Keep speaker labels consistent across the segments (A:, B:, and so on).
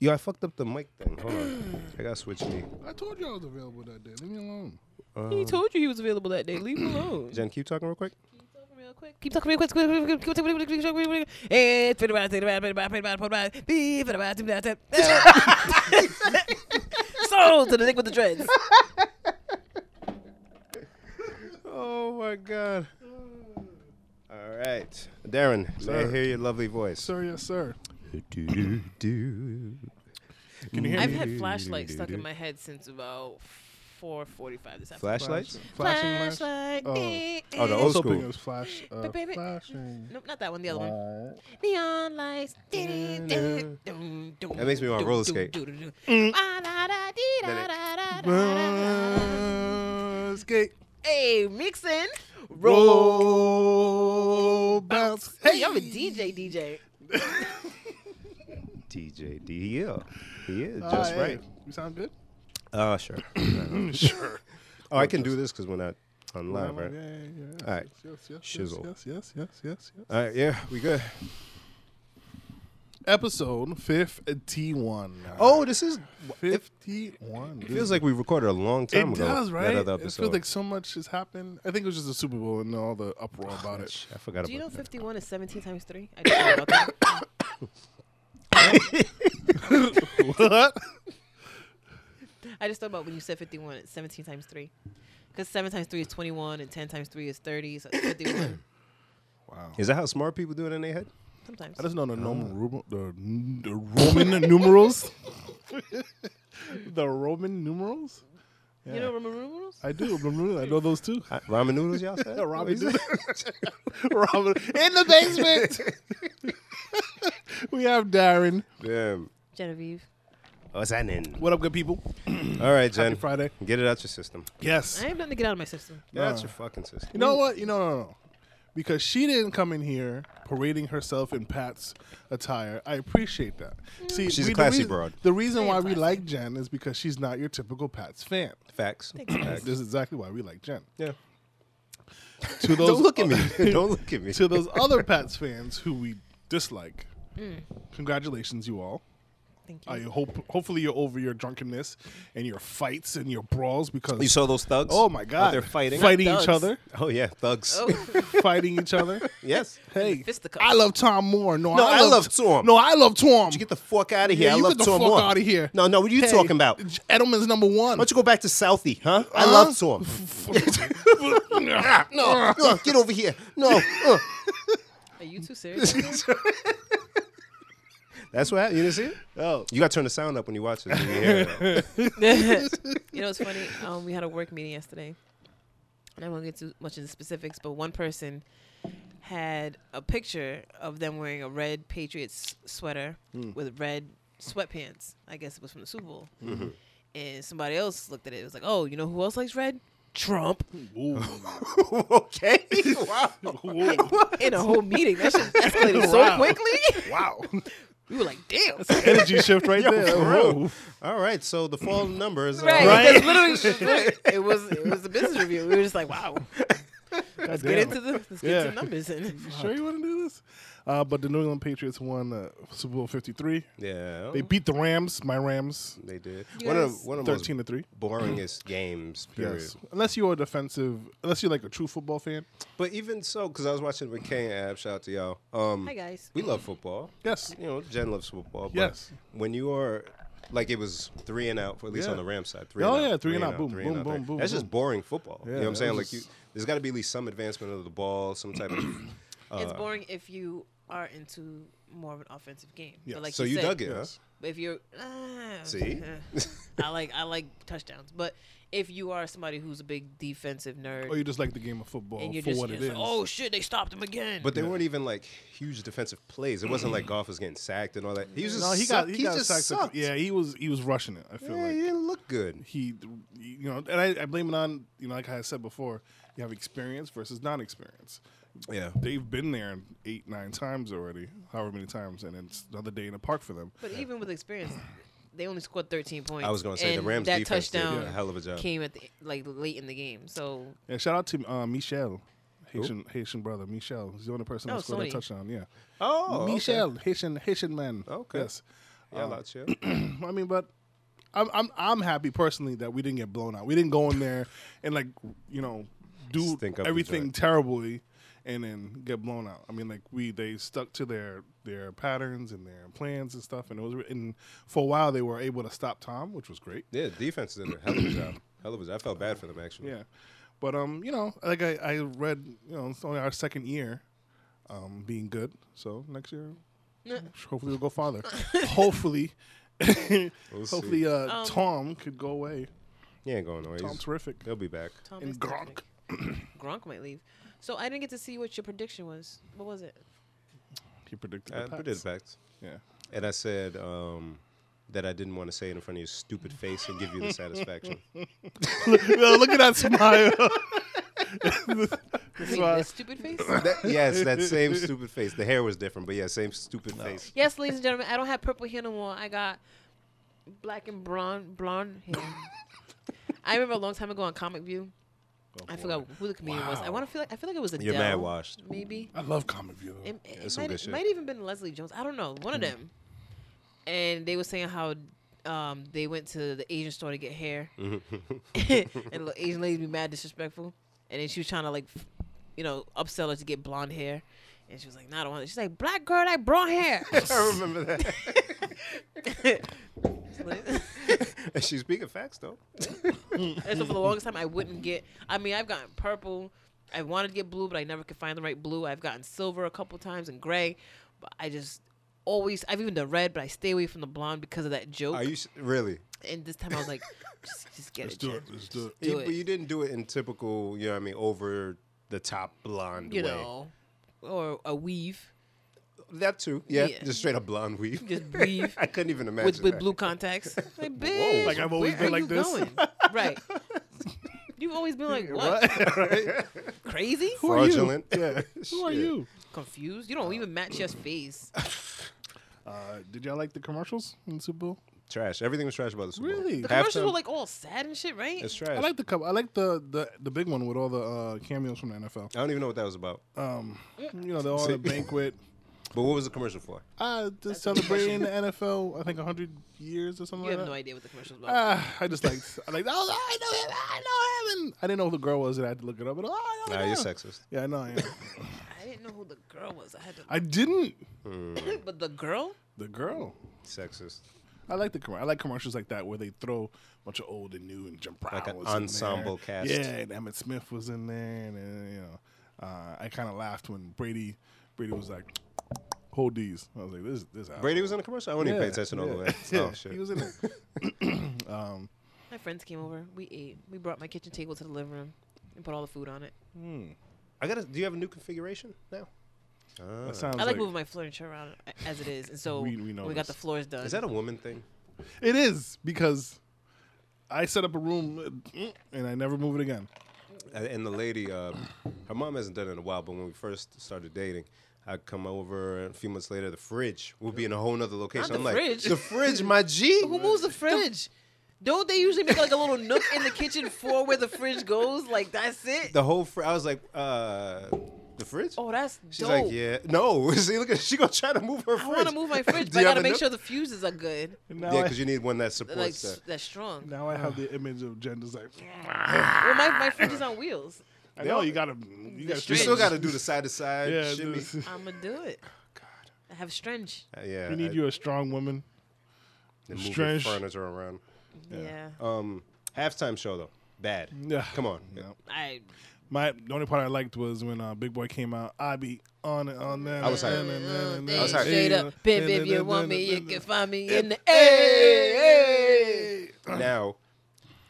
A: Yo, I fucked up the mic thing. Hold on. I gotta switch me.
B: I told you I was available that day. Leave me alone.
C: he told you he was available that day. Leave him alone.
A: Jen, keep talking real quick.
C: Keep talking real quick. Keep talking real quick. Keep talking real quick. Keep talking real quick. Eh, spin around, spin around, spin around, spin around, spin around, beep, spin around, spin around, spin around. So to the dick with the dreads.
A: Oh my god. All right, Darren. May I
B: Sir.
A: hear your lovely voice?
B: Sir, yes, sir.
A: Can you
C: I've had flashlights stuck in my head since about 4:45 this afternoon.
A: Flashlights?
B: Flashing lights. Oh.
A: Oh, the
B: I
A: old
B: was hoping it
A: school.
B: was flash. Uh,
C: But baby-
B: flashing.
C: Eh, Nope, not that one. The other one.
B: Light.
C: Neon lights.
A: That
C: That
A: makes me wanna roller skate.
C: Mm. Ah,
B: Bounce, Uh, skate,
C: Hey, mixing.
B: roll, bounce.
C: Hey, I'm a DJ, DJ.
A: DJ DL. He is
B: All
A: just right.
B: You sound good? Ah,
A: Oh, sure.
B: sure.
A: Oh, I can do this because we're not on live,
B: Yeah,
A: right?
B: yeah, yeah, yeah.
A: All right.
B: Yes, yes, yes,
A: Ah. Shizzle.
B: yes, yes, yes, yes, yes.
A: All right, yeah, we good.
B: Episode 51.
A: Oh, this is. It
B: 51. It
A: feels like we recorded a long time
B: it
A: ago.
B: does,
A: that
B: right?
A: other
B: It feels
A: episode.
B: like so much has happened. I think it was just the Super Bowl and all the uproar about it.
A: I forgot
C: Do you know
A: about that.
C: 51 is 17 times 3? I didn't know about that.
B: what?
C: I just thought about when you said 51, it's 17 times 3. Because 7 times 3 is 21, and 10 times 3 is 30, so it's 51
B: Wow.
A: Is that how smart people do it in their head?
C: sometimes.
B: I just know the Roman, the, the Roman numerals. the Roman numerals?
C: You know Roman numerals?
B: I do. I know those too.
A: Uh, ramen noodles, y'all said?
B: Yeah, Robin
A: What
B: did
A: you
B: it. Robin in the basement. we have Darren.
A: said? Damn.
C: Genevieve.
A: What's happening?
B: What up, good people?
A: All right, Jen.
B: Happy Friday.
A: Get it out your system.
B: Yes.
C: I ain't nothing to get out of my system.
A: Get out your fucking system.
B: You know what? You know, no, no, because she didn't come in here parading herself in Pat's attire. I appreciate that. See,
A: She's a
B: we- the
A: classy
B: reason-
A: broad.
B: The reason
C: am
B: why we
C: classy.
B: like Jen is because she's not your typical Pat's fan.
A: Facts. Facts.
B: This is exactly why we like Jen.
A: Yeah.
B: To those,
A: Don't look at me. Don't look at me.
B: to those other Pats fans who we dislike. Congratulations, you all.
C: Thank you.
B: I hope, hopefully, you're over your drunkenness and your fights and your brawls because
A: You saw those thugs?
B: oh my god,
A: They're fighting.
B: fighting
C: Thugs.
B: each other,
A: Oh yeah, thugs.
C: oh,
B: fighting each other.
A: Yes.
B: Hey,
C: Fisticuffs.
B: I love Tom Moore. No,
A: No, I love Tom.
B: Tom. No, I love Tom.
A: You get the fuck out of here.
B: Yeah,
A: I
B: you
A: love
B: get the
A: Tom
B: fuck
A: Moore.
B: outta here.
A: No, no. What are you
B: Hey,
A: talking about? Why
B: J- Edelman's number one.
A: don't you go back to Southie, huh? I love Tom. no, no, get over here. No. uh.
C: are you too serious?
A: That's what happened. You didn't see it?
B: Oh.
A: You got to turn the sound up when you watch this. when you hear it.
C: you know, it's funny. Um, we had a work meeting yesterday, and I won't get too much into specifics, but one person had a picture of them wearing a red Patriots sweater
B: Hmm.
C: with red sweatpants. I guess it was from the Super Bowl.
B: Mm-hmm.
C: And somebody else looked at it. It was like, oh, you know who else likes red? Trump
A: okay. Wow.
C: in a whole meeting. That shit escalated so
B: Wow.
C: quickly.
B: wow,
C: We were like, damn.
B: energy shift right there.
A: for real.
B: Whoa.
A: All right. So the fall numbers. uh,
C: Right.
B: Right.
C: That's literally, it was it was a business review. We were just like, wow. Let's get
B: damn.
C: into the let's get
B: Yeah.
C: into numbers and
B: You sure you want to do this? Uh, but the New England Patriots won uh, Super Bowl 53.
A: Yeah.
B: They
A: They,
B: beat the Rams, my Rams,
A: did. One of one of the most
B: 13 to 3.
A: boringest games. Period.
B: Yes. Unless you're a defensive, unless you're like a true football fan.
A: But even so, because I was watching with Kane and Ab, shout out to y'all. Um,
C: Hi, guys.
A: We love football.
B: Yes.
A: You know, Jen loves football. But
B: Yes.
A: When you are, like, it was three and out, for at least
B: Yeah.
A: on the Rams side. Three
B: Oh,
A: and out,
B: yeah, three and out, boom,
A: three
B: boom,
A: three.
B: boom, boom,
A: That's just
B: boom.
A: boring football. you know what
B: Yeah,
A: I'm saying?
B: that
A: Like,
B: was
A: you,
B: just-
A: there's got to be at least some advancement of the ball, some type of.
C: it's
A: Uh,
C: boring if you are into more of an offensive game.
B: Yeah,
C: But like
A: so you
C: said,
A: dug it,
B: yes.
C: But if you're ah,
A: See?
C: I like I like touchdowns, but if you are somebody who's a big defensive nerd
A: Oh,
B: Or you just like the game of football
C: and
B: for
C: you're just,
B: what
C: you're
B: it
C: just
B: is.
C: like, oh shit, they stopped him again.
A: But they weren't even like huge defensive plays. It wasn't like golf was getting sacked and all that. He was just
B: no, he
A: sucked-
B: got he,
A: he
B: got
A: just
B: sacked. a-
A: sucked.
B: Yeah, he was he was rushing it. I feel
A: yeah,
B: like
A: he didn't look good.
B: he, you know, and I, I blame it on you know, like I said before, you have experience versus non-experience.
A: Yeah.
B: They've been there eight, nine times already, however many times, and it's another day in the park for them.
C: But even with experience, they only scored 13 points.
A: I was going to say the
C: and
A: Rams
C: that
A: defense
C: touchdown
A: did a hell of a job.
C: came at the, like late in the game. So
B: And shout out to uh, Michelle Haitian Haitian brother Michel. He's the only person
C: Oh,
B: that scored a
C: Sony.
B: touchdown. Yeah,
A: Oh,
B: Michel Haitian Haitian man.
A: Okay.
B: Yes,
A: Yeah,
B: Uh,
A: La Chill.
B: I mean, but I'm I'm I'm happy personally that we didn't get blown out. We didn't go in there and like you know do
A: Stink up the
B: everything
A: joint.
B: terribly and then get blown out. I mean, like we they stuck to their their patterns and their plans and stuff, and it was and for a while they were able to stop Tom, which was great.
A: Yeah, defense did a hell of a job. Hell of a job. I felt bad for them actually.
B: Yeah, but um, you know, like I, I read, you know, it's only our second year, um, being good. So next year, hopefully we'll go farther. hopefully,
A: We'll see.
B: hopefully, uh,
C: Um,
B: Tom could go away.
A: He ain't going nowhere.
B: Tom
A: He's-
B: terrific.
A: He'll be back.
C: Tom
B: And
C: is
B: Gronk.
C: terrific. Gronk might leave. So I didn't get to see what your prediction was. What was it?
B: He predicted.
A: I
B: the
A: did
B: Pats.
A: back.
B: Yeah.
A: And I said um, that I didn't want to say it in front of your stupid face and give you the satisfaction.
B: Yo, look at that smile.
C: Wait,
B: why-
C: the stupid face.
A: That- yes, that same stupid face. The hair was different, but yeah, same stupid face.
C: yes, ladies and gentlemen, I don't have purple hair no more. I got black and blonde blonde hair. I remember a long time ago on Comic View.
A: Oh,
C: I forgot who the comedian was. I want to feel like I feel like it was Adele.
A: You're mad washed.
C: Maybe
B: I love Comic View.
C: it, it
A: that's some
C: might,
A: good
C: it
A: shit. Hmm.
C: might even been Leslie Jones. I don't know. One of them. And they were saying how um, they went to the Asian store to get hair, and the Asian lady be mad disrespectful, and then she was trying to like, f- you know, upsell her to get blonde hair, and she was like, "No, I don't want it." She's like, "Black girl, like blonde hair."
A: I remember that. And She's speaking facts though.
C: And so for the
B: Mm-hmm.
C: longest time, I wouldn't get. I mean, I've gotten purple. I wanted to get blue, but I never could find the right blue. I've gotten silver a couple times and gray, but I just always. I've even done red, but I stay away from the blonde because of that joke.
A: Are you s- really?
C: and this time I was like, just, just get
B: Let's
C: it.
B: do it.
C: Jen.
B: Let's do it.
C: Do
A: You-
C: it.
A: But you didn't do it in typical, you know what I mean, over the top blonde
C: You
A: way.
C: know, or a weave,
A: That too. Yeah,
C: Yeah.
A: just straight up blonde weave.
C: just weave
A: I couldn't even imagine
C: with, with
A: that.
C: blue contacts. Like, bitch,
B: Like, I've always
C: where
B: been
C: are
B: like
C: you
B: this.
C: Going? right. You've always been like what? Crazy?
B: Who are you?
A: Fraudulent.
B: Yeah. Who are
A: Shit.
B: you?
C: Confused? You don't even match your face.
B: Uh, did y'all like the commercials in the Super Bowl?
A: Trash. Everything was trash about the Super Bowl.
B: Really?
C: The commercials
A: Halftime-
C: were like all sad and shit, right?
A: it's trash.
B: I like the cup. I like the, the the big one with all the uh, cameos from the NFL.
A: I don't even know what that was about.
B: Uh,
C: Mm.
B: You know, the, all the
A: See?
B: banquet.
A: But what was the commercial for?
B: Uh, just celebrating the NFL. I think hundred years or something.
C: You
B: like
C: have
B: that.
C: no idea what the commercial's about.
B: Ah, I just like I like. Oh, I know him. I know him. And I didn't know who the girl was, and I had to look it up. And oh, I know
A: Nah,
B: him.
A: you're sexist.
B: Yeah, I know. I, am.
C: I didn't know who the girl was. I had to,
B: I didn't.
C: but the girl.
B: The girl.
A: Sexist.
B: I like the comm- I like commercials like that where they throw a bunch of old and new and Jim Brown
A: Like an
B: was in there.
A: ensemble cast.
B: Yeah, and Emmett Smith was in there, and, then you know, uh, I kind of laughed when Brady Brady was like, "Hold these." I was like, "This this asshole."
A: Brady was in the commercial. I wouldn't even pay attention all the way.
B: Yeah,
A: Oh shit.
B: he was in it.
C: My friends came over. We ate. We brought my kitchen table to the living room and put all the food on it.
A: I gotta. Do you have a new configuration now?
B: That sounds
C: I like
B: like
C: moving my furniture around a- as it is, and so
B: We-
C: we,
B: we know
C: got the
B: this.
C: floors done.
A: Is that a woman thing?
B: it is because I set up a room uh, and I never move it again.
A: A- And the lady, uh, her mom hasn't done it in a while. But when we first started dating, I'd come over, and a few months later, the fridge would be in a whole nother location.
C: the
A: I'm like,
C: fridge.
A: the fridge, my G.
C: Who moves the fridge? Don't they usually make like a little nook in the kitchen for where the fridge goes? Like that's it.
A: The whole fridge. I was like, uh, the fridge.
C: oh, that's
A: She's
C: dope.
A: like, yeah, no. See, look at she gonna try to move her
C: I
A: fridge.
C: want to move my fridge,
A: Do
C: but I
A: you have
C: gotta
A: a
C: make
A: nook?
C: sure the fuses are good,
B: And now,
A: Yeah,
B: I,
A: because you need one that
C: like
A: supports
C: s-
A: that.
C: that's strong.
B: now I have the image of Jen just like,
C: Well, my, my fridge is on wheels.
B: I know you gotta you
A: You
B: gotta
C: string.
A: still gotta do the side to side
B: yeah.
A: shimmy.
B: this is-
C: I'ma do it. I have stretch.
A: Uh, yeah,
B: We need
A: I-
B: you a strong woman.
A: and move your
B: Strange.
A: furniture around.
C: Yeah.
A: Um, halftime show though, bad.
B: Yeah.
A: Come on.
C: I
B: My the only part I liked was when uh, Big Boy came out. I be on it on that.
A: I was hype. I was hype.
C: straight up, babe, if you want me, you can find me in the air.
B: Hey.
A: Now,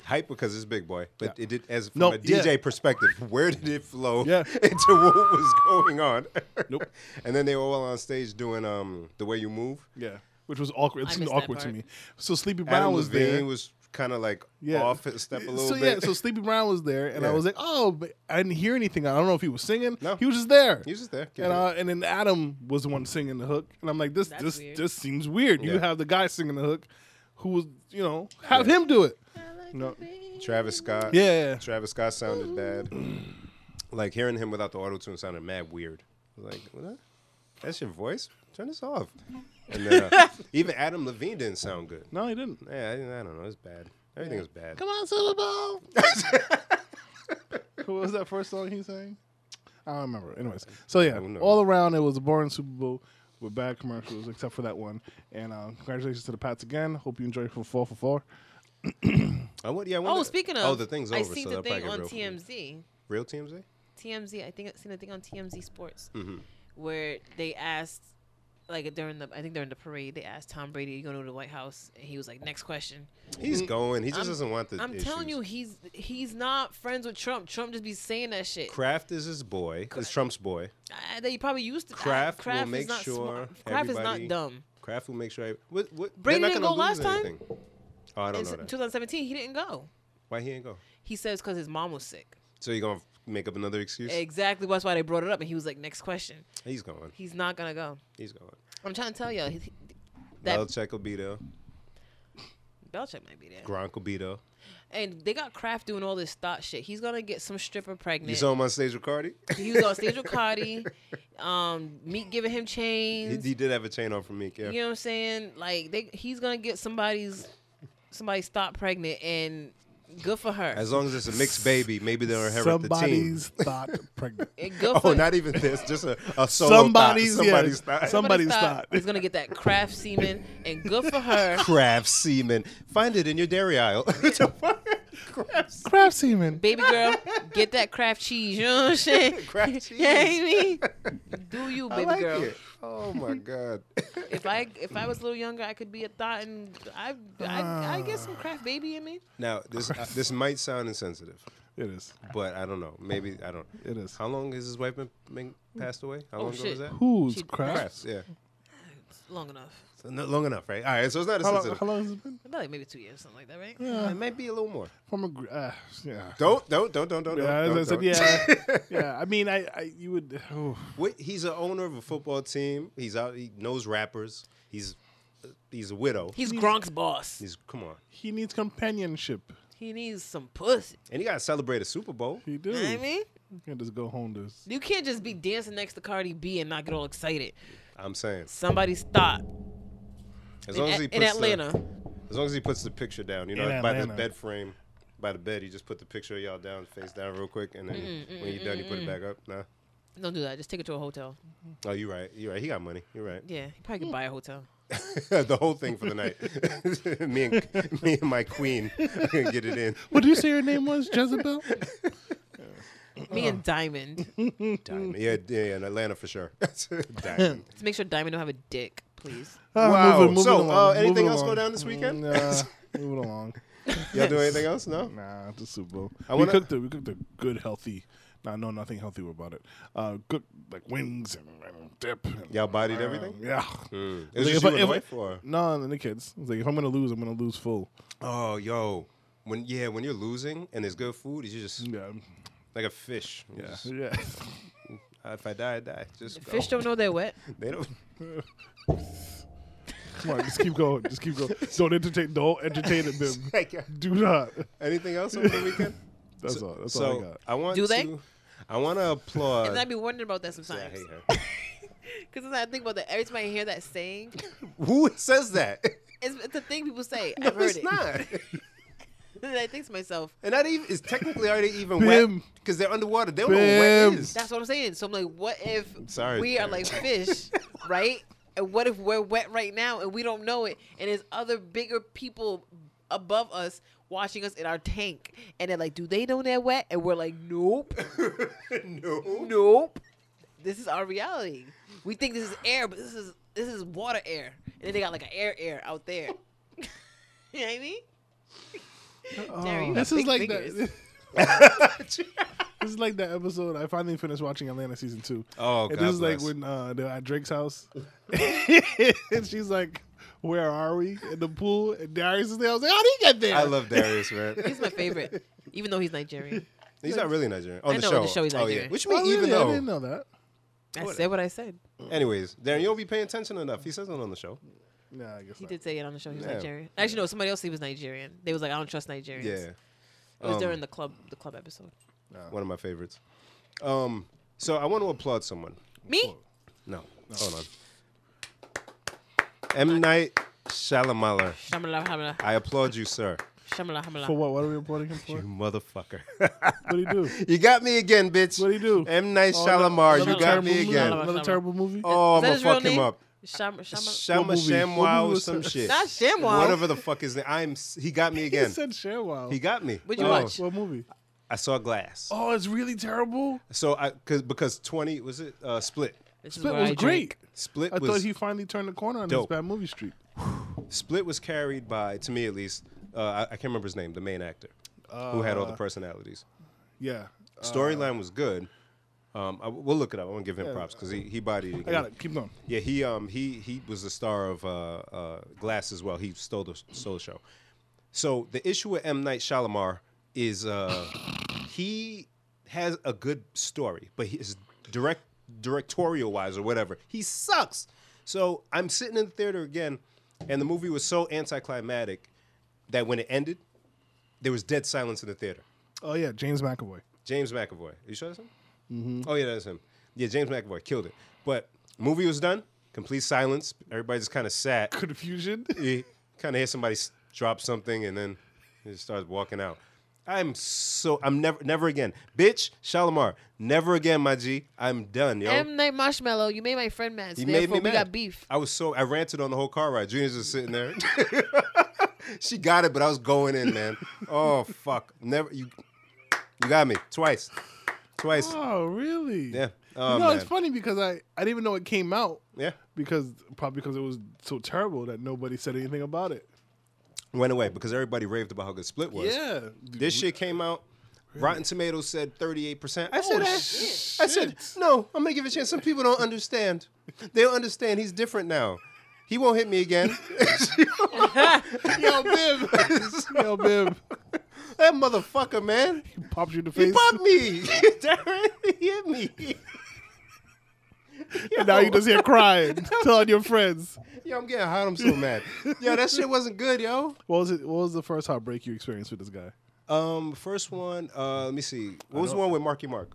A: hype because it's big boy, but it did as from
B: No,
A: a DJ
B: yeah.
A: perspective. Where did it flow
B: Yeah.
A: into what was going on?
B: Nope.
A: and then they were all on stage doing um the way you move.
B: Yeah, which was awkward. It
C: I
B: seemed
C: missed that
B: awkward to
C: part.
B: me. So Sleepy Brown
A: Adam
B: was
A: Levine
B: there.
A: was kind of like
B: yeah.
A: off a step a little
B: so,
A: bit.
B: Yeah, so Sleepy Brown was there, and I
A: Yeah.
B: was like, oh, but I didn't hear anything. I don't know if he was singing.
A: No.
B: he was just there.
A: He was just there.
B: And uh, and then Adam was the one singing the hook, and I'm like, this
C: That's
B: this
C: weird.
B: this seems weird. You
A: Yeah.
B: have the guy singing the hook, who was you know have him do it.
C: I like
B: No.
C: the way-
A: Travis Scott.
B: Yeah.
A: Travis Scott sounded bad. like hearing him without the auto tune sounded mad weird. Like what? That's your voice. Turn this off. And then, uh, even Adam Levine didn't sound good.
B: No, he didn't.
A: Yeah, I, I don't know. It's bad. Everything is bad.
B: Come on, Super Bowl. what was that first song he sang? I don't remember. Anyways, so yeah,
A: Who knows?
B: all around it was a boring Super Bowl with bad commercials, except for that one. And uh, congratulations to the Pats again. Hope you enjoy for four for four.
A: I want, yeah, I
C: Oh,
A: wonder-
C: speaking of,
A: oh, the thing's over.
C: I seen
A: so
C: the
A: they'll probably
C: thing
A: get
C: on
A: real-
C: TMZ.
A: Real TMZ.
C: TMZ. I think I seen a thing on TMZ Sports
A: Mm-hmm.
C: where they asked, like during the, I think during the parade, they asked Tom Brady, "You going to the White House?" And he was like, "Next question."
A: He's going. He just
C: Mm. I'm-
A: doesn't want the.
C: I'm telling you, he's he's not friends with Trump. Trump just be saying that shit.
A: Kraft is his boy. Is Trump's boy.
C: I, they uh, probably used to. I-
A: Kraft will
C: Kraft
A: make
C: is not
A: sure
C: smart. Kraft is not
A: everybody-
C: dumb.
A: Kraft will make sure. I, what, what, they're
C: Brady
A: not
C: didn't
A: gonna
C: go
A: lose
C: last time?
A: anything. Oh, I
C: In
A: don't know that.
C: 2017, he didn't go.
A: Why he ain't go?
C: He says because his mom was sick.
A: So you gonna make up another excuse?
C: Exactly. That's why they brought it up, and he was like, "Next question."
A: He's going.
C: He's not gonna go.
A: He's going.
C: I'm trying to tell y'all. He, he- that
A: Belichick will be there.
C: Belichick might be there.
A: Gronk will be there.
C: And they got Kraft doing all this thought shit. He's gonna get some stripper
A: You
C: pregnant.
A: saw him on stage with Cardi.
C: he was on stage with Cardi. Um, Meek giving him
A: he,
C: chains.
A: he did have a chain on from Meek. Yeah.
C: You know what I'm saying? Like they, he's gonna get somebody's somebody's thought pregnant, and good for her.
A: As long as it's a mixed baby, maybe they'll inherit the team.
B: Somebody's thought pregnant.
C: And good
A: Oh,
C: for
A: not even this. Just a, a solo somebody's
B: Somebody's, yeah,
A: somebody's thought.
B: some- somebody's thought.
C: He's gonna get that Kraft semen, and good for her.
A: Craft semen. Find it in your dairy aisle. Craft
B: Craft semen.
C: Baby girl, get that Kraft cheese. You know what I'm saying?
A: Kraft
C: You know what I mean? Do you, baby girl?
A: Oh my god.
C: If I if I was a little younger, I could be a thought, and I I I get some Kraft baby in me.
A: now this uh, this might sound insensitive,
B: It is.
A: but I don't know. Maybe I don't.
B: It is.
A: How long has his wife been, been passed away? How long ago
C: Oh, shit.
A: was that?
B: Who's
C: She-
B: Kraft?
A: Crafts, yeah.
C: Long enough.
A: So not long enough, right? All right, so it's not
B: How long,
A: insensitive.
B: how long has it been?
C: About like maybe two years, something like that, right?
A: Uh, it might be a little more.
B: From a gr- uh, yeah.
A: Don't don't don't don't don't.
B: Yeah,
A: don't,
B: as I
A: don't,
B: said,
A: don't.
B: yeah, yeah. I mean, I, I you would. Oh.
A: Wait, he's a owner of a football team. He's out. He knows rappers. He's uh, he's a widow.
C: He's Gronk's boss.
A: He's come on,
B: He needs companionship.
C: He needs some pussy.
A: and he got to celebrate a Super Bowl.
B: He do.
C: You know what I mean?
B: You can't just go home to.
C: You can't just be dancing next to Cardi B and not get all excited.
A: I'm saying,
C: Somebody's thought
A: as
C: in,
A: long as
C: A-
A: he
C: in
A: puts
C: Atlanta.
A: The, as long as he puts the picture down, you know,
B: In
A: by the
B: Atlanta.
A: bed frame, by the bed, you just put the picture of y'all down, face down, real quick, and then
C: Mm,
A: when you're done, you put it back up. Nah.
C: Don't do that. Just take it to a hotel.
A: Oh, you're right. You're right. He got money. You're right.
C: Yeah, you probably could buy a hotel.
A: the whole thing for the night. me and me and my queen get it in.
B: What did you say your name was? Jezebel.
C: Me and Diamond.
A: Diamond. Yeah, yeah, yeah, in Atlanta for sure. Diamond.
C: Let's make sure Diamond don't have a dick, please.
B: Ah,
A: Wow.
B: moving- moving
A: So, uh,
B: along,
A: anything
B: moving
A: else go
B: along.
A: down this weekend?
B: Mm, Nah, moving along.
A: Y'all do anything else? No.
B: Nah, it's a Super Bowl.
A: I
B: We
A: wanna-
B: cooked a we cooked a good healthy. Nah, no, nothing healthy about it. Uh, good like wings and, and dip. And,
A: Y'all bodied
B: uh,
A: everything?
B: Yeah.
A: Mm.
B: Like,
A: Is it
B: if
A: you
B: I-
A: and
B: if I-
A: wife or?
B: No, and the kids. I was like, if I'm gonna lose, I'm gonna lose full.
A: Oh, yo. When yeah, when you're losing and there's good food, you just
B: Yeah,
A: like a fish. You
B: yeah,
A: just- uh,
B: yeah.
A: if I die, I die. Just go.
C: Fish don't know they're wet.
A: They don't.
B: Come on, just keep going. Just keep going. Don't entertain. Don't entertain it, Bim. Do not.
A: Anything else over the weekend?
B: That's all. That's all I
A: so
B: got.
A: I, want
C: Do
A: to.
C: they?
A: I want to applaud.
C: And I be wondering about that
A: Yeah, I
C: sometimes.
A: hate her.
C: Because I think about that every time I hear that saying,
A: Who says that?
C: it's, it's a thing people say.
A: No,
C: I've heard
A: it's
C: it.
A: not.
C: and I think to myself,
A: And that even is technically already even
B: Bim.
A: wet because they're underwater. They don't know what
B: Bim.
A: is.
C: That's what I'm saying. So I'm like, what if
A: sorry,
C: we are
A: Terry.
C: like fish, right? And what if we're wet right now and we don't know it? And there's other bigger people above us watching us in our tank. And they're like, do they know they're wet? And we're like, nope,
A: no.
C: nope. This is our reality. We think this is air, but this is this is water air. And then they got like an air air out there. you know what I mean? Terry, you got
B: This is
C: big
B: like
C: fingers.
B: that. This is like that episode. I finally finished watching Atlanta season two.
A: Oh,
B: and
A: God
B: this is like
A: bless.
B: when uh, they're at Drake's house, and she's like, "Where are we?" In the pool, and Darius is there. I was like, "How did he get there?"
A: I love Darius, man.
C: He's my favorite, even though he's Nigerian.
A: He's not really Nigerian. On
C: I
A: the
C: know,
A: show.
C: on the show he's
A: oh, yeah.
C: Nigerian.
A: Which
B: Oh,
A: means even
B: really? I didn't
A: though.
B: know that.
C: I said what I said.
A: Anyways, Darren, you don't be paying attention enough. He says it on the show.
B: Nah, I guess
C: He
B: not.
C: did say it on the show. He was
A: Yeah.
C: Nigerian. Actually, no, somebody else. He was Nigerian. They was like, I don't trust Nigerians.
A: Yeah.
C: It was
A: Um,
C: during the club, the club episode.
A: One of my favorites. Um, so I want to applaud someone.
C: Me?
A: No, hold on. M Night Shyamalan.
C: Shamala, hamala,
A: I applaud you, sir.
C: shamala, hamala.
B: For what? What are we applauding him
A: You
B: for?
A: motherfucker.
B: What do you do?
A: you got me again, bitch.
B: What'd he do?
A: M Night
B: Oh,
A: Shalamar,
B: another
A: you got
B: terrible
A: me
B: movie?
A: again.
C: Shyamalan.
B: Another terrible movie.
A: Oh, I'm
C: Is that
A: gonna
C: his real
A: fuck him
C: name?
A: up.
C: Sham, shama,
A: Shama
B: movie? What
A: Shamwow
B: movie
A: or
B: was
A: some
B: that?
A: shit.
C: not Shamwow.
A: Whatever the fuck is name. I'm. s- He got me
B: He
A: again.
B: said ShamWow.
A: He got me.
C: What'd you
A: Oh,
C: watch?
B: What movie?
A: I saw Glass.
B: Oh, it's really terrible.
A: So I cause, because 20 was it uh, Split.
C: This is
B: Split
C: where
B: was
C: I
B: great.
C: drink.
A: Split
B: I
A: was
B: thought he finally turned the corner on
A: dope.
B: his bad movie streak.
A: Split was carried by to me at least. Uh, I, I can't remember his name, the main actor who had all the personalities.
B: Yeah. Uh,
A: Storyline was good. Um, I, we'll look it up. I want to give him props because he he bodied.
B: I got it. Keep going.
A: Yeah, he um he he was the star of uh, uh, Glass as well. He stole the stole the show. So the issue with M Night Shyamalan is uh, he has a good story, but his direct directorial wise or whatever, he sucks. So I'm sitting in the theater again, and the movie was so anticlimactic that when it ended, there was dead silence in the theater.
B: Oh yeah, James McAvoy.
A: James McAvoy. you sure that's him? Mm-hmm. Oh yeah, that's him. Yeah, James McAvoy killed it. But movie was done. Complete silence. Everybody just kind of sat.
B: Confusion.
A: kind of hear somebody s- drop something, and then it just starts walking out. I'm so I'm never never again, bitch. Shalimar, never again, my G. I'm done, yo.
C: M Night Marshmallow, you made my friend mad.
A: You
C: Therefore,
A: made me
C: we
A: mad.
C: got beef.
A: I was so I ranted on the whole car ride. Junior's just sitting there. she got it, but I was going in, man. Oh fuck, never you. You got me twice, twice.
B: Oh really?
A: Yeah. Oh,
B: you know, it's
A: man.
B: funny because I I didn't even know it came out
A: Yeah.
B: because probably because it was so terrible that nobody said anything about it.
A: went away because everybody raved about how good Split was.
B: Yeah.
A: This shit came out. Rotten Tomatoes said 38%. I said,
B: Oh,
A: I,
B: shit.
A: I said, no, I'm going to give it a chance. Some people don't understand. They don't understand. He's different now. He won't hit me again.
B: Yo, Bib. Yo, Bib.
A: that motherfucker, man.
B: Popped you in the
A: He
B: face.
A: bumped me. Darren, he hit me.
B: And now you just hear crying, telling your friends.
A: Yo, I'm getting hot. I'm so mad. Yo, that shit wasn't good, yo.
B: What was it? What was the first heartbreak you experienced with this guy?
A: Um, First one, uh, let me see. What was the one with Marky Mark?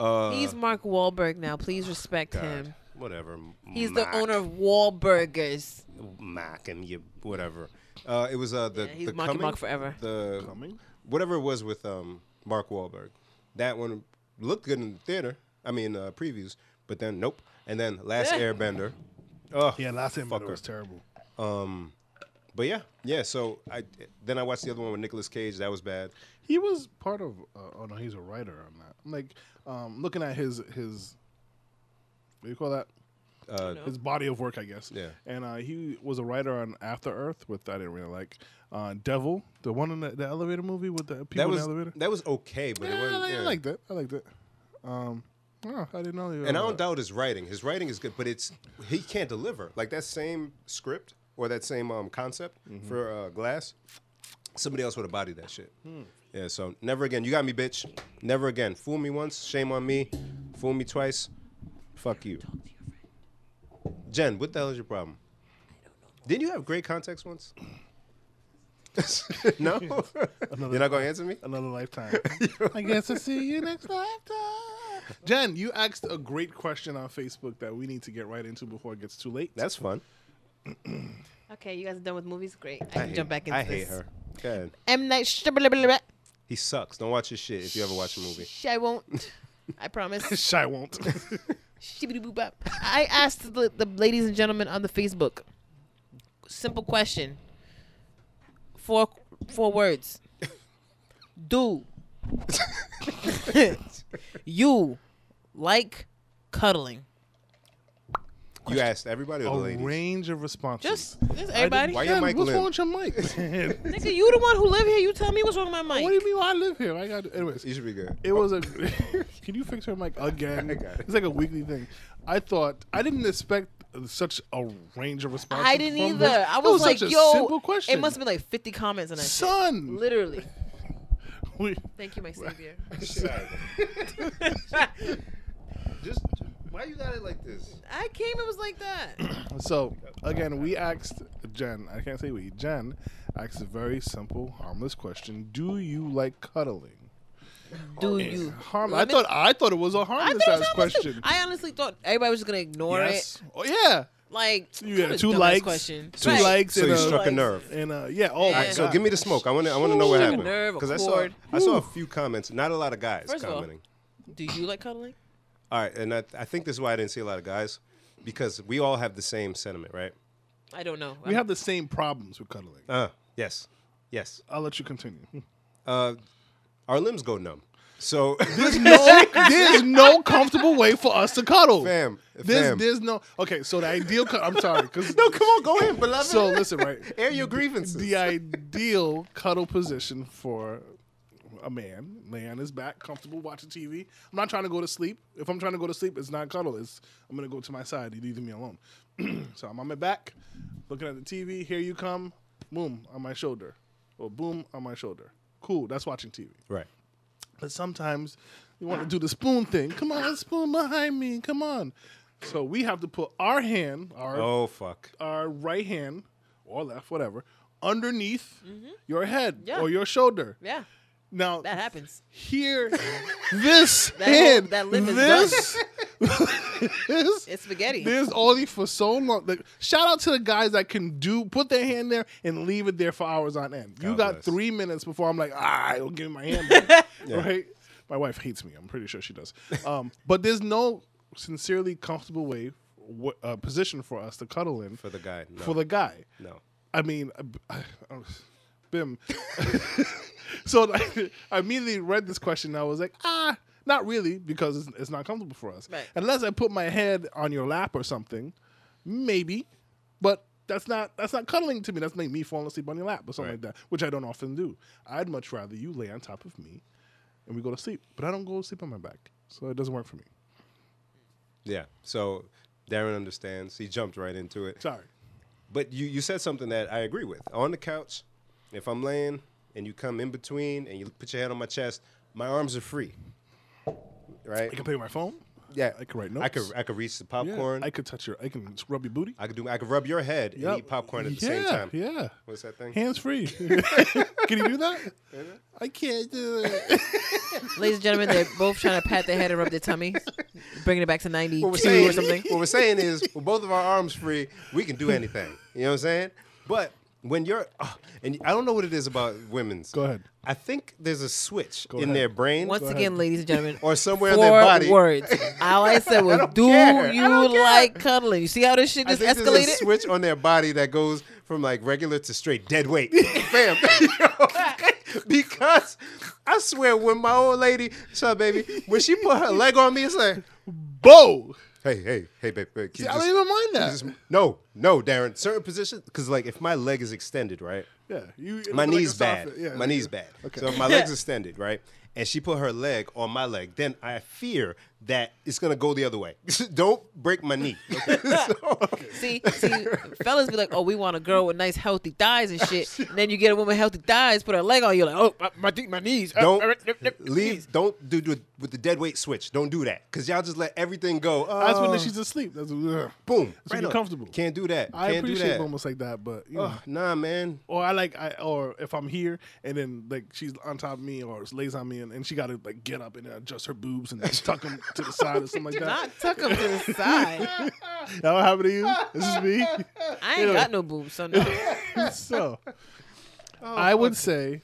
A: Uh,
C: He's Mark Wahlberg now. Please respect him.
A: Whatever.
C: He's
A: Mark.
C: the owner of Wahlburgers.
A: Mac and you whatever. Uh, it was uh, the
C: Yeah, he's
A: the
C: Marky
A: coming,
C: Mark forever.
A: The
B: Coming?
A: whatever it was with um, Mark Wahlberg. That one looked good in the theater. I mean uh, previews, but then nope. And then Last
C: Yeah.
A: Airbender. Oh
B: Yeah, last time
A: Fucker.
B: was terrible.
A: but yeah, yeah. So I then I watched the other one with Nicolas Cage. That was bad.
B: He was part of. Uh, oh no, he's a writer on that. I'm like um, looking at his his. What do you call that?
A: Uh,
B: His body of work, I guess.
A: Yeah.
B: And uh, he was a writer on After Earth, which I didn't really like. Uh, Devil, the one in the, the elevator movie with the people
A: that was
B: in the elevator.
A: that was okay, but it
B: Yeah, I,
A: wasn't.
B: like- I
A: yeah.
B: liked it. I liked it. Um, no, I didn't know. he was
A: and I
B: on
A: don't
B: that.
A: doubt his writing. His writing is good, but it's he can't deliver like that same script or that same um, concept
C: Mm-hmm.
A: for uh, Glass. Somebody else would have bodied that shit.
C: Hmm.
A: Yeah, so never again. You got me, bitch. Never again. Fool me once, shame on me. Fool me twice, fuck you. Jen, what the hell is your problem? Didn't you have great context once? no, you're not gonna answer me.
B: another lifetime. I guess I'll see you next lifetime. Jen, you asked a great question on Facebook that we need to get right into before it gets too late.
A: That's fun.
C: Okay, you guys are done with movies? Great. I can
A: hate-
C: jump back into
A: I
C: this.
A: hate her. Go ahead.
C: M Night Shyamalan.
A: He sucks. Don't watch his shit if you ever watch a movie.
C: Sh- I won't. I promise.
B: Shy won't.
C: Shibbity boop bop. I asked the, the ladies and gentlemen on the Facebook. Simple question. Four four words. Do you like cuddling?
A: You asked everybody or
B: a
C: Oh,
A: the ladies?
B: range of responses.
C: Just, just
B: I didn't-
C: everybody.
A: Why
B: Jen,
A: your mic
B: what's
A: lit?
B: wrong with your mic? man?
C: Nigga, you the one who live here. You tell me what's wrong with my
B: what do
C: mic.
B: you mean? Why I live here? I got. Anyways,
A: You should be good.
B: It was a. can you fix her mic again?
A: I got it.
B: It's like a weekly thing. I thought I didn't expect such a range of responses.
C: I didn't
B: from
C: either.
B: her.
C: I
B: It
C: was, like,
B: such a
C: yo,
B: simple question.
C: it must have been like 50 comments on that. shit.
B: son.
C: Literally.
B: We-
C: Thank you, my savior.
A: Just why you got it like this?
C: I came and was like that.
B: So again, we asked Jen. I can't say we. Jen asked a very simple, harmless question: Do you like cuddling?
C: do you?
B: Harm- I
C: limit-
B: thought I thought it was a harmless
C: thought it
B: ass
C: was harmless, too.
B: question.
C: I honestly thought everybody was just gonna ignore
B: Yes. Oh yeah.
C: it. Like
B: You
C: what
B: had
C: a
B: two
C: dumbass
B: likes.
C: question.
B: Two
C: Right.
B: likes
A: So
B: and
A: you
B: a,
A: struck a
C: Like-
A: nerve.
B: and uh yeah. Oh my
C: Yeah.
B: god.
A: So give me the smoke. I want to. I want to know what
C: Struck a
A: happened
C: nerve, a
A: because I saw.
C: chord.
A: I saw a few comments. Not a lot of guys
C: First of all-
A: commenting.
C: Do you like cuddling?
A: all right, and I, I think this is why I didn't see a lot of guys because we all have the same sentiment, right?
C: I don't know.
B: We have the same problems with cuddling.
A: Uh, yes, yes.
B: I'll let you continue.
A: Our limbs go numb. So,
B: no, there's no comfortable way for us to cuddle.
A: Fam,
B: There's,
A: fam.
B: there's no. Okay, so the ideal. cu- I'm sorry. 'cause-
A: no, come on, go in, beloved.
B: So listen, right?
A: air your grievances.
B: The ideal cuddle position for a man, lay on his back, comfortable, watching TV. I'm not trying to go to sleep. If I'm trying to go to sleep, it's not cuddle. It's I'm gonna go to my side. You leave me alone. so I'm on my back, looking at the TV. Here you come. Boom on my shoulder, or boom on my shoulder. Cool. That's watching TV.
A: right.
B: But sometimes you want to do the spoon thing. Come on, spoon behind me. Come on. So we have to put our hand, our
A: Oh fuck.
B: our right hand or left, whatever, underneath your head
C: Mm-hmm. Yeah.
B: or your shoulder.
C: yeah,
B: Now
C: that happens.
B: here, this
C: That
B: hand,
C: whole- that limb is
B: this, this,
C: It's spaghetti.
B: there's only for so long. Like, shout out to the guys that can do put their hand there and leave it there for hours on end. You
A: God
B: got
A: bless.
B: three minutes before I'm like, ah, I'll give me my hand, back," right? My wife hates me. I'm pretty sure she does. Um, but there's no sincerely comfortable way, w- uh, position for us to cuddle in
A: For the guy. No.
B: for the guy.
A: no.
B: I mean, uh, b- I- I was- Bim. so I, I immediately read this question. And I was like, ah, not really, because it's, it's not comfortable for us.
C: Right.
B: Unless I put my head on your lap or something, maybe. But that's not that's not cuddling to me. That's make me falling asleep on your lap or something
A: Right.
B: like that, which I don't often do. I'd much rather you lay on top of me, and we go to sleep. But I don't go to sleep on my back, so it doesn't work for me.
A: Yeah. So Darren understands. He jumped right into it.
B: Sorry.
A: But you, you said something that I agree with. On the couch, if I'm laying and you come in between and you put your head on my chest, my arms are free. Right?
B: I can play with my phone.
A: yeah.
B: I can write
A: I
B: notes.
A: could I could reach the
B: Yeah,
A: popcorn.
B: I could touch your. I can rub your booty.
A: I could do I could rub your head
B: Yep.
A: and eat popcorn at the same
B: Yeah,
A: time.
B: Yeah.
A: What's that thing?
B: Hands free. Can you do that? I can't do it.
C: Ladies and gentlemen, they're both trying to pat their head and rub their tummy, bringing it back to ninety-two
A: What we're
C: or
A: saying,
C: something.
A: what we're saying is with both of our arms free, we can do anything. You know what I'm saying? But when you're ah, and I don't know what it is about women's.
B: Go ahead.
A: I think there's a switch in
B: ahead.
A: their brain.
C: Once again, ladies and gentlemen,
A: Or somewhere in
C: four
A: their body.
C: words. All I said was,
A: don't
C: "Do
A: care. I
C: you
A: don't care."
C: like cuddling?" You see how this shit
A: I
C: just
A: think there's
C: escalated?
A: a switch on their body that goes from like regular to straight dead weight. Bam. because I swear when my old lady, shut up, baby, when she put her leg on me, it's like,
B: Bo.
A: hey, hey, hey, babe, babe can you
B: I
A: just-
B: don't even mind
A: can
B: that.
A: you just- no, no, Darren. Certain positions, because like if my leg is extended, right?
B: yeah. You,
A: my
B: look like
A: knee's
B: a
A: bad.
B: soft- Yeah,
A: my knee's bad. So if my leg's extended, right? And she put her leg on my leg. Then I fear that it's gonna go the other way. Don't break my knee. So-
C: See, see, fellas be like, "Oh, we want a girl with nice, healthy thighs and shit." And then you get a woman with healthy thighs, put her leg on you, like, "Oh, my, my, my knees." uh, uh,
A: Don't
C: uh, uh, knees."
A: leave. Don't do, do it with the dead weight switch. Don't do that because y'all just let everything go. Oh,
B: That's when she's asleep. That's ugh.
A: boom.
B: when you're
A: up.
B: comfortable.
A: Can't do that.
B: I
A: Can't do
B: appreciate
A: that.
B: moments like that, but you know.
A: Ugh, nah, man.
B: Or I like, I or if I'm here and then like she's on top of me or lays on me and, and she got to like get up and adjust her boobs and tuck them to the side or something like that.
C: Not tuck them to the side.
B: That don't happen to you. This is me.
C: I ain't got no boobs, so no.
B: so
C: Oh,
B: I would say,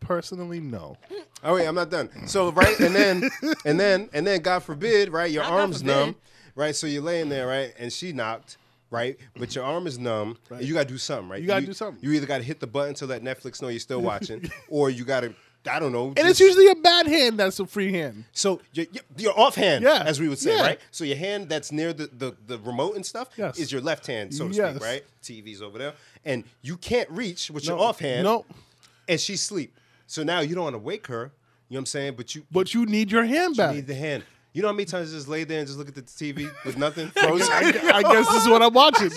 B: personally, no.
A: Oh wait, I'm not done. So right, and then and then and then God forbid, right? Your
C: Not Ah, God
A: arm's
C: forbid.
A: numb, right? So you're laying there, right? And she knocked, right? But your arm is numb. And you gotta do something, right?
B: You gotta do something.
A: You either gotta hit the button to let Netflix know you're still watching, or you gotta, I don't know.
B: And it's
A: just-
B: usually a bad hand that's a free hand.
A: So your, your- your offhand,
B: Yeah.
A: as we would say,
B: Yeah.
A: right? So your hand that's near the, the, the remote and stuff
B: Yes.
A: is your left hand, so to
B: Yes.
A: speak, right? TV's over there. And you can't reach with your
B: No.
A: offhand.
B: No.
A: And she's sleep. So now you don't want to wake her, you know what I'm saying? But you,
B: But you need your hand back.
A: need the hand. You know how many times I just lay there and just look at the TV with nothing frozen?
B: I, gu- I guess this is what I'm watching.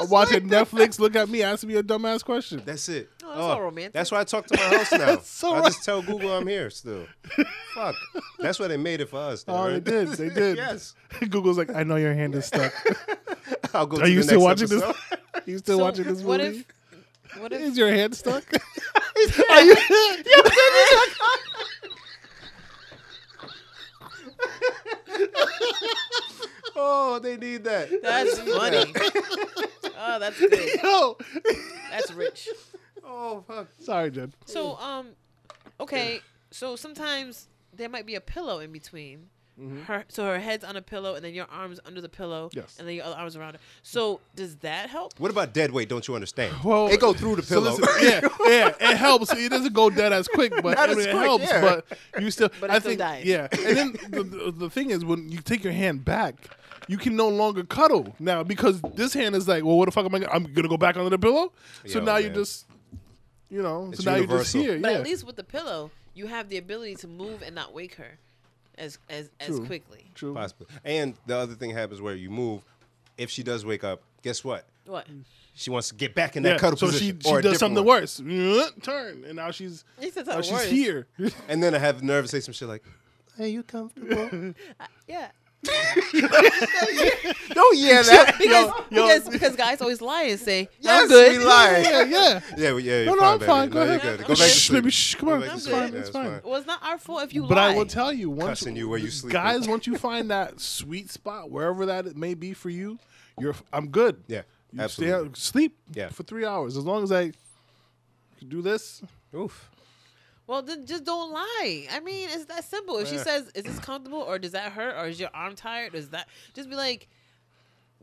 B: I'm watching Netflix. Look at me, ask me a dumbass question.
A: That's it.
C: Oh, that's all romantic.
A: That's why I talk to my house now.
B: so
A: I just tell Google I'm here still. Fuck. That's why they made it for us. Though,
B: Oh, they
A: right?
B: did. They did.
A: yes.
B: Google's like, I know your hand is stuck.
A: I'll go
B: Are
A: to
B: you
A: the
B: still
A: next
B: watching
A: episode.
B: this? You still
C: So
B: watching this movie?
C: what if? What if?
B: is your hand stuck? Are you?
A: oh, they need that.
C: That's
A: They need that.
C: funny. oh, that's good.
B: Yo,
C: That's rich.
A: Oh fuck.
B: sorry, Jen.
C: So, um, okay. So sometimes there might be a pillow in between. Her, so her head's on a pillow, and then your arms under the pillow,
B: Mm-hmm. Yes.
C: and then your other arms around her. So does that help?
A: What about dead weight? Don't you understand?
B: Well,
A: it go through the
B: So
A: pillow.
B: listen, yeah, yeah, it helps. It doesn't go dead as quick, but I
A: Not
B: mean,
A: as
B: it
A: quick,
B: helps.
A: yeah.
B: But you still,
C: But
B: I
C: it's still
B: think,
C: dying.
B: yeah. And then the, the, the thing is, when you take your hand back, you can no longer cuddle now because this hand is like, well, what the fuck am I? Gonna, I'm gonna go back under the pillow. So
A: Yo,
B: now you
A: man.
B: just, you know,
A: It's
B: so now
A: universal.
B: you're just
C: But
B: here.
C: at
B: yeah,
C: least with the pillow, you have the ability to move and not wake her as as as
B: True.
C: quickly.
B: true.
A: Possibly. And the other thing happens where you move. If she does wake up, guess what?
C: What?
B: Mm.
A: She wants to get back in that
B: Yeah.
A: cuddle
B: So she,
A: position. or
B: she
A: a different
B: does something
A: one.
B: worse. Turn, and now she's,
C: He said
B: now
C: something
B: she's
C: worse.
B: here.
A: And then I have nerves say some shit like, "Are you comfortable?"
C: Yeah.
A: Don't Oh, yeah that.
C: Because,
B: yo.
C: because because guys always lie and say
A: yes,
C: I'm good.
A: we lying.
B: yeah, yeah.
A: Yeah, well, yeah. You're
B: No, no,
A: fine,
B: I'm
A: baby.
B: fine. Go
A: No, you're
B: ahead.
A: good.
C: I'm
A: Go
C: good.
A: back
B: Shh,
A: to
B: baby,
A: sleep.
B: shh, come
A: Go
B: on,
A: back to
B: it's
A: sleep.
B: fine,
A: Yeah,
B: it's
A: it's fine.
B: fine.
C: Well, it's not our fault if you
B: But
C: lie.
B: I will tell you, once
A: Cussing you where you sleep.
B: guys, once you find that sweet spot, wherever that it may be for you, you're I'm good.
A: Yeah,
B: you Stay
A: absolutely.
B: out, sleep
A: Yeah.
B: for three hours as long as I can do this.
A: Oof.
C: Well, then just don't lie. I mean, it's that simple. If she
B: Yeah.
C: says, "Is this comfortable?" or "Does that hurt?" or "Is your arm tired?" Does that just be like,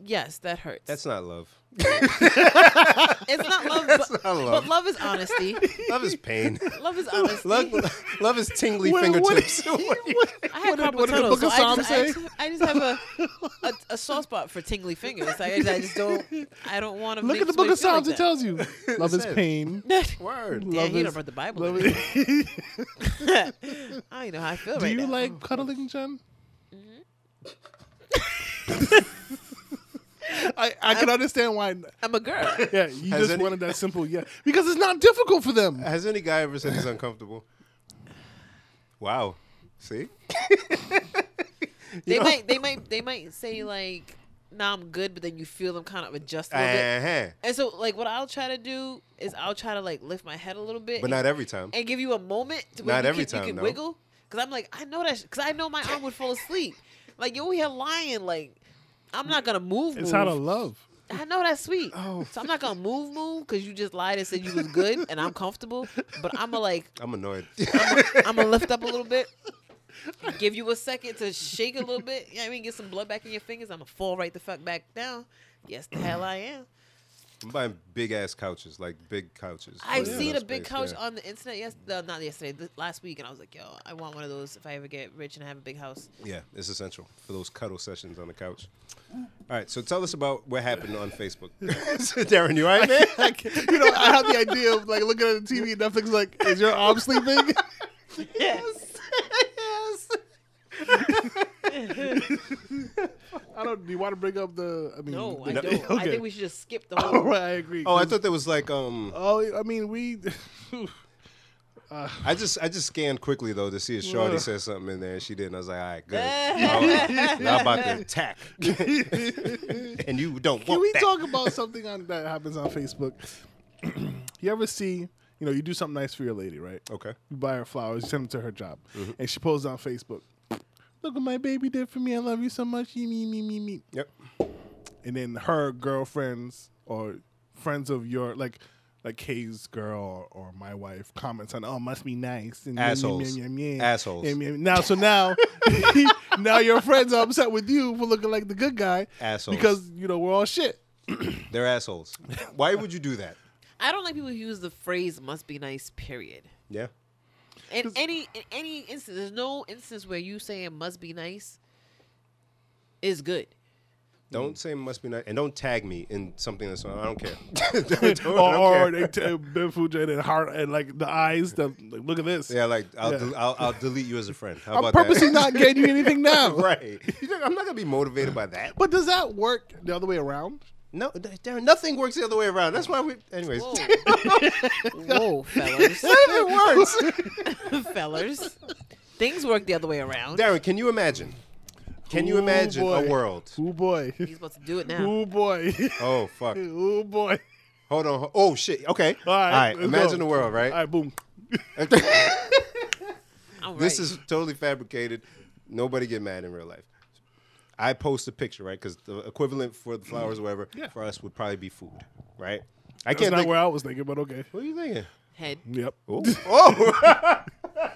C: "Yes, that hurts."
A: That's not love.
C: it's not love, but,
A: not love.
C: but love is honesty.
A: Love is pain.
C: love is honesty.
A: love, love is tingly
B: What- what-
A: fingertips.
C: I had
B: did- what did the
C: carpal
B: Book
C: tunnel, so
B: of
C: I just, I,
B: Psalms
C: just, I just have a, a a soft spot for tingly fingers. I, just- I just don't. I don't want to
B: Look at the Book of Psalms; it tells you love is
A: says.
B: pain.
A: Word.
C: Yeah,
B: Love
C: he done
B: is-
C: brought the Bible.
B: Love
C: in.
B: is-
C: I don't even know how I feel
B: do
C: right
B: you
C: now.
B: like cuddling, Jen?
C: Mm-hmm.
B: I, I can understand why.
C: I'm a girl.
B: Yeah, you
A: Has
B: just
A: any-
B: wanted that simple. Yeah, because it's not difficult for them.
A: Has any guy ever said he's uncomfortable? Wow. See?
C: They might, they might, they might say like, "Nah, I'm good," but then you feel them kind of adjust a little bit.
B: Eh.
A: Uh-huh.
C: And so, like, what I'll try to do is I'll try to like lift my head a little bit,
A: But
C: and,
A: not every time.
C: and give you a moment to
A: Not
C: where you
A: every
C: can,
A: time,
C: you can
A: though.
C: wiggle. Because I'm like, I know that because I know my arm would fall asleep. Like you're over here lying. Like I'm not gonna move.
B: It's
C: move.
B: out of love.
C: I know that's sweet. So I'm not gonna move, move because you just lied and said you was good and I'm comfortable. But I'm gonna like
A: I'm annoyed.
C: I'm gonna lift up a little bit, give you a second to shake a little bit. Yeah, I mean, get some blood back in your fingers. I'm gonna fall right the fuck back down. Yes, the hell I am.
A: I'm buying big ass couches, like big
B: Oh,
A: couches.
C: I've
A: Yeah.
C: seen a
A: Enough
C: big
A: space,
C: couch
A: yeah.
C: on the internet. Yes, no, not yesterday, th- last week, and I was like, yo, I want one of those if I ever get rich and have a big house.
A: Yeah, it's essential for those cuddle sessions on the couch. All right, so tell us about what happened on Facebook. Darren, you all right, man?
B: Like, you know, I have the idea of like looking at the TV and Netflix like, is your arm sleeping?
C: Yes.
B: I don't. Do you want to bring up the? I mean,
C: No,
B: the,
C: I
A: No.
C: don't. I
B: Okay.
C: think we should just skip the whole.
B: All right, I agree.
A: Oh, I
B: 'cause-
A: thought that was like um
B: Oh, I mean, we.
A: I just I just scanned quickly though to see if Shorty said something in there and she didn't. I was like, all right, good. Now- now I'm about to attack. and you don't
B: Can
A: want
B: we
A: that.
B: talk about something on, that happens on Facebook? you ever see? You know, you do something nice for your lady, right?
A: Okay. Mm-hmm.
B: You buy her flowers, you send them to her job, and she posts on Facebook. Look what my baby did for me. I love you so much. Me, me, me, me, me.
A: Yep.
B: and then her girlfriends or friends of your like like Kay's girl or, or my wife comments on oh must be nice and yum, yum,
A: Assholes.
B: yum, yum, yum.
A: Assholes.
B: Yum, yum. now so now now your friends are upset with you for looking like the good guy
A: Assholes.
B: because you know we're all shit
A: They're assholes. Why would you do that?
C: I don't like people who use the phrase "must be nice." Period.
A: Yeah.
C: In any in any instance, there's no instance where you saying "must be nice" is good.
A: Don't say must be nice and don't tag me in something that's on. I don't care.
B: or, or they t- Ben Fuji and heart and like the eyes the, like, look at this
A: yeah, like I'll,
B: Yeah.
A: del- I'll I'll delete you as a friend. How
B: I'm
A: about
B: purposely
A: that?
B: not getting you anything now
A: right. You think I'm not gonna be motivated by that.
B: but does that work the other way around
A: No, Darren, nothing works the other way around. That's why we. Anyways,
C: Whoa, whoa, fellas,
A: it works.
C: fellas, things work the other way around.
A: Darren, can you imagine? Can you
B: Ooh,
A: imagine a
B: boy.
A: world?
B: oh boy
C: He's about to do it now.
B: oh boy
A: Oh fuck!
B: oh boy
A: Hold on. ho- Oh shit. Okay.
B: All right, let's
A: Imagine
B: go.
A: a world, right?
B: All right, boom.
C: All right.
A: This is totally fabricated. Nobody get mad in real life. I post a picture, right? Because the equivalent for the flowers, or whatever,
B: Yeah.
A: for us would probably be food, right? I
B: That's
A: can't.
B: not
A: Think,
B: where I was thinking, but okay.
A: what are you thinking?
C: Head.
B: Yep.
A: Oh, oh.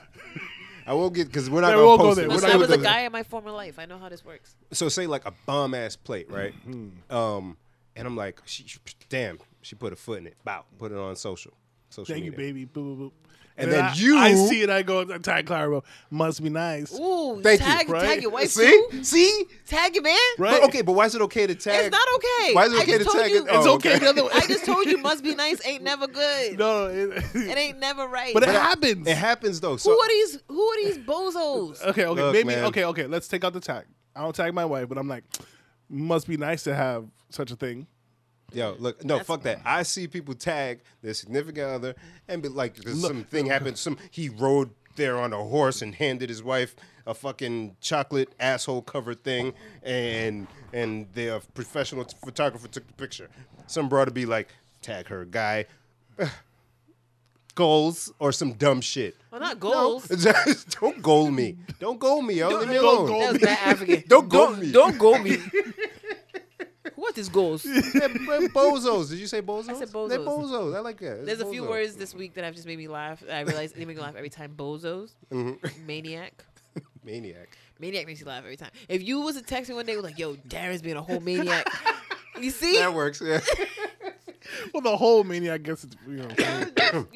A: I won't get because we're not
B: Yeah, we
A: gonna
B: won't go
A: post
B: there.
A: it.
B: We're
A: We're
C: Listen,
A: not
B: not
C: I
A: gonna
B: gonna
C: was a
A: go
B: do
A: there.
C: guy in my former life. I know how this works.
A: So say like a bomb ass plate, right?
B: Mm-hmm.
A: Um, and I'm like, she, she- damn, she put a foot in it. Bow, put it on social, social
B: Thank you,
A: media.
B: baby. Boop, boop, boop.
A: And then
B: I-
A: you-
B: I see it. I go, Ty Claro, must be nice.
C: Ooh,
A: Thank you,
C: tag,
B: right?
C: tag your wife
A: See,
C: too.
A: see,
C: Tag your man.
A: But okay, but why is it okay to tag?
C: It's not okay.
A: Why is it
C: I
A: okay
C: just
A: to
C: told
A: tag?
C: you.
A: it?
C: It's
A: Oh,
B: okay the other way.
C: I just told you, must be nice. Ain't never good.
B: No, it,
C: It ain't never right.
B: but it
C: who
B: happens.
A: It happens though. So
C: are these? Who are these bozos?
B: okay, okay,
A: Look,
B: maybe
A: man.
B: okay, okay. Let's take out the tag. I don't tag my wife, but I'm like, must be nice to have such a thing.
A: Yo, look, no, fuck that. I see people tag their significant other and be like, there's something happened. Some he rode there on a horse and handed his wife a fucking chocolate asshole covered thing, and and their professional t- photographer took the picture. Some broad to be like, tag her guy. Goals or some dumb shit.
C: Well, not
A: No,
C: goals.
A: just don't goal me. Don't goal me, yo. Leave me
B: don't
A: alone.
B: goal
C: That was bad African.
A: Don't goal me.
D: Don't don't go me.
C: What is goals?
A: They're- they're bozos. Did you say bozos?
C: said
A: They're
C: bozos.
A: bozos. I like that.
C: There's a few
A: Bozo.
C: words this week that have just made me laugh. that I realize they make me laugh every time. Bozos,
A: Mm-hmm.
C: maniac.
A: Maniac.
C: Maniac makes you laugh every time. If you was to text me one day, like, "Yo, Darren's being a whole maniac," you see,
A: That works. Yeah.
B: Well, the whole maniac gets it. You know.
C: you can't.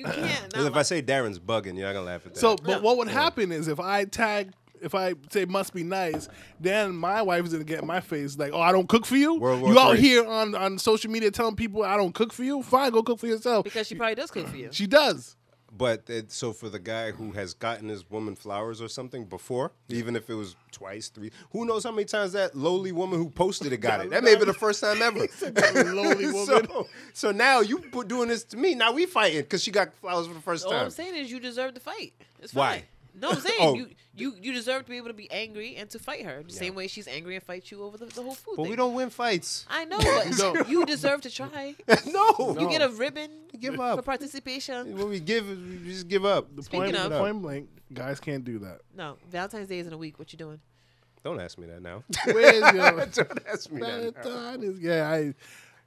C: Not
A: if I
C: laugh.
A: say Darren's bugging, you're not gonna laugh at that.
B: So, but what would happen is if I tag, if I say must be nice, then my wife is gonna get in my face like, oh, I don't cook for you.
A: World War
B: you out
A: Three.
B: here on on social media telling people I don't cook for you. Fine, go cook for yourself.
C: because she probably does cook for you.
B: she does.
A: but it, so for the guy who has gotten his woman flowers or something before, even if it was twice, three, who knows how many times that lowly woman who posted it got it? That may be the first time ever.
B: Lowly woman.
A: so, so now you put doing this to me. Now we fighting because she got flowers for the first
C: All
A: time.
C: I'm saying is you deserve to fight. It's
A: Why?
C: fine. No, I'm saying
A: Oh.
C: you, you you deserve to be able to be angry and to fight her the same way she's angry and fight you over the, the whole food
A: but
C: thing.
A: we don't win fights.
C: I know, but
B: No.
C: you deserve to try.
A: no.
C: You get a ribbon
A: Give
C: for
A: up.
C: participation.
A: When we give, we just give up.
C: Speaking
B: Point,
C: of-
B: point blank, guys can't do that.
C: No, Valentine's Day is in a week. What you doing?
A: Don't ask me that now.
B: Where's your
A: don't ask me that. now.
B: Valentine's? Yeah, I,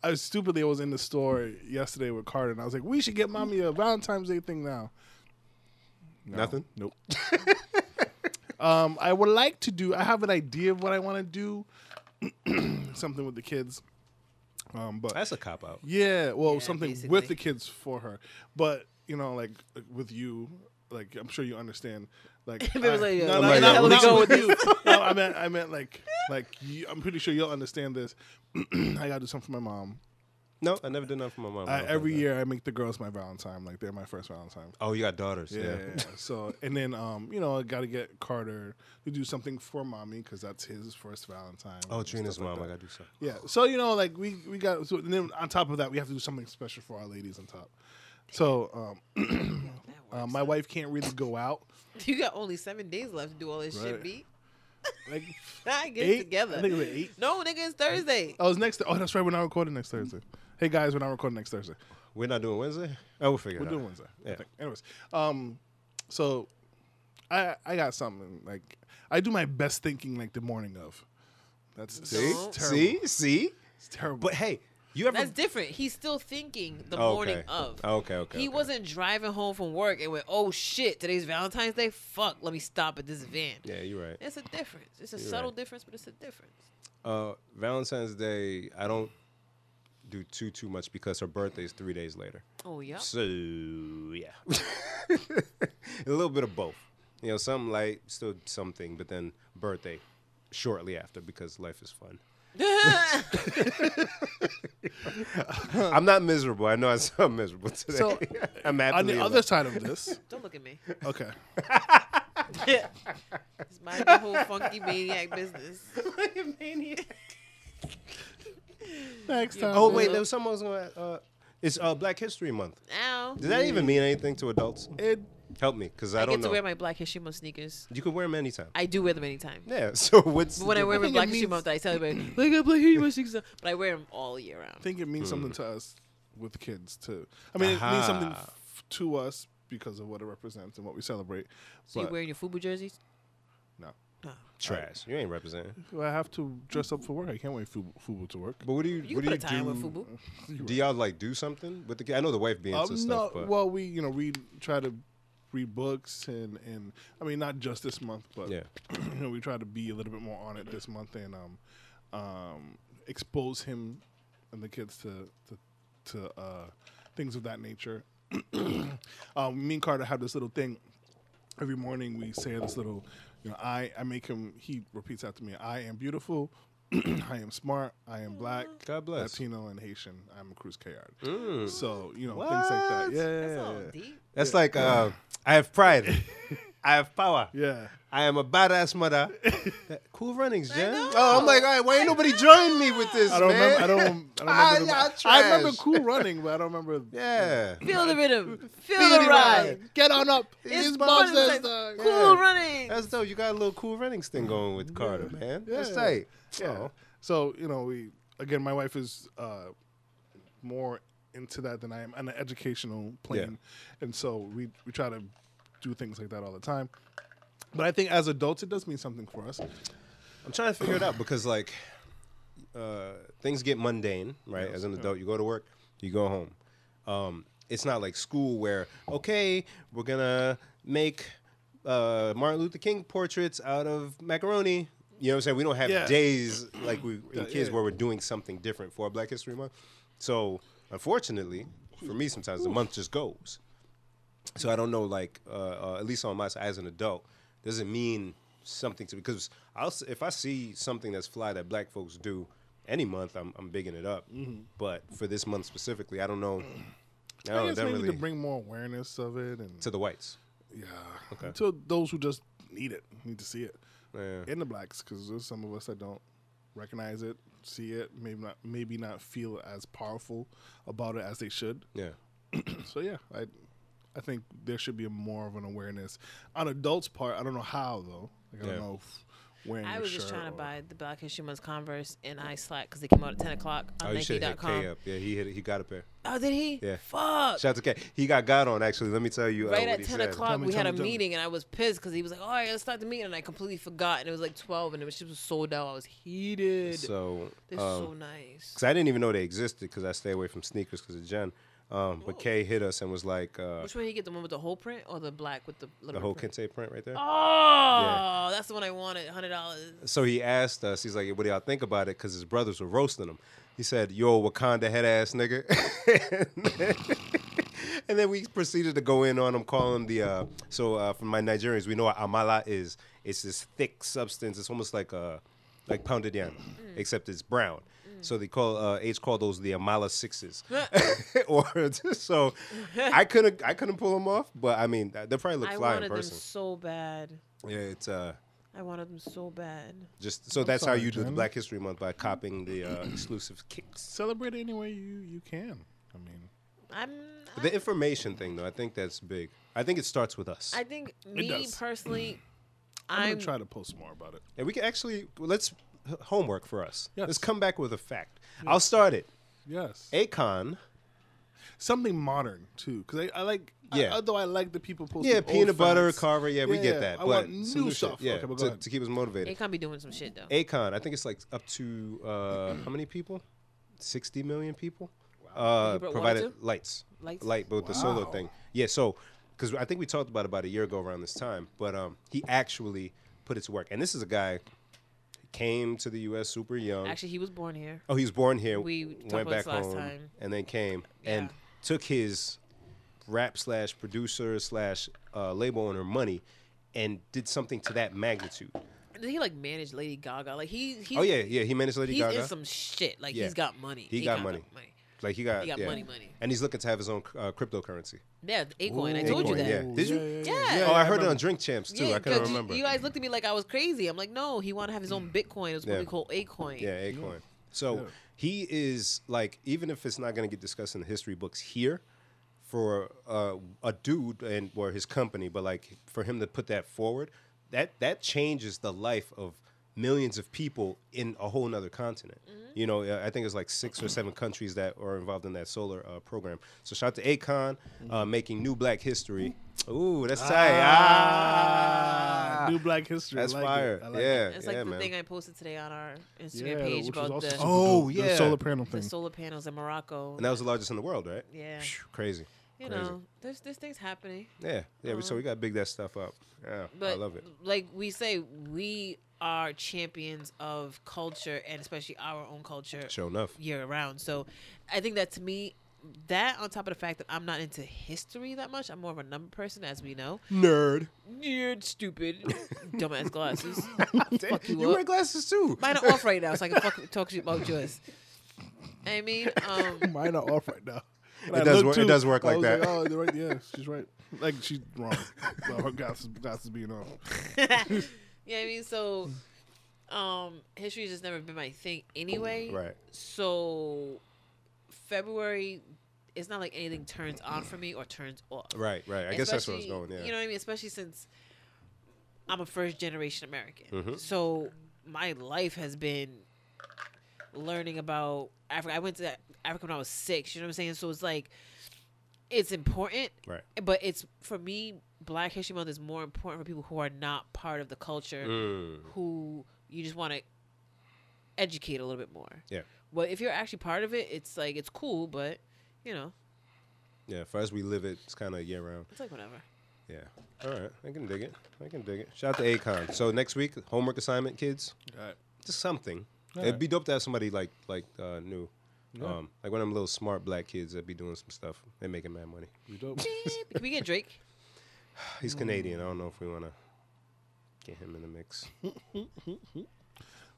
B: I was stupidly I was in the store yesterday with Carter, and I was like, we should get mommy a Valentine's Day thing now. No.
A: Nothing?
B: Nope. um, I would like to do. I have an idea of what I want to do. something with the kids. Um, but
A: That's a cop out.
B: yeah, well,
C: Yeah,
B: something
C: basically.
B: with the kids for her. But you know, like with you, like I'm sure you understand. Like,
C: It was like,
B: no, no,
C: uh,
A: like,
B: not-
A: uh,
B: not
A: go
B: with you. no, I meant, I meant like, like you, I'm pretty sure you'll understand this. I gotta do something for my mom.
A: No, I never did nothing for my mom. I
B: I,
A: don't
B: every
A: think that.
B: year, I make the girls my Valentine. Like they're my first Valentine.
A: Oh, you got daughters.
B: Yeah. So and then um, you know, I gotta get Carter to do something for mommy because that's his first Valentine.
A: Oh,
B: and
A: Trina's
B: stuff like
A: mom. I
B: that.
A: gotta do something.
B: Yeah. So you know, like we we got so, and then on top of that, we have to do something special for our ladies on top. So um,
C: That
B: uh,
C: works.
B: my wife can't really go out.
C: you got only seven days left to do all this shit,
B: Right.
C: B.
B: Like
C: I get
B: eight
C: it together.
B: I think it was eight.
C: no, nigga, it's Thursday.
B: Oh, it's next. oh, that's right. We're not recording next Thursday. Hey guys, we're not recording next Thursday.
A: We're not doing Wednesday. Oh, we'll figure
B: We're
A: it out.
B: doing Wednesday.
A: Yeah.
B: I think. Anyways, um, so I I got something like I do my best thinking like the morning of. That's it's
A: See,
C: No.
B: terrible.
A: see, see.
B: It's terrible.
A: But hey, you ever?
C: That's different. He's still thinking the
A: Oh,
C: morning
A: okay.
C: of.
A: Okay, okay.
C: he
A: okay.
C: wasn't driving home from work and went, "Oh shit, today's Valentine's Day. Fuck, let me stop at this van."
A: Yeah, you're right.
C: It's a difference. It's a subtle difference, but it's a difference.
A: Uh, Valentine's Day, I don't do too too much because her birthday's three days later.
C: Oh yeah.
A: So yeah, a little bit of both. You know, some light, still something, but then birthday shortly after because life is fun. I'm not miserable. I know I sound miserable today.
B: So,
A: I'm
B: on
A: happily
B: the other
A: alive.
B: side of this,
C: Don't look at me.
B: okay.
C: it's my whole funky maniac business.
B: Next time.
A: Oh wait, there was someone was going. Uh, it's uh, Black History Month.
C: Now
A: Does that even mean anything to adults?
B: It,
A: Help me, because I,
C: I,
A: don't
C: get
A: know.
C: to wear my Black History Month sneakers.
A: you can wear them anytime.
C: I do wear them anytime.
A: yeah. So what's
C: But when I
A: the-
C: wear my
B: think it
C: Black History
B: means-
C: Month, I tell everybody, "Look at Black History Month sneakers," but I wear them all year
B: I
C: round.
B: think it means something to us with kids too. I mean, it means something
A: Hmm. Aha.
B: f- to us because of what it represents and what we celebrate.
C: So you
B: but
C: wearing your FUBU jerseys?
B: no,
C: No.
A: Trash. You ain't representing.
B: I have to dress up for work. I can't wait for Fubu to work.
A: But what do you,
C: You
A: what
C: can
A: do
C: put
A: you
C: a time with
A: do?
C: Fubu.
A: Do y'all like do something with the kid? I know the wife being into
B: Um,
A: stuff,
B: no,
A: but
B: well, we you know read, try to read books, and and I mean not just this month, but
A: yeah,
B: you know, we try to be a little bit more on it this month and um, um, expose him and the kids to to, to uh, things of that nature. um, me and Carter have this little thing every morning. We say this little, you know, I I make him. He repeats after me. I am beautiful. I am smart. I am black.
A: God bless.
B: Latino and Haitian. I'm a Cruz Kayard. So you know things like that. Yeah, yeah,
C: That's all
B: yeah,
C: deep.
A: That's like uh, I have pride, I have power,
B: yeah.
A: I am a badass mother. That- cool runnings, Jen.
C: know.
A: Oh, I'm like, all right, why ain't nobody joined me with this,
B: I don't
A: man?
B: remember. I don't. I don't
A: Ah,
B: remember. the-
A: y'all
B: I remember
A: trash.
B: Cool Running, but I don't remember.
A: Yeah.
C: Feel the rhythm. Feel
A: Feel
C: the
A: the
C: ride.
A: ride.
B: Get on up.
C: It's
B: It's
C: fun.
B: Bob says
C: It's
B: dog.
C: like Cool
A: Yeah.
C: running.
A: That's dope. You got a little cool runnings thing going with Carter, man. That's
B: Yeah.
A: tight.
B: Yeah.
A: Oh.
B: So you know, we again, my wife is uh, more into that than I am on an educational plane, and so we we try to do things like that all the time. But I think as adults, it does mean something for us.
A: I'm trying to figure it out because like uh, things get mundane, right? As an adult, you go to work, you go home. Um, it's not like school where okay, we're gonna make uh, Martin Luther King portraits out of macaroni. You know what I'm saying? We don't have
B: Yeah.
A: days like we in kids
B: yeah.
A: where we're doing something different for Black History Month. So unfortunately, for me, sometimes the month just goes. So I don't know, like uh, uh, at least on my side as an adult, does it mean something to because I'll s- if I see something that's fly that Black folks do any month, I'm I'm bigging it up. But for this month specifically, I don't know. I
B: I
A: don't
B: guess
A: know, that
B: maybe
A: really
B: to bring more awareness of it, and
A: to the whites.
B: yeah,
A: Okay.
B: to those who just need it, need to see it,
A: Yeah.
B: and the blacks, because there's some of us that don't recognize it, see it, maybe not, maybe not feel as powerful about it as they should.
A: Yeah,
B: So yeah, I I think there should be more of an awareness on adults' part. I don't know how though. Like, I
A: Yeah.
B: don't know if wearing.
C: I
B: your
C: was just
B: shirt
C: trying to
B: or-
C: buy the Black History Month Converse and I slack because they came out at 10 o'clock on
A: oh, you should hit K
C: Nike.com.
A: up. Yeah, he hit it. He got a pair.
C: Oh, did he?
A: Yeah.
C: Fuck.
A: Shout out to K. He got God on actually. Let me tell you. uh,
C: right
A: what
C: at
A: he
C: 10
A: said.
C: o'clock,
B: Tell me,
C: we
B: tell
C: had
B: me,
C: a
B: tell me.
C: meeting and I was pissed because he was like, "Oh, all right, let's start the meeting. And I completely forgot. And it was like 12 and it was just was sold out. I was heated.
A: So
C: They're
A: um,
C: so nice.
A: because I didn't even know they existed because I stay away from sneakers because of Jen. Um, but Kay hit us and was like, uh,
C: Which one you get? The one with the whole print or the black with the little
A: the whole
C: print?
A: Kente print right there.
C: Oh, that's the one I wanted. $100.
A: So he asked us, he's like, what do y'all think about it? Because his brothers were roasting him. He said, yo, Wakanda head ass nigga. and, then, and then we proceeded to go in on him, call him the, uh, so uh, for my Nigerians, we know what amala is. It's this thick substance. It's almost like uh, like pounded yam,
C: Mm.
A: except it's brown. So they call uh, H call those the amala sixes, or so I couldn't I couldn't pull them off, but I mean they probably look
C: I
A: fly in
C: wanted them
A: person.
C: so bad.
A: Yeah, it's uh
C: I wanted them so bad.
A: just so that's how
B: sorry,
A: you do the
B: Jen.
A: Black History Month by copying the uh, exclusive kicks.
B: Celebrate it any way you you can. I mean,
C: I'm. I,
A: The information thing, though, I think that's big. I think it starts with us,
C: I think me
B: does.
C: personally,
B: I'm,
C: I'm.
B: gonna try to post more about it.
A: and we can actually let's homework for us.
B: Yes.
A: Let's come back with a fact. I'll start it.
B: Yes,
A: Akon,
B: something modern too, because I, I like.
A: Yeah.
B: I, although I like the people posting.
A: yeah,
B: old
A: peanut butter,
B: facts.
A: Carver, yeah, we
B: Yeah,
A: get
B: yeah,
A: that.
B: I
A: but
B: want
A: some
B: new
A: shit,
B: stuff.
A: yeah,
B: Okay, but go
A: to,
B: ahead.
A: to keep us motivated.
C: They can't be doing some shit though.
A: Akon, I think it's like up to uh, how many people? Sixty million people. Uh,
C: He brought one or
A: provided
C: two?
A: lights,
C: Lights?
A: light, but with the solo
B: Wow.
A: thing. Yeah, so because I think we talked about it about a year ago around this time, but um, he actually put it to work. And this is a guy who came to the U.S. super young.
C: Actually, he was born here.
A: oh, he was born here.
C: we talked
A: went
C: about
A: back
C: this last
A: home
C: time.
A: and then came and
C: Yeah.
A: took his rap slash producer slash uh, label owner money and did something to that magnitude.
C: Did he like manage Lady Gaga? Like he. he
A: Oh yeah, yeah. He managed Lady
C: He's
A: Gaga.
C: in some shit. Like
A: Yeah.
C: he's got money.
A: He got money. Like he got,
C: He got
A: yeah.
C: money, money.
A: and he's looking to have his own uh, cryptocurrency.
C: Yeah, Acoin. I told
A: Acoin,
C: you that.
A: yeah. Did you?
C: Yeah.
A: oh, I,
B: I
A: heard it on
B: remember.
A: Drink Champs too.
C: Yeah,
A: I couldn't
C: 'cause you-
A: remember. Mm.
C: You, guys looked at me like I was crazy. I'm like, no, he want to have his own Bitcoin. It was
A: Yeah.
C: probably called Acoin.
A: yeah, Acorn. So
B: Yeah.
A: he is like, even if it's not going to get discussed in the history books here, for uh, a dude and or his company, but like for him to put that forward, that that changes the life of millions of people in a whole nother continent.
C: Mm-hmm.
A: You know, uh, I think it's like six or seven countries that are involved in that solar uh, program. So shout out to
C: Mm-hmm.
A: Akon, uh, making new Black history. Ooh, that's tight. Ah,
B: new Black History. I
A: That's
B: like it.
A: fire.
B: I
A: yeah,
B: like it.
C: It's
A: yeah,
C: like the
A: man.
C: thing I posted today on our Instagram
B: Yeah,
C: page
B: which was
C: about
B: also
C: the,
B: super
A: Oh,
B: dope. the
A: yeah.
B: solar panel
C: the
B: thing.
C: solar panels in Morocco.
A: and that was the largest in the world, right?
C: yeah,
A: Phew, Crazy.
C: you
A: crazy.
C: know, there's there's things happening.
A: Yeah, yeah. we so we got to big that stuff up. Yeah,
C: Uh-huh. But
A: I love it.
C: Like we say, we are champions of culture and especially our own culture
A: Sure enough.
C: year round. So I think that to me, that on top of the fact that I'm not into history that much, I'm more of a number person, as we know.
A: Nerd.
C: You're stupid, dumbass glasses.
A: Damn,
C: you
A: you
C: up.
A: wear glasses too.
C: Mine are off right now, so I can fuck, talk to you about yours. I mean, um,
B: Mine are off right now. And
A: It
B: I
A: does
B: looked
A: work- it
B: too,
A: does work
B: I
A: like
B: was
A: that.
B: oh, you're right. Yeah, she's right. Like she's wrong. Well, her glasses, glasses being off.
C: yeah, I mean, so um, history has just never been my thing anyway.
A: Right.
C: So February, it's not like anything turns on for me or turns off.
A: Right, right. I guess that's where I was
C: Especially-
A: going. Yeah.
C: You know what I mean? Especially since I'm a first generation American.
A: Mm-hmm.
C: So my life has been learning about Africa. I went to Africa when I was six. You know what I'm saying? So it's like, it's important,
A: right.
C: but it's for me, Black History Month is more important for people who are not part of the culture,
A: Mm,
C: who you just want to educate a little bit more.
A: yeah,
C: But if you're actually part of it, it's like, it's cool, but you know,
A: yeah. For us, we live it. It's kind of year round.
C: it's like whatever.
A: Yeah. All right. I can dig it. I can dig it. Shout out to Akon. So next week, homework assignment, kids. Just something. It'd be dope to have somebody like like uh, new. Um, like one of them little smart black kids that be doing some stuff. They making mad money.
B: We dope.
C: Can we get Drake? Mm.
A: He's Canadian. I don't know if we wanna get him in the mix.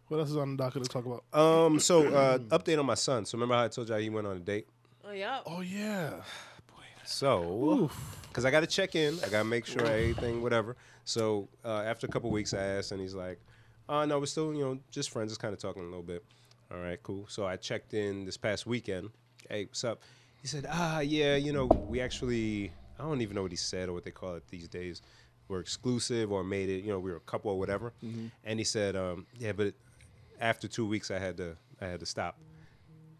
B: What else is on the docket to talk about?
A: Um, so uh, update on my son. So remember how I told y'all he went on a date?
C: Oh yeah.
B: Oh yeah.
A: So, because I got to check in, I got to make sure everything, whatever. So uh, after a couple weeks, I asked, and he's like, "Uh, no, we're still, you know, just friends, just kind of talking a little bit." All right, cool. So I checked in this past weekend. Hey, what's up? He said, "Ah, yeah, you know, we actually, I don't even know what he said or what they call it these days. We're exclusive or made it, you know, we were a couple or whatever." And he said, um, "Yeah, but after two weeks, I had to, I had to stop."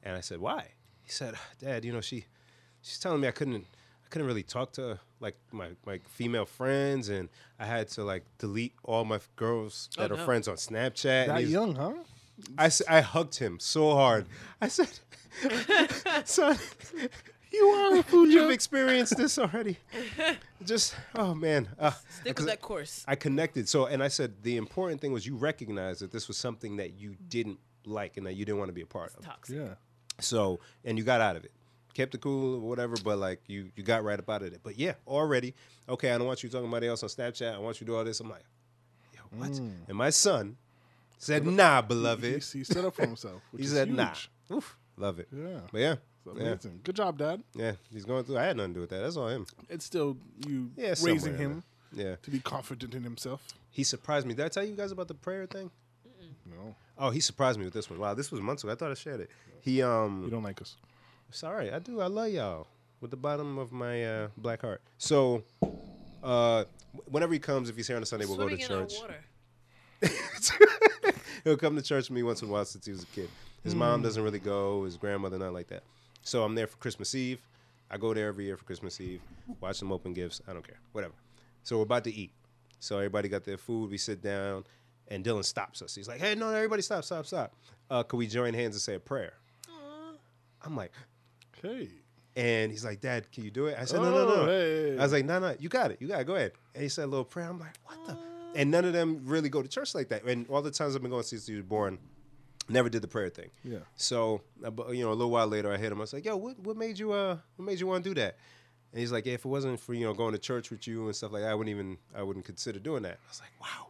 A: And I said, "Why?" He said, "Dad, you know she, she's telling me I couldn't, I couldn't really talk to like my my female friends, and I had to like delete all my f- girls that
C: Oh,
A: are
C: no.
A: friends on Snapchat." And
B: That
A: he's-
B: young, huh?
A: I s- I hugged him so hard. I said, "Son, you are a fool. You've experienced this already. Just oh man." Uh,
C: Stick with that course.
A: I connected. So, and I said the important thing was you recognized that this was something that you didn't like and that you didn't want to be a part of.
C: Toxic.
B: Yeah.
A: So, and you got out of it. Kept it cool or whatever, but like you, you got right up out of it. But yeah, already, okay, I don't want you talking about anybody else on Snapchat. I want you to do all this. I'm like, yo, what? And my son said, nah,
B: Mm. He,
A: beloved.
B: he stood up for himself. Which
A: He
B: is
A: said,
B: huge.
A: nah. Oof, love it.
B: Yeah.
A: But yeah,
B: It's
A: yeah,
B: amazing. Good job, Dad.
A: yeah, he's going through. I had nothing to do with that. That's all him.
B: It's still you
A: Yeah, somewhere
B: raising
A: in
B: him
A: there. Yeah.
B: to be confident in himself.
A: He surprised me. Did I tell you guys about the prayer thing?
B: No,
A: Oh, he surprised me with this one. Wow, this was months ago. I thought I shared it. He um
B: you don't like us.
A: sorry, I do. I love y'all with the bottom of my uh, black heart. So uh wh- whenever he comes, if he's here on a Sunday, we'll
C: Swimming
A: go to
C: in our
A: church.
C: water.
A: He'll come to church with me once in a while since he was a kid. His mom doesn't really go, his grandmother not like that. So I'm there for Christmas Eve. I go there every year for Christmas Eve, watch them open gifts. I don't care. Whatever. So we're about to eat. So everybody got their food. We sit down, and Dylan stops us. He's like, "Hey, no, everybody, stop, stop, stop. Uh, could we join hands and say a prayer?" I'm like,
B: Hey,
A: and he's like, "Dad, can you do it?" I said, "No, no,
B: Oh,
A: no."
B: hey.
A: I was like, "No, no, you got it, you got it. Go ahead." And he said a little prayer. I'm like, "What the?" And none of them really go to church like that. And all the times I've been going since he was born, never did the prayer thing.
B: Yeah.
A: So, about- you know, a little while later, I hit him. I was like, "Yo, what, what made you uh, what made you want to do that?" And he's like, yeah, "If it wasn't for you know going to church with you and stuff like that, I wouldn't even I wouldn't consider doing that." I was like, "Wow."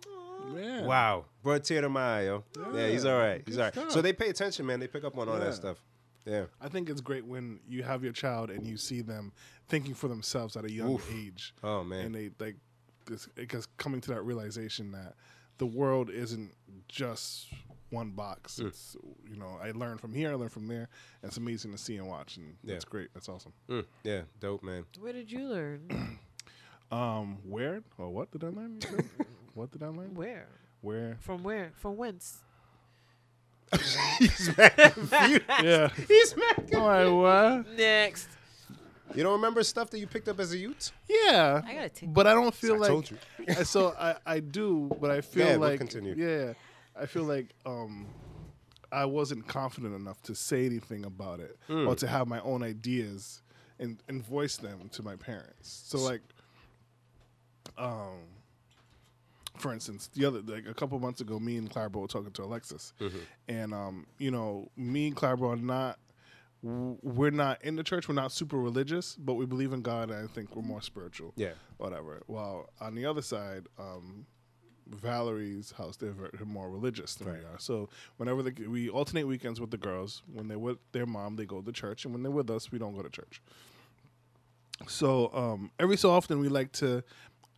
B: man.
A: Wow, brought a tear to my eye, yo. Yeah, he's all right. He's
B: good
A: all right. So
B: stuff.
A: they pay attention, man. They pick up on all
B: Yeah.
A: that stuff. Yeah,
B: I think it's great when you have your child and you see them thinking for themselves at a young age.
A: Oh, man.
B: And they like this because coming to that realization that the world isn't just one box.
A: Mm.
B: It's you know I learned from here, I learned from there. and It's amazing to see and watch, and
A: Yeah.
B: that's great. That's awesome.
A: Mm, yeah, dope, man.
C: Where did you learn?
B: Um, where or what did I learn? you said? what did I learn?
C: Where?
B: Where?
C: From where? From whence?
A: He's mad.
B: Yeah.
A: He's mad.
B: All right, what?
C: Next.
A: You don't remember stuff that you picked up as a youth?
B: Yeah.
C: I got a tick.
B: But I don't feel
A: I
B: like
A: told you.
B: I- so I, I do, but I feel
A: ahead, we'll
B: like
A: continue.
B: yeah, I feel like um I wasn't confident enough to say anything about it or to have my own ideas and and voice them to my parents. So like um for instance, the other like a couple months ago, me and Clarbo were talking to Alexis, and um, you know, me and Clarbo are not. w- We're not in the church. We're not super religious, but we believe in God, and I think we're more spiritual.
A: Yeah.
B: whatever. While on the other side, um, Valerie's house, they're ver- they're more religious than we are. So whenever the, we alternate weekends with the girls, when they're with their mom, they go to church, and when they're with us, we don't go to church. So um, every so often we like to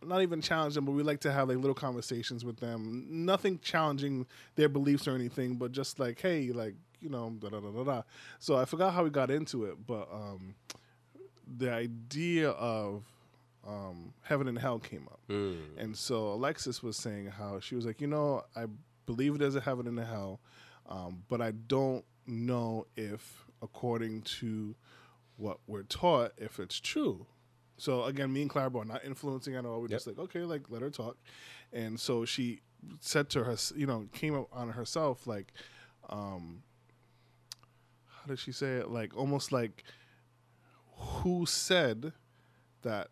B: not even challenge them, but we like to have like little conversations with them. Nothing challenging their beliefs or anything, but just like, hey, like you know, da da da da da. So I forgot how we got into it, but um, the idea of um, heaven and hell came up,
A: Mm.
B: and so Alexis was saying how she was like, you know, I believe there's a heaven and a hell, um, but I don't know if according to what we're taught if it's true. So again, me and Clarabelle are not influencing at all. We're just like, okay, like let her talk. And so she said to her, you know, came up on herself like, um, how did she say it? Like almost like, who said that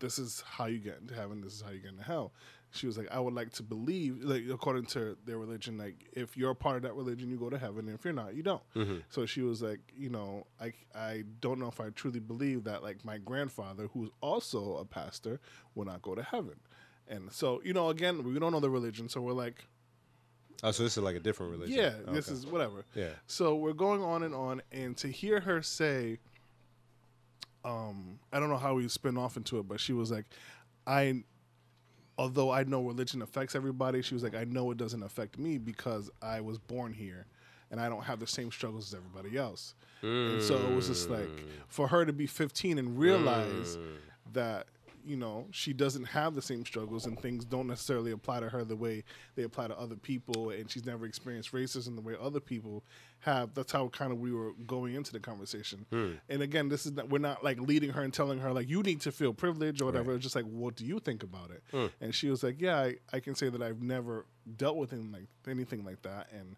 B: this is how you get into heaven? This is how you get into hell. She was like, I would like to believe, like according to their religion, like if you're a part of that religion, you go to heaven, and if you're not, you don't. So she was like, you know, I I don't know if I truly believe that like my grandfather, who's also a pastor, will not go to heaven. And so, you know, again, we don't know the religion, so we're like,
A: Oh, so this is like a different religion. Oh,
B: yeah, this
A: Okay.
B: is whatever.
A: Yeah.
B: So we're going on and on, and to hear her say, um, I don't know how we spin off into it, but she was like, I, although I know religion affects everybody, she was like, I know it doesn't affect me because I was born here, and I don't have the same struggles as everybody else. And so it was just like for her to be 15 and realize that. You know, she doesn't have the same struggles, and things don't necessarily apply to her the way they apply to other people, and she's never experienced racism the way other people have. That's how kind of we were going into the conversation.
A: Hmm.
B: And again, this is not, we're not like leading her and telling her like you need to feel privileged or whatever. It's just like, what do you think about it?
A: Hmm.
B: And she was like, yeah, I, I can say that I've never dealt with anything like anything like that, and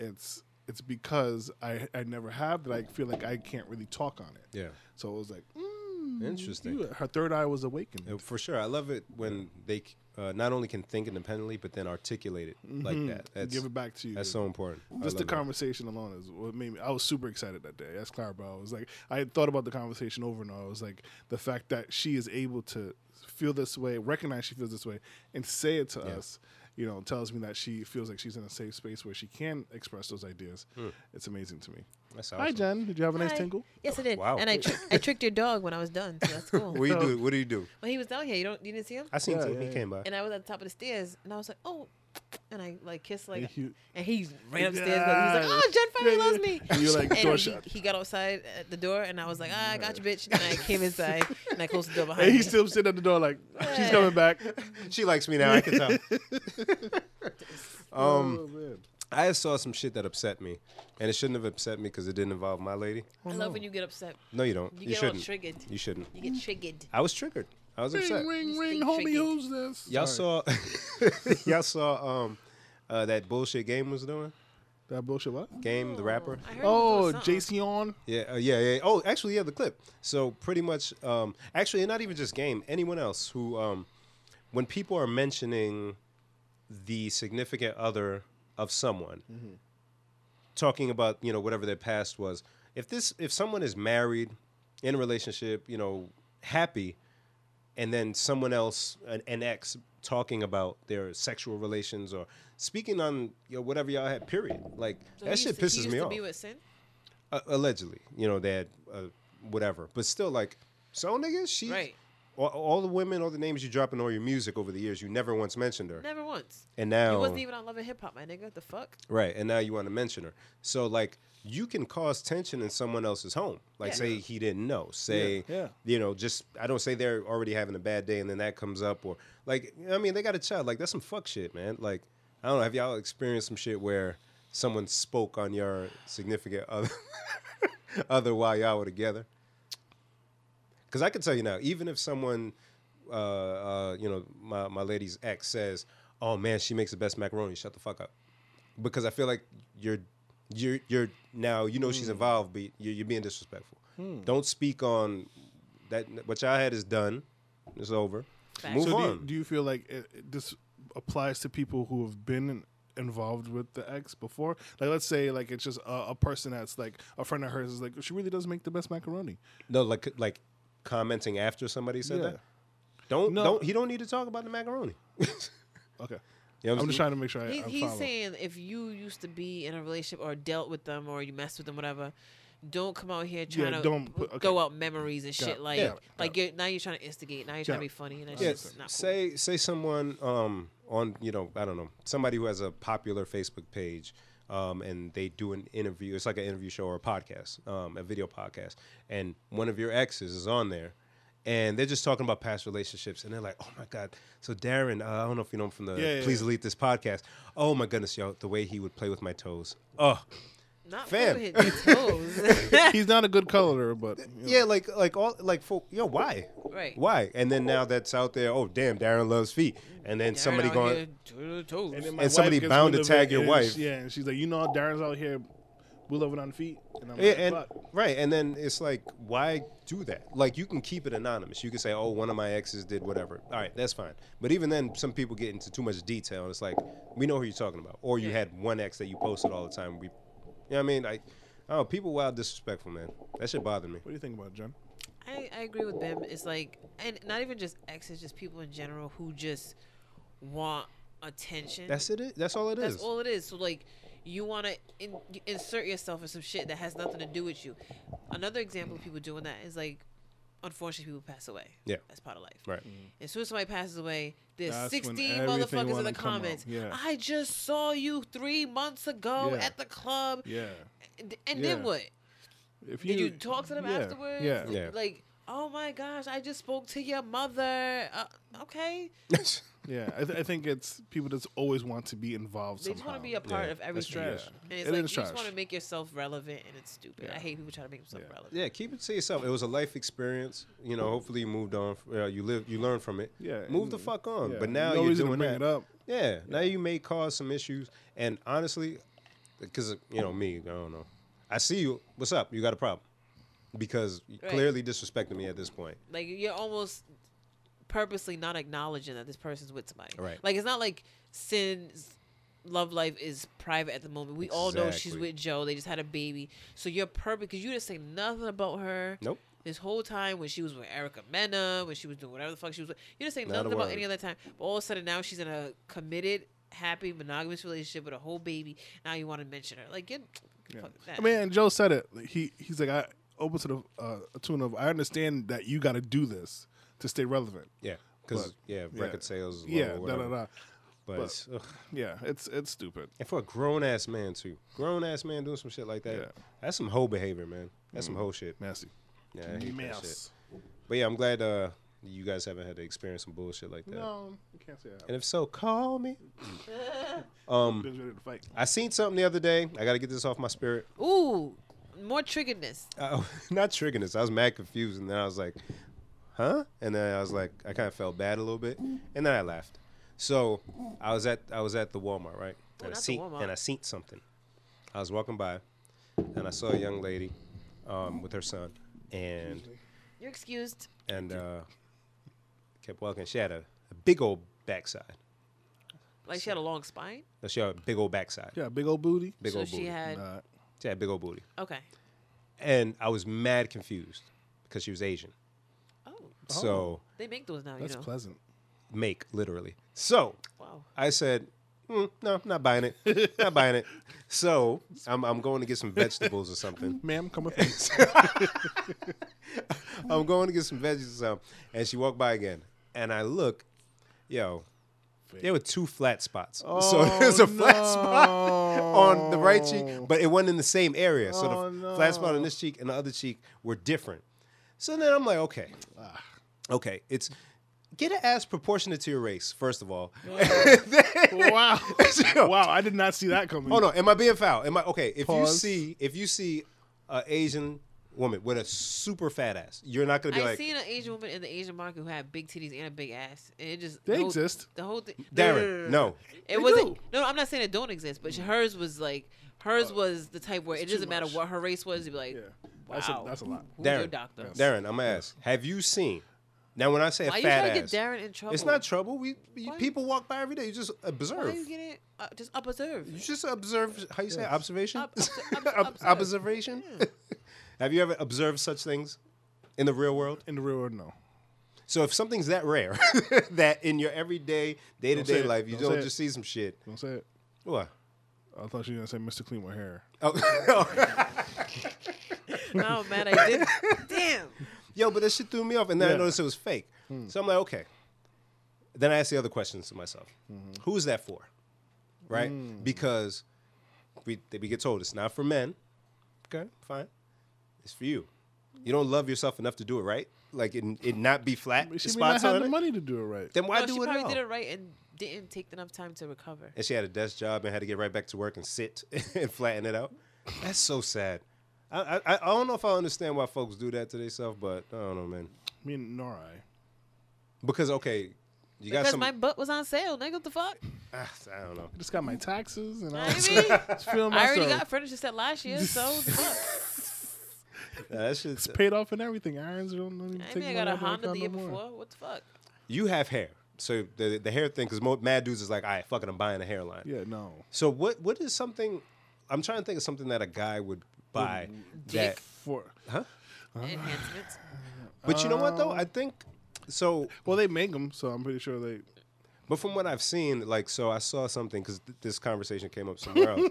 B: it's it's because I I never have that I feel like I can't really talk on it.
A: Yeah.
B: So it was like, mm,
A: Interesting.
B: you- her third eye was awakened.
A: Uh, For sure, I love it when they c- uh, not only can think independently but then articulate it like that. That's
B: Mm-hmm. Give it back to you.
A: that's so important. I
B: Just the
A: love that.
B: conversation alone is what made me. I was super excited that day. That's Clarabelle. I was like, I had thought about the conversation over and over. It was like the fact that she is able to feel this way, recognize she feels this way, and say it to us. You know, tells me that she feels like she's in a safe space where she can express those ideas. It's amazing to me.
A: That's
B: Hi,
A: Hmm. awesome.
B: Jen. Did you have a nice
C: Hi.
B: tingle?
C: Yes, I did.
A: Wow.
C: And I tri- I tricked your dog when I was done, so that's cool.
A: What do you do? What do you do?
C: When he was down here, you don't you didn't see him?
A: I seen
B: Yeah,
A: him.
B: yeah,
A: he
B: yeah.
A: came by.
C: And I was at the top of the stairs, and I was like, oh, and I like kissed like,
B: He-
C: and he ran upstairs. He's
B: Yeah.
C: like, oh, Jen finally
B: Yeah,
C: loves
B: yeah.
C: me.
B: And you're like, door
C: and he,
B: shut.
C: he got outside at the door, and I was like, ah, I got you, bitch. And I came inside, and I closed the door behind
B: And
C: me.
B: he's still sitting at the door, like she's
C: Yeah.
B: coming back.
A: she likes me now. I can tell.
C: Oh,
B: Um,
A: I saw some shit that upset me, and it shouldn't have upset me because it didn't involve my lady.
C: I love when you get upset.
A: No, you don't.
C: You,
A: You,
C: get all
A: shouldn't.
C: triggered.
A: You shouldn't.
C: You get triggered.
A: I was triggered. I was upset.
B: ring, ring,
C: You
B: ring,
C: stay
B: homie,
C: triggered.
B: who's this?
A: Y'all
B: Sorry.
A: saw, y'all saw um, uh, that bullshit game was doing.
B: that bullshit? What?
A: Game, the rapper.
C: I heard he was
B: Oh,
C: doing something.
B: JC on.
A: Yeah, uh, yeah, yeah. Oh, actually, yeah, the clip. So pretty much, um, actually, and not even just game. Anyone else who, um, when people are mentioning the significant other of someone, talking about you know whatever their past was. If this, if someone is married, in a relationship, you know, happy, and then someone else, an, an ex, talking about their sexual relations or speaking on you know, whatever y'all had. Period. Like
C: So
A: that
C: he
A: shit
C: used to- he
A: pisses
C: used
A: me
C: to
A: off
C: Be with Sin?
A: uh, allegedly, you know, they had uh, whatever, but still, like, so niggas, she,
C: Right.
A: all, all the women, all the names you drop in all your music over the years, you never once mentioned her,
C: Never once.
A: and
C: He
A: now,
C: wasn't even on Love and Hip Hop, my nigga. The fuck?
A: right, and now you want to mention her, so like, you can cause tension in someone else's home, like,
C: Yeah.
A: say he didn't know, say,
B: Yeah, yeah.
A: you know, just I don't say they're already having a bad day, and then that comes up, or like, I mean, they got a child, like, that's some fuck shit, man, like, I don't know, have y'all experienced some shit where someone spoke on your significant other? Other while y'all were together, Because I can tell you now, even if someone, uh, uh, you know, my, my lady's ex says, "Oh man, she makes the best macaroni," shut the fuck up, because I feel like you're you're you're now you know
B: Hmm.
A: she's involved, but you're, you're being disrespectful. Don't speak on that. What y'all had is done. It's over.
C: Facts.
A: Move
B: So do
A: on.
B: you, do you feel like it, it- this applies to people who have been in- involved with the ex before? Like, let's say like it's just a, a person that's like a friend of hers is like she really does make the best macaroni.
A: No, like like commenting after somebody said
B: Yeah.
A: that. Don't
B: No.
A: don't he don't need to talk about the macaroni. You
B: Okay,
A: know what
B: I'm
A: saying?
B: just trying to make sure I,
C: He,
B: Uh, I'm
C: he's
B: following.
C: saying if you used to be in a relationship or dealt with them or you messed with them, whatever, don't come out here trying to
B: don't
C: p-
B: put- okay.
C: throw out memories and
B: Got
C: shit
B: it.
C: like
A: Yeah.
C: like you're, now you're trying to instigate. Now you're trying
B: Yeah.
C: to be funny. And that's
A: Yeah,
C: just not cool.
A: say say someone um on you know I don't know somebody who has a popular Facebook page, um and they do an interview. It's like an interview show or a podcast, um a video podcast, and one of your exes is on there. And they're just talking about past relationships, and they're like, "Oh my god!" So Darren, uh, I don't know if you know him from the
B: Yeah, yeah,
A: Please
B: yeah.
A: Delete This podcast. Oh my goodness, yo, the way he would play with my toes. Oh,
C: Not
A: Fam.
C: fam. Hit your toes.
B: he's not a good colorer, but you know.
A: Yeah, like like all like for yo, why?
C: Right.
A: Why? And then now that's out there. Oh damn, Darren loves feet. And then somebody
C: Darren out
A: going.
C: here to the toes.
B: And, then
A: And somebody
B: wife gets
A: bound to
B: wind of it,
A: tag your
B: and
A: wife.
B: she- Yeah, and she's like, you know, Darren's out here, we loving on feet, and I'm
A: Yeah,
B: like,
A: and
B: fuck.
A: right, and then it's like, why do that? Like, you can keep it anonymous. You can say, "Oh, one of my exes did whatever." All right, that's fine. But even then, some people get into too much detail, and it's like, we know who you're talking about, or you
C: Yeah.
A: had one ex that you posted all the time. We, you know what I mean? I, oh, people wild disrespectful, man. That shit bothered me.
B: What do you think about it, John?
C: I, I agree with Bim. It's like, and not even just exes, just people in general who just want attention.
A: That's it. That's all it is.
C: That's all it is. So like, you want to in, insert yourself in some shit that has nothing to do with you. Another example of people doing that is like, unfortunately, people pass away.
A: Yeah.
C: that's part of life.
A: Right.
C: As soon as somebody passes away, there's
B: That's when
C: 16
B: everything
C: motherfuckers in
B: wanna
C: the
B: come up.
C: comments.
B: Yeah.
C: I just saw you three months ago
B: Yeah.
C: at the club.
B: Yeah,
C: And, and
B: Yeah.
C: then what?
B: if
C: Did you talk to them
B: yeah,
C: afterwards?
B: Yeah,
A: Yeah.
C: Like, oh my gosh, I just spoke to your mother. Uh, okay.
B: Mm. yeah. I, th- I think it's people that always want to be involved.
C: They just want to
B: somehow.
C: be a part
A: Yeah,
C: of everything.
B: trash.
C: And it's
B: It
C: like,
B: is
C: you just
B: trash.
C: want to make yourself relevant and it's stupid.
B: Yeah.
C: I hate people trying to make themselves relevant.
A: Yeah, keep it to yourself. It was a life experience. You know, hopefully you moved on. Uh, you live, you learn from it.
B: Yeah,
A: move the
B: and-
A: fuck on.
B: yeah,
A: But now
B: no
A: you're
B: reason to
A: doing
B: bring
A: that.
B: it up.
A: Yeah, now you may cause some issues. And honestly, because you know me, I don't know. I see you. What's up? You got a problem? Because you
C: Right.
A: clearly disrespecting me at this point.
C: Like, you're almost purposely not acknowledging that this person's with somebody.
A: Right.
C: Like, it's not like Sin's love life is private at the moment. We all know she's
A: Exactly.
C: with Joe. They just had a baby. So you're perfect because you didn't say nothing about her.
A: Nope.
C: this whole time when she was with Erica Mena, when she was doing whatever the fuck she was with. You didn't say
A: Not a
C: nothing about
A: word.
C: any other time. But all of a sudden now she's in a committed, happy, monogamous relationship with a whole baby. Now you want to mention her. Like, get, fuck that.
B: I mean, and Joe said it. Like, He he's like, I open to the uh, a tune of. I understand that you got to do this to stay relevant.
A: Yeah, because
B: But-
A: yeah,
B: yeah.
A: record sales. Is low
B: Yeah,
A: or
B: da
A: whatever.
B: da da.
A: But,
B: but-
A: it's- ugh.
B: Yeah, it's it's stupid.
A: and for a grown ass man too, grown ass man doing some shit like that.
B: Yeah.
A: That's some hoe behavior, man. That's some hoe shit.
B: Nasty.
A: Yeah, I hate that shit.
B: Mess.
A: But yeah, I'm glad uh, you guys haven't had to experience some bullshit like that.
B: No, Um, you can't say that.
A: And if so, call me. Um,
B: Ben's ready to fight.
A: I seen something the other day. I got to get this off my spirit.
C: Ooh, more triggeredness.
A: Uh, not triggering this. I was mad confused, and then I was like, "Huh?" And then I was like, I kind of felt bad a little bit, and then I laughed. So I was at I was at the Walmart, right? and
C: Oh,
A: I
C: not the
A: seen
C: Walmart.
A: and I seen something. I was walking by, and I saw a young lady um, with her son, and
C: You're excused.
A: and uh, kept walking. She had a, a big old backside.
C: Like she had a long spine.
A: No, she had a big old backside.
B: Yeah, big old booty.
A: Big
C: so
A: old
C: she
A: booty.
C: had,
B: Nah.
A: she had a big old booty.
C: okay.
A: and I was mad confused because she was Asian.
C: Oh,
A: So
C: they make those now,
B: That's
C: you know.
B: pleasant.
A: make literally. So
C: wow.
A: I said, mm, no, not buying it, not buying it. So I'm I'm going to get some vegetables or something.
B: Ma'am, come with me.
A: I'm going to get some veggies or something. And she walked by again, and I look, yo. There were two flat spots.
B: Oh,
A: so there's a flat spot on the right cheek, but it wasn't in the same area. So the
B: Oh,
A: f- flat spot on
B: no.
A: this cheek and the other cheek were different. So then I'm like, okay,
B: Ah.
A: okay, it's get an ass proportionate to your race, first of all.
B: wow.
A: So-
B: wow, I did not see that coming.
A: Oh no, am I being foul? Am I okay? If
B: Pause.
A: you see if you see a Asian woman with a super fat ass. You're not gonna be
C: I've
A: like
C: seen an Asian woman in the Asian market who had big titties and a big ass, and it just
B: They
C: the whole-
B: exist.
C: The whole thing,
A: Darren. No,
C: it wasn't.
B: do.
C: No, no, I'm not saying it don't exist, but hers was like hers was the type where
B: Mm. Uh,
C: it
B: it's too
C: doesn't matter
B: much.
C: what her race was. You'd be like,
B: Yeah,
C: wow,
B: that's a, that's a lot.
C: Who's your
A: Darren.
C: doctor?
A: Darren, I'm gonna ask. Have you seen? Now, when I say a
C: Why you
A: fat
C: trying to
A: ass,
C: get Darren in trouble?
A: it's not trouble. We, we-
C: Why-
A: people walk by every day. You just
C: Why
A: observe.
C: you getting uh, just observe?
A: You just observe. How you say observation?
C: Ob- obs- obs-
A: Ob-
C: observe.
A: observation. Have you ever observed such things in the real world?
B: In the real world, no.
A: So if something's that rare, that in your everyday day to
B: Don't say
A: day
B: it.
A: life, you
B: Don't
A: don't,
B: say it.
A: just see some shit.
B: Don't say it.
A: What?
B: I thought you were gonna say Mr. Clean with hair.
A: Oh,
C: No, man, I did. Damn.
A: yo, but that shit threw me off, and then I
B: Yeah. Hmm.
A: noticed it was fake. So I'm like, okay. Then I asked the other questions to myself:
B: Mm-hmm.
A: Who is that for? Right?
B: Hmm.
A: Because we we get told it's not for men. Okay, fine. It's for you. You don't love yourself enough to do it right. Like it, it not be flat.
B: She may not
A: spots
B: have
A: on
B: the
A: it.
B: money to do it right.
A: Then why
C: no,
A: do
C: she
A: it
C: probably
A: at all?
C: did it right and didn't take enough time to recover.
A: and she had a desk job and had to get right back to work and sit and flatten it out. That's so sad. I, I I don't know if I understand why folks do that to themselves, but I don't know, man.
B: Me and Nora. I-
A: Because okay, you got
C: Because
A: some.
C: my butt was on sale, nigga. What the fuck?
A: ah, I don't know.
B: Just got my taxes and all
C: I
B: this.
C: mean,
B: Just feeling
C: I already
B: myself.
C: got furniture set last year, so what the fuck?
A: Nah, that shit's,
B: paid off and everything. Irons don't don't even
C: I
B: take
C: mean, I
B: money
C: got a
B: out my
C: Honda the
B: account
C: year
B: no more.
C: before. What the fuck?
A: you have hair, so the the hair thing. Because mad dudes is like, all right, fucking, I'm buying a hairline.
B: Yeah, no.
A: So what what is something? I'm trying to think of something that a guy would buy. That,
B: For
A: huh?
C: Enhancements.
A: But you know what though? I think so.
B: well, they make them, so I'm pretty sure they.
A: But from what I've seen, like, so I saw something because th- this conversation came up somewhere else.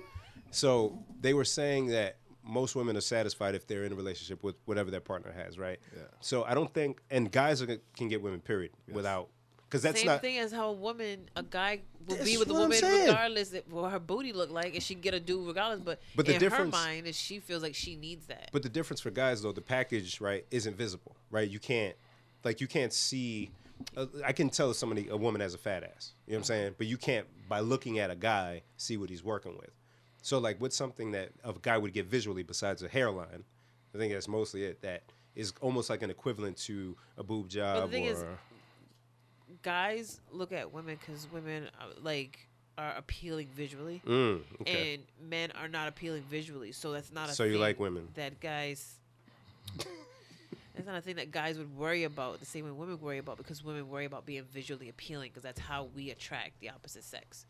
A: So they were saying that most women are satisfied if they're in a relationship with whatever their partner has, right?
B: Yeah.
A: So I don't think, and guys are, gonna- can get women, period, without, because that's
C: Same
A: not.
C: thing as how a woman, a guy will
A: That's
C: be with a
A: what I'm
C: woman
A: saying.
C: regardless of what her booty look like, and she get a dude regardless. But,
A: But the
C: in her
A: difference-
C: mind, is she feels like she needs that.
A: But the difference for guys though, the package right isn't visible, right? You can't, like, you can't see. Uh, I can tell if somebody a woman has a fat ass. You know what I'm saying? But you can't by looking at a guy see what he's working with. So like, what's something that a guy would get visually besides a hairline? I think that's mostly it. That is almost like an equivalent to a boob job.
C: thing
A: or,
C: is- Guys look at women because women are, like are appealing visually,
A: Mm, okay.
C: and men are not appealing visually. So that's not a
A: So you like
C: thing
A: women.
C: that guys. That's not a thing that guys would worry about the same way women worry about because women worry about being visually appealing because that's how we attract the opposite sex.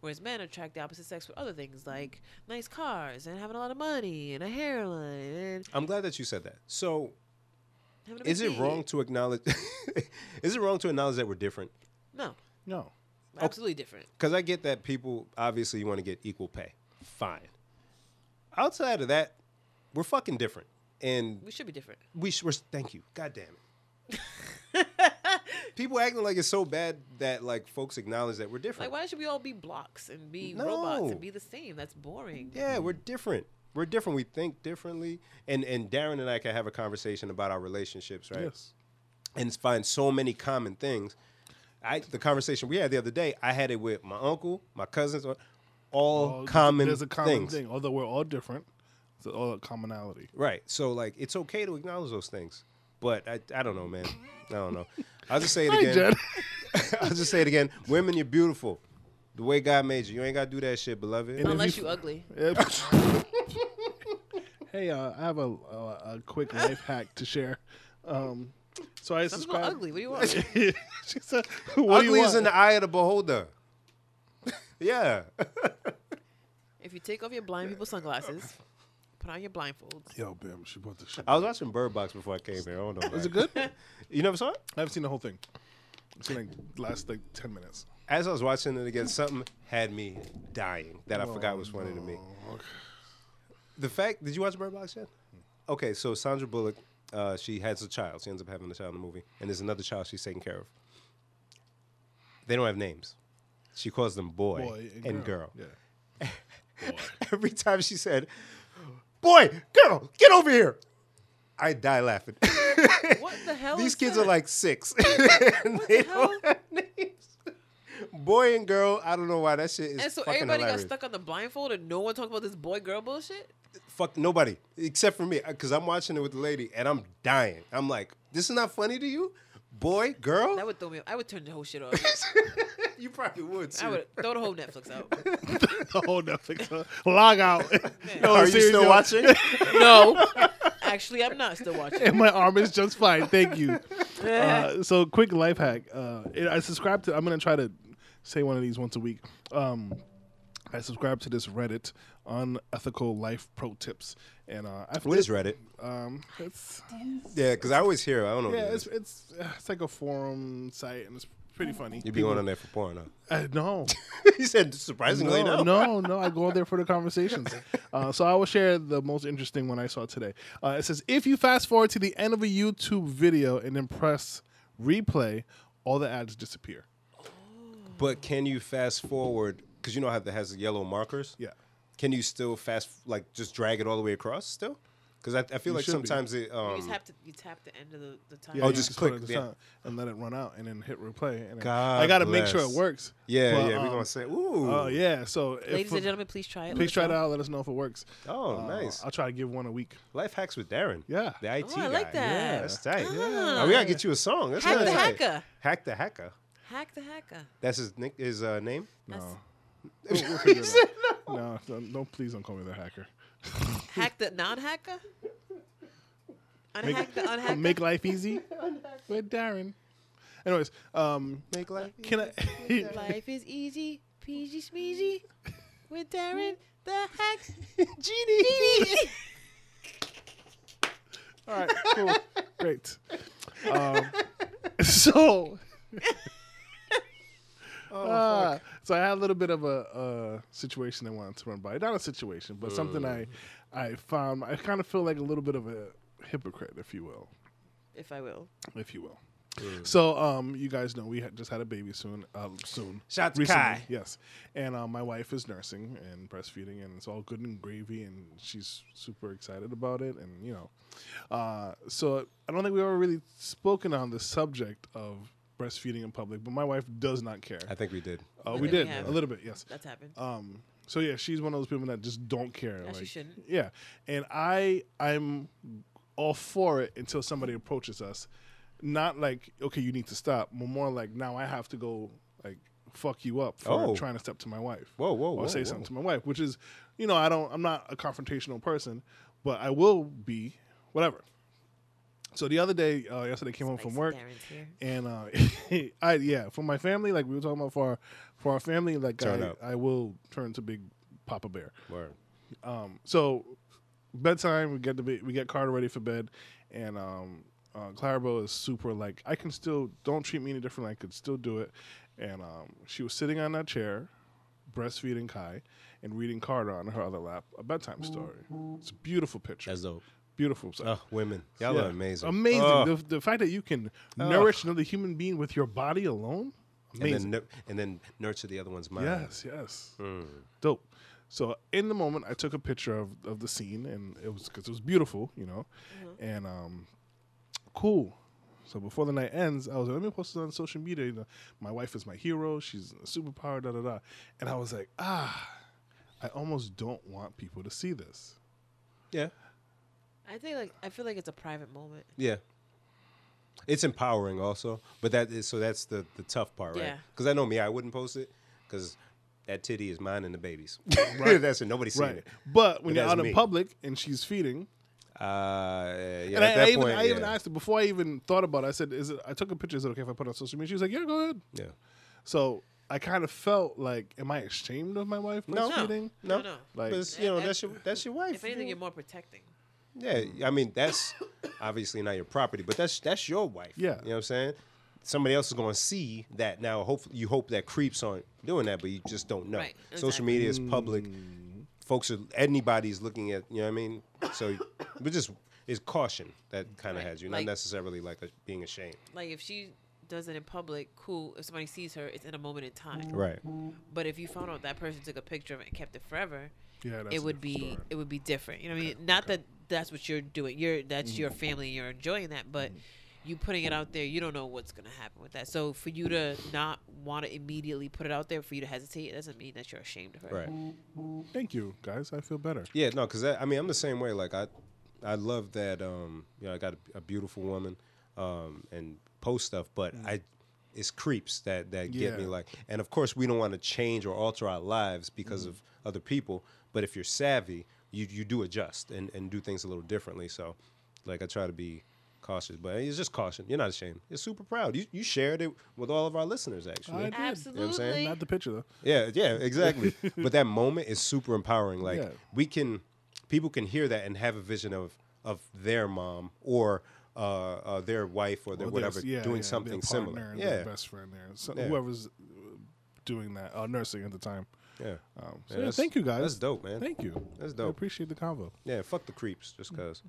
C: Whereas men attract the opposite sex with other things like nice cars and having a lot of money and a hairline and
A: I'm glad that you said that. So
C: having a big
A: is it
C: dick.
A: wrong to acknowledge? is it wrong to acknowledge that we're different?
C: No,
B: No.
C: absolutely different.
A: Because I get that people obviously want to get equal pay. Fine. Outside of that, we're fucking different, and
C: We should be different.
A: we sh- we're thank you. God damn it. people acting like it's so bad that like folks acknowledge that we're
C: Like,
A: different.
C: why should we all be blocks and be robots
A: No.
C: and be the same? That's boring.
A: yeah, we're different. We're different. We think differently, and and Darren and I can have a conversation about our relationships, right?
B: Yes.
A: and find so many common things. I the conversation we had the other day, I had it with my uncle, my cousins, all
B: All-
A: common
B: Oh, There's a common
A: things.
B: thing, although we're all different. It's all a commonality.
A: Right. So like it's okay to acknowledge those things. But I, I don't know, man. I don't know. I'll just say it
B: Hi,
A: again.
B: Jed.
A: I'll just say it again. Women, you're beautiful. The way God made you. You ain't gotta do that shit, beloved.
B: And if
C: Unless
B: you-
C: you ugly.
B: Yep. hey, uh, I have a, a a quick life hack to share. Um, so I
C: Some people are
B: subscribe.
C: ugly. What do you want?
B: she said, "What do you
A: Ugly is
B: want?"
A: in the eye of the beholder. yeah.
C: If you take off your blind people sunglasses, put on your blindfolds.
B: Yo, bam, she bought the shit.
A: I was watching Bird Box before I came here. I don't know. man.
B: Is it good? I
A: You never saw it?
B: haven't seen the whole thing. I've seen like the last like ten minutes.
A: As I was watching it again, something had me dying that I forgot was funny to me. The fact, did you watch Bird Box yet? Okay, so Sandra Bullock, uh, she has a child. She ends up having a child in the movie, and there's another child she's taking care of. They don't have names. She calls them boy,
B: Boy
A: and, girl.
B: Yeah.
A: Every time she said, "Boy, girl, get over here," I die laughing.
C: What the hell?
A: These
C: is
A: kids
C: that?
A: are like six, and
C: Oh, What
A: they
C: the hell?
A: don't have names. Boy and girl, I don't know why that shit is.
C: And so
A: fucking
C: everybody
A: hilarious.
C: got stuck on the blindfold, and no one talked about this boy girl bullshit.
A: fuck nobody except for me because I'm watching it with the lady and I'm dying. I'm like, this is not funny to you, boy, girl.
C: That would throw me. I would turn the whole shit off.
A: you probably would. Too.
C: I would throw the whole Netflix out.
B: the whole Netflix. uh, Log out. No,
A: Are you
B: seriously,
A: still
B: no.
A: watching?
C: No, actually, I'm not still watching.
B: And my arm is just fine. Thank you. Uh, so quick life hack. Uh, it, I subscribe to. I'm gonna try to say one of these once a week. Um, I subscribe to this Reddit unethical life pro tips, and uh, I
A: what is Reddit?
B: Um, it's
A: Yeah, because I always hear. I don't know.
B: yeah,
A: Yeah,
B: it's it's uh, it's like a forum site, and it's pretty funny.
A: You'd be going on there for porn, huh?
B: Uh, no.
A: he said, surprisingly, no.
B: no, no, no, I go on there for the conversations. Uh, so I will share the most interesting one I saw today. Uh, it says, if you fast forward to the end of a YouTube video and then press replay, all the ads disappear.
A: But can you fast forward? Because you know how that has the yellow markers.
B: Yeah.
A: Can you still fast like just drag it all the way across still? Because I, I feel like
B: should be.
A: sometimes it.
C: You
A: Um,
C: tap the you tap the end of the, the time.
B: Yeah,
A: Oh,
B: you
A: just
B: put it
A: click,
B: at the
A: yeah.
B: top and let it run out and then hit replay. And then-
A: God
B: I got to make sure it
A: bless.
B: works.
A: yeah,
B: But,
A: yeah. We're
B: um,
A: gonna say, ooh,
B: Oh, yeah. So, if-
C: Ladies and gentlemen, please try it.
B: please try
C: it
B: it out. Let us know if it works.
A: Oh,
B: Uh,
A: nice.
B: I'll try to give one a week.
A: Life hacks with Darren.
B: Yeah.
A: The IT
C: Oh, I like
A: guy.
C: that. Yeah.
A: That's tight. Oh, we gotta get you a song. That's
C: Hack
A: what
C: the
A: I say.
C: hacker.
A: Hack the hacker.
C: Hack the hacker.
A: That's his nick. His uh, name.
C: That's-
B: We'll- we'll figure it out. No, don't, don't please don't call me the hacker.
C: Hack the non-hacker. Unhack
B: Make-
C: the unhacker.
B: Make life easy with Darren. Anyways, um,
A: Make life.
B: can I?
C: Life is easy, peasy smeezy. With Darren the hack genie.
B: all right, cool, great. Um, so,
A: Oh,
B: Ah, so I had a little bit of a, a situation I wanted to run by. Not a situation, but something I, I found. I kind of feel like a little bit of a hypocrite, if you will.
C: If I will.
B: if you will.
A: Mm.
B: So, um, you guys know we had just had a baby soon. Uh, soon.
A: Shout out to
B: Recently,
A: Kai.
B: Yes, and uh, my wife is nursing and breastfeeding, and it's all good and gravy, and she's super excited about it, and you know, uh, so I don't think we've ever really spoken on the subject of breastfeeding in public, but my wife does not care.
A: I think we did.
B: Uh, we
C: think
B: did
C: we have.
B: a little bit, yes.
C: That's happened.
B: Um, so yeah, she's one of those people that just don't care.
C: As
B: like,
C: she shouldn't.
B: Yeah, and I I'm all for it until somebody approaches us. Not like okay, you need to stop. But more like now I have to go like fuck you up for
A: Oh.
B: trying to step to my wife.
A: Whoa, whoa,
B: or
A: whoa,
B: say
A: whoa.
B: something to my wife, which is you know I don't I'm not a confrontational person, but I will be whatever. So the other day, uh, yesterday, I came home from
C: Nice,
B: work
C: Darren's here.
B: and uh, I yeah, for my family, like we were talking about for our, for our family, like
A: Turn
B: I,
A: up.
B: I will turn to big Papa Bear.
A: Word.
B: So bedtime, we get to be, we get Carter ready for bed, and um, uh, Clarabelle is super like I can still don't treat me any different. I could still do it, and um, she was sitting on that chair, breastfeeding Kai, and reading Carter on her other lap a bedtime story. It's a beautiful picture.
A: That's dope.
B: beautiful. So-
A: Oh, women. Y'all
B: yeah.
A: are amazing.
B: Amazing.
A: Oh,
B: The, the fact that you can nourish another human being with your body alone.
A: and,
B: Amazing.
A: then, nu- and then nurture the other one's mind.
B: Yes, yes.
A: Hmm.
B: Dope. So in the moment, I took a picture of, of the scene, and it was because it was beautiful, you know,
A: Mm-hmm.
B: and um, cool. So before the night ends, I was like, let me post this on social media. You know, my wife is my hero. She's a superpower. Da da da. And I was like, ah, I almost don't want people to see this.
A: Yeah.
C: I think like I feel like it's a private moment.
A: Yeah. It's empowering also, but that is so that's the the tough part, right?
C: Yeah.
A: Because I know me, I wouldn't post it because that titty is mine and the baby's. that's it. Nobody's seeing
B: Right.
A: it.
B: But when
A: But
B: you're
A: that's
B: out
A: me.
B: in public and she's feeding,
A: Uh, yeah,
B: And
A: at
B: I,
A: that
B: I even,
A: point,
B: I even
A: yeah.
B: asked her before I even thought about it. I said, "Is it?" I took a picture. Is it okay if I put it on social media? She was like, "Yeah, go ahead."
A: Yeah.
B: So I kind of felt like, am I ashamed of my wife breastfeeding?
A: No,
C: No, no.
B: Like-
A: But it's, you know, that's your that's your wife.
C: If anything, you're more protecting.
A: Yeah, I mean that's obviously not your property, but that's that's your wife. you
B: Yeah.
A: know what I'm saying. Somebody else is going to see that now. Hopefully, you hope that creeps on doing that, but you just don't know.
C: Right,
A: Social
C: exactly.
A: media is public. Folks are anybody's looking at. You know what I mean? So we just it's caution that kind of
C: Right,
A: has you, not
C: like-
A: necessarily like a, being ashamed.
C: Like if she does it in public, cool. If somebody sees her, it's in a moment in time.
A: Right.
C: But if you found out that person took a picture of it and kept it forever,
B: Yeah, that's a
C: it would be
B: different story.
C: it would
B: Mm-hmm.
C: be different. You know what I mean? Not that that's what you're doing. You're that's your family and you're enjoying that, but you putting it out there, you don't know what's gonna happen with that. So for you to not want to immediately put it out there, for you to hesitate, it doesn't mean that you're ashamed of her.
A: Right.
B: Thank you, guys. I feel better.
A: Yeah, no, because I mean, I'm the same way. Like I, I love that. Um, you know, I got a, a beautiful woman, um, and post stuff, but I, it's creeps that that
B: Yeah.
A: get me. Like, and of course, we don't want to change or alter our lives because of other people. But if you're savvy, you you do adjust and and do things a little differently. So, like, I try to be cautious, but it's just caution. You're not ashamed. You're super proud. You you shared it with all of our listeners, actually.
B: I-
A: You know what I'm saying?
C: Absolutely.
B: Not the picture though.
A: Yeah, yeah, exactly. but that moment is super empowering. Like
B: Yeah.
A: we can, people can hear that and have a vision of of their mom or uh, uh, their wife or their
B: Or
A: whatever
B: there's- yeah,
A: doing
B: yeah,
A: something
B: their
A: similar.
B: partner, their
A: Yeah,
B: best friend there. So
A: Yeah.
B: whoever's uh, doing that, uh, nursing at the time.
A: yeah.
B: Um,
A: Yeah,
B: so yeah,
A: that's-
B: thank you guys.
A: That's dope, man.
B: Thank you.
A: That's
B: I
A: dope.
B: appreciate the convo.
A: Yeah, fuck the creeps, just cause.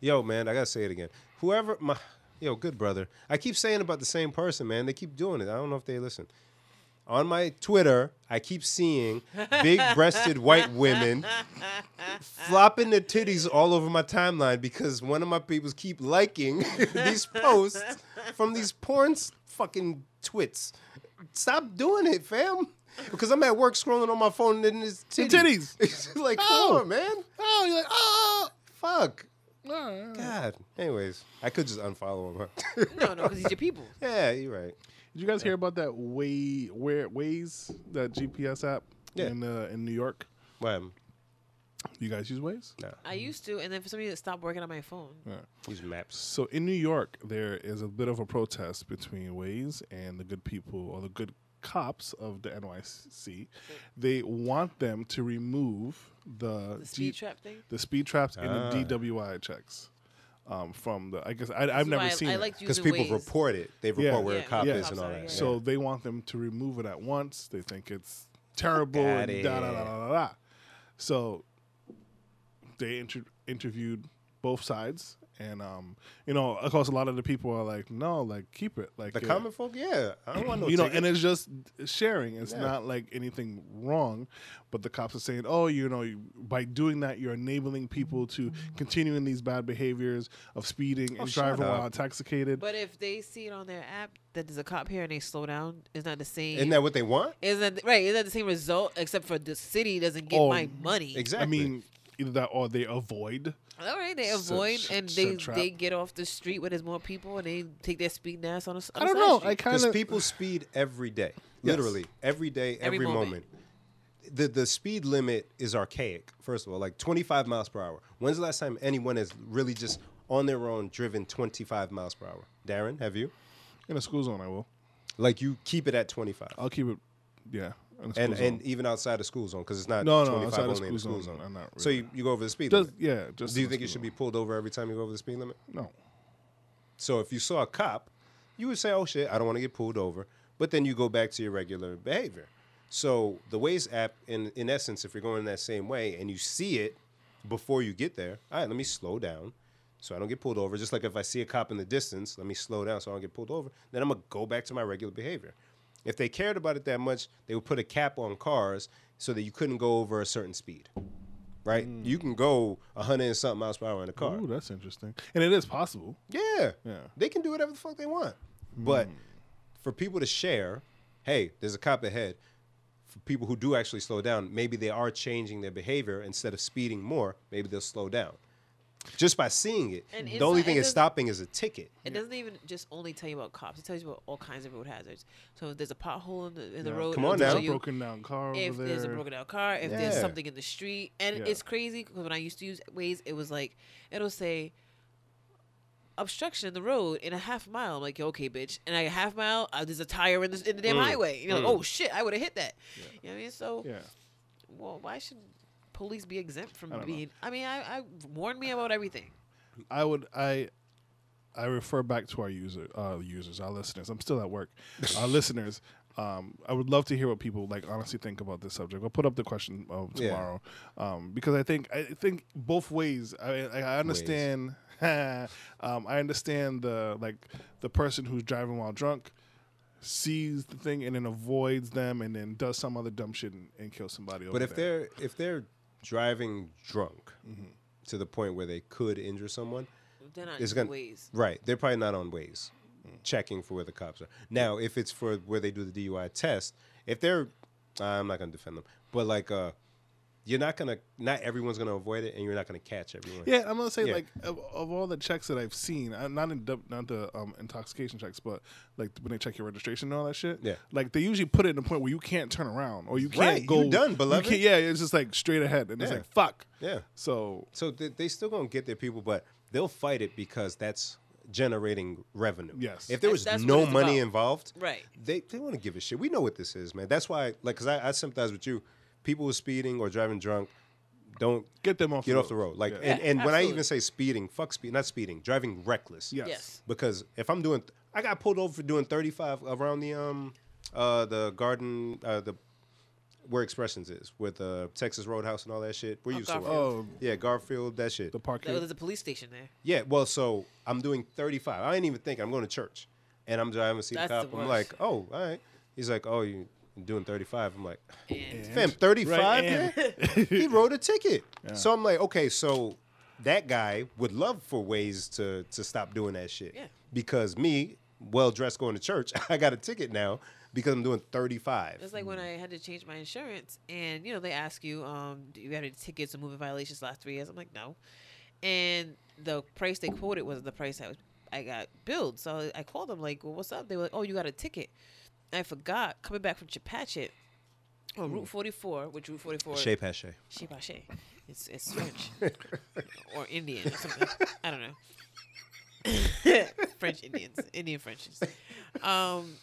A: Yo, man, I gotta say it again. Whoever my yo, good brother. I keep saying about the same person, man. They keep doing it. I don't know if they listen. On my Twitter, I keep seeing big-breasted white women flopping their titties all over my timeline because one of my peoples keep liking these posts from these porn s- fucking twits. Stop doing it, fam. Because I'm at work scrolling on my phone and then there's titties.
B: titties.
A: It's like, come
B: Oh.
A: on, man.
B: Oh, you're like oh.
A: Fuck.
B: oh.
A: God. Anyways, I could just unfollow him.
C: no, no, because he's your people.
A: yeah, you're right.
B: Did you guys hear about that way where Waze that GPS app
A: Yeah.
B: in uh, in New York?
A: What happened?
B: You guys use Waze?
A: No,
C: I used to, and then for some reason, it stopped working on my phone.
A: these maps.
B: So in New York, there is a bit of a protest between Waze and the good people or the good cops of the NYC. They want them to remove the
C: The speed
B: G-
C: trap thing.
B: the speed traps
A: Ah.
B: and the DWI checks um, from the. I guess I, I've
C: That's
B: never
C: why
B: seen.
C: I,
B: it.
C: I liked
A: Because
C: using
A: people
C: Waze.
A: report it. They report
B: Yeah.
A: where a
C: Yeah,
A: cop
B: yeah.
A: is and all
C: Cops are,
A: that.
C: yeah.
A: Yeah.
B: So they want them to remove it at once. They think it's terrible
A: Got
B: and da da
A: it.
B: da da da. So they inter- interviewed both sides, and um, you know, of course, a lot of the people are like, "No, like keep it." Like
A: the
B: it-
A: common folk, yeah. I don't want no
B: you know,
A: ticket.
B: and it's just sharing. It's
A: Yeah.
B: not like anything wrong, but the cops are saying, "Oh, you know, you- by doing that, you're enabling people to continue in these bad behaviors of speeding and
A: Oh, shut
B: driving while
A: up.
B: intoxicated."
C: But if they see it on their app that there's a cop here and they slow down, it's not the same.
A: Isn't that what they want?
C: Isn't that, right? Isn't that the same result? Except for the city doesn't get
B: Oh,
C: my money.
A: Exactly.
B: I mean, either that or they avoid.
C: All right, they
B: Shut-
C: avoid
B: shut-
C: and
B: shut
C: they
B: trap.
C: they get off the street where there's more people and they take their speeding ass on a. s- on
B: I
C: a
B: don't
C: side
B: know.
C: street.
B: I
A: Because
B: kind of
A: people speed every day,
B: Yes.
A: literally every day, every,
C: Every
A: moment.
C: moment.
A: The the speed limit is archaic. First of all, like 25 miles per hour. When's the last time anyone has really just on their own driven 25 miles per hour? Darren, have you?
B: in a school zone. I will.
A: Like you keep it at 25.
B: I'll keep it. Yeah. In a school
A: and
B: Oh, zone.
A: and even outside the school zone because it's not
B: No, no,
A: 25
B: outside the
A: only in the
B: school
A: school
B: zone,
A: zone.
B: I'm not
A: So
B: really-
A: you, you go over the speed
B: Does-
A: limit.
B: yeah. Just
A: Do you
B: in a
A: think you
B: school
A: should
B: zone.
A: be pulled over every time you go over the speed limit?
B: No.
A: So if you saw a cop, you would say, "Oh shit, I don't want to get pulled over," but then you go back to your regular behavior. So the Waze app, in in essence, if you're going that same way and you see it before you get there, all right, let me slow down so I don't get pulled over. Just like if I see a cop in the distance, let me slow down so I don't get pulled over. Then I'm gonna go back to my regular behavior. If they cared about it that much, they would put a cap on cars so that you couldn't go over a certain speed. Right? You can go 100 and something miles per hour in a car.
B: Ooh, that's interesting. And it is possible.
A: Yeah.
B: Yeah.
A: They can do whatever the fuck they want. But for people to share, hey, there's a cop ahead. For people who do actually slow down, maybe they are changing their behavior instead of speeding more, maybe they'll slow down. Just by seeing it.
C: And it's
A: the only
C: not-
A: thing
C: it
A: that's
C: doesn't-
A: stopping is a ticket.
C: It doesn't even just only tell you about cops. It tells you about all kinds of road hazards. So if there's a pothole in the, in the
B: Yeah.
C: road,
A: Come
C: it'll
A: on
C: tell
A: now.
B: There's a
C: you
B: broken down car over
C: if
B: there.
C: there's a broken down car, if there's
A: Yeah.
C: something in the street, and
B: Yeah.
C: it's crazy because when I used to use Waze, it was like it'll say obstruction in the road in a half mile. I'm like, okay, bitch, and a half mile uh, there's a tire in the, in the damn highway. You're like, oh shit, I would have hit that. You know what I mean? So,
B: Mm. yeah.
C: well, why should police be exempt from
B: don't know.
C: being? I mean, I, I warn me about everything.
B: I would I I refer back to our user uh users, our listeners. I'm still at work. our listeners. Um, I would love to hear what people like honestly think about this subject. I'll put up the question of
A: Yeah.
B: tomorrow um, because I think I think both ways. I I, I understand. um, I understand the like the person who's driving while drunk sees the thing and then avoids them and then does some other dumb shit and, and kills somebody.
A: But
B: over
A: if
B: there.
A: they're if they're driving drunk to the point where they could injure someone,
C: They're not
A: It's gonna-
C: ways.
A: Right. They're probably not on ways checking for where the cops are. Now, if it's for where they do the DUI test, if they're, I'm not going to defend them, but like, uh, you're not going to, not everyone's going to avoid it and you're not going to catch everyone.
B: Yeah, I'm gonna say
A: Yeah.
B: like of, of all the checks that I've seen, uh, not in dub- not the um, intoxication checks, but like when they check your registration and all that shit.
A: Yeah.
B: like they usually put it in a point where you can't turn around or you can't
A: Right,
B: go
A: you done,
B: you
A: beloved.
B: can't- yeah, it's just like straight ahead, and it's
A: Yeah.
B: like fuck.
A: Yeah.
B: So
A: So they, they still going to get their people, but they'll fight it because that's generating revenue.
B: Yes.
A: If there
C: That's-
A: was
C: that's what
A: no
C: it's
A: money
C: about.
A: involved,
C: Right.
A: They they want to give a shit. We know what this is, man. That's why, like, cause I, I sympathize with you. People who are speeding or driving drunk, don't
B: get them off.
A: get off the road. Like,
B: Yeah.
A: and,
C: Yeah,
A: and when I
C: absolutely.
A: even say speeding, fuck speed, not speeding, driving reckless.
B: Yes.
C: Yes.
A: Because if I'm doing, I got pulled over for doing 35 around the um, uh, the garden, uh, the where Expressions is with the Texas Roadhouse and all that shit. We're
C: Oh,
A: used to. it.
B: Garfield. Oh.
A: yeah, Garfield, that shit.
B: the park.
C: There- There's a police station there.
A: Yeah, well, so I'm doing 35. I didn't even think I'm going to church, and I'm driving. See the
C: That's
A: cop.
C: the
A: I'm like,
C: worst.
A: oh, all right. He's like, oh, you doing 35? I'm like,
C: And
A: fam, 35.
B: Right,
A: man? he wrote a ticket. So I'm like, okay, so that guy would love for ways to to stop doing that shit.
C: Yeah.
A: Because me, well dressed, going to church, I got a ticket now because I'm doing 35.
C: It's like when I had to change my insurance, and you know they ask you, um, do you have any tickets or moving violations the last three years? I'm like, no. And the price they quoted was the price I was I got billed. So I called them like, well, what's up? They were like, oh, you got a ticket. I forgot coming back from Chapachet on Route 44, which Route 44
A: Shea Pache.
C: Chez Pache. It's it's French or Indian or something. I don't know. French Indians, Indian Frenchies. Um,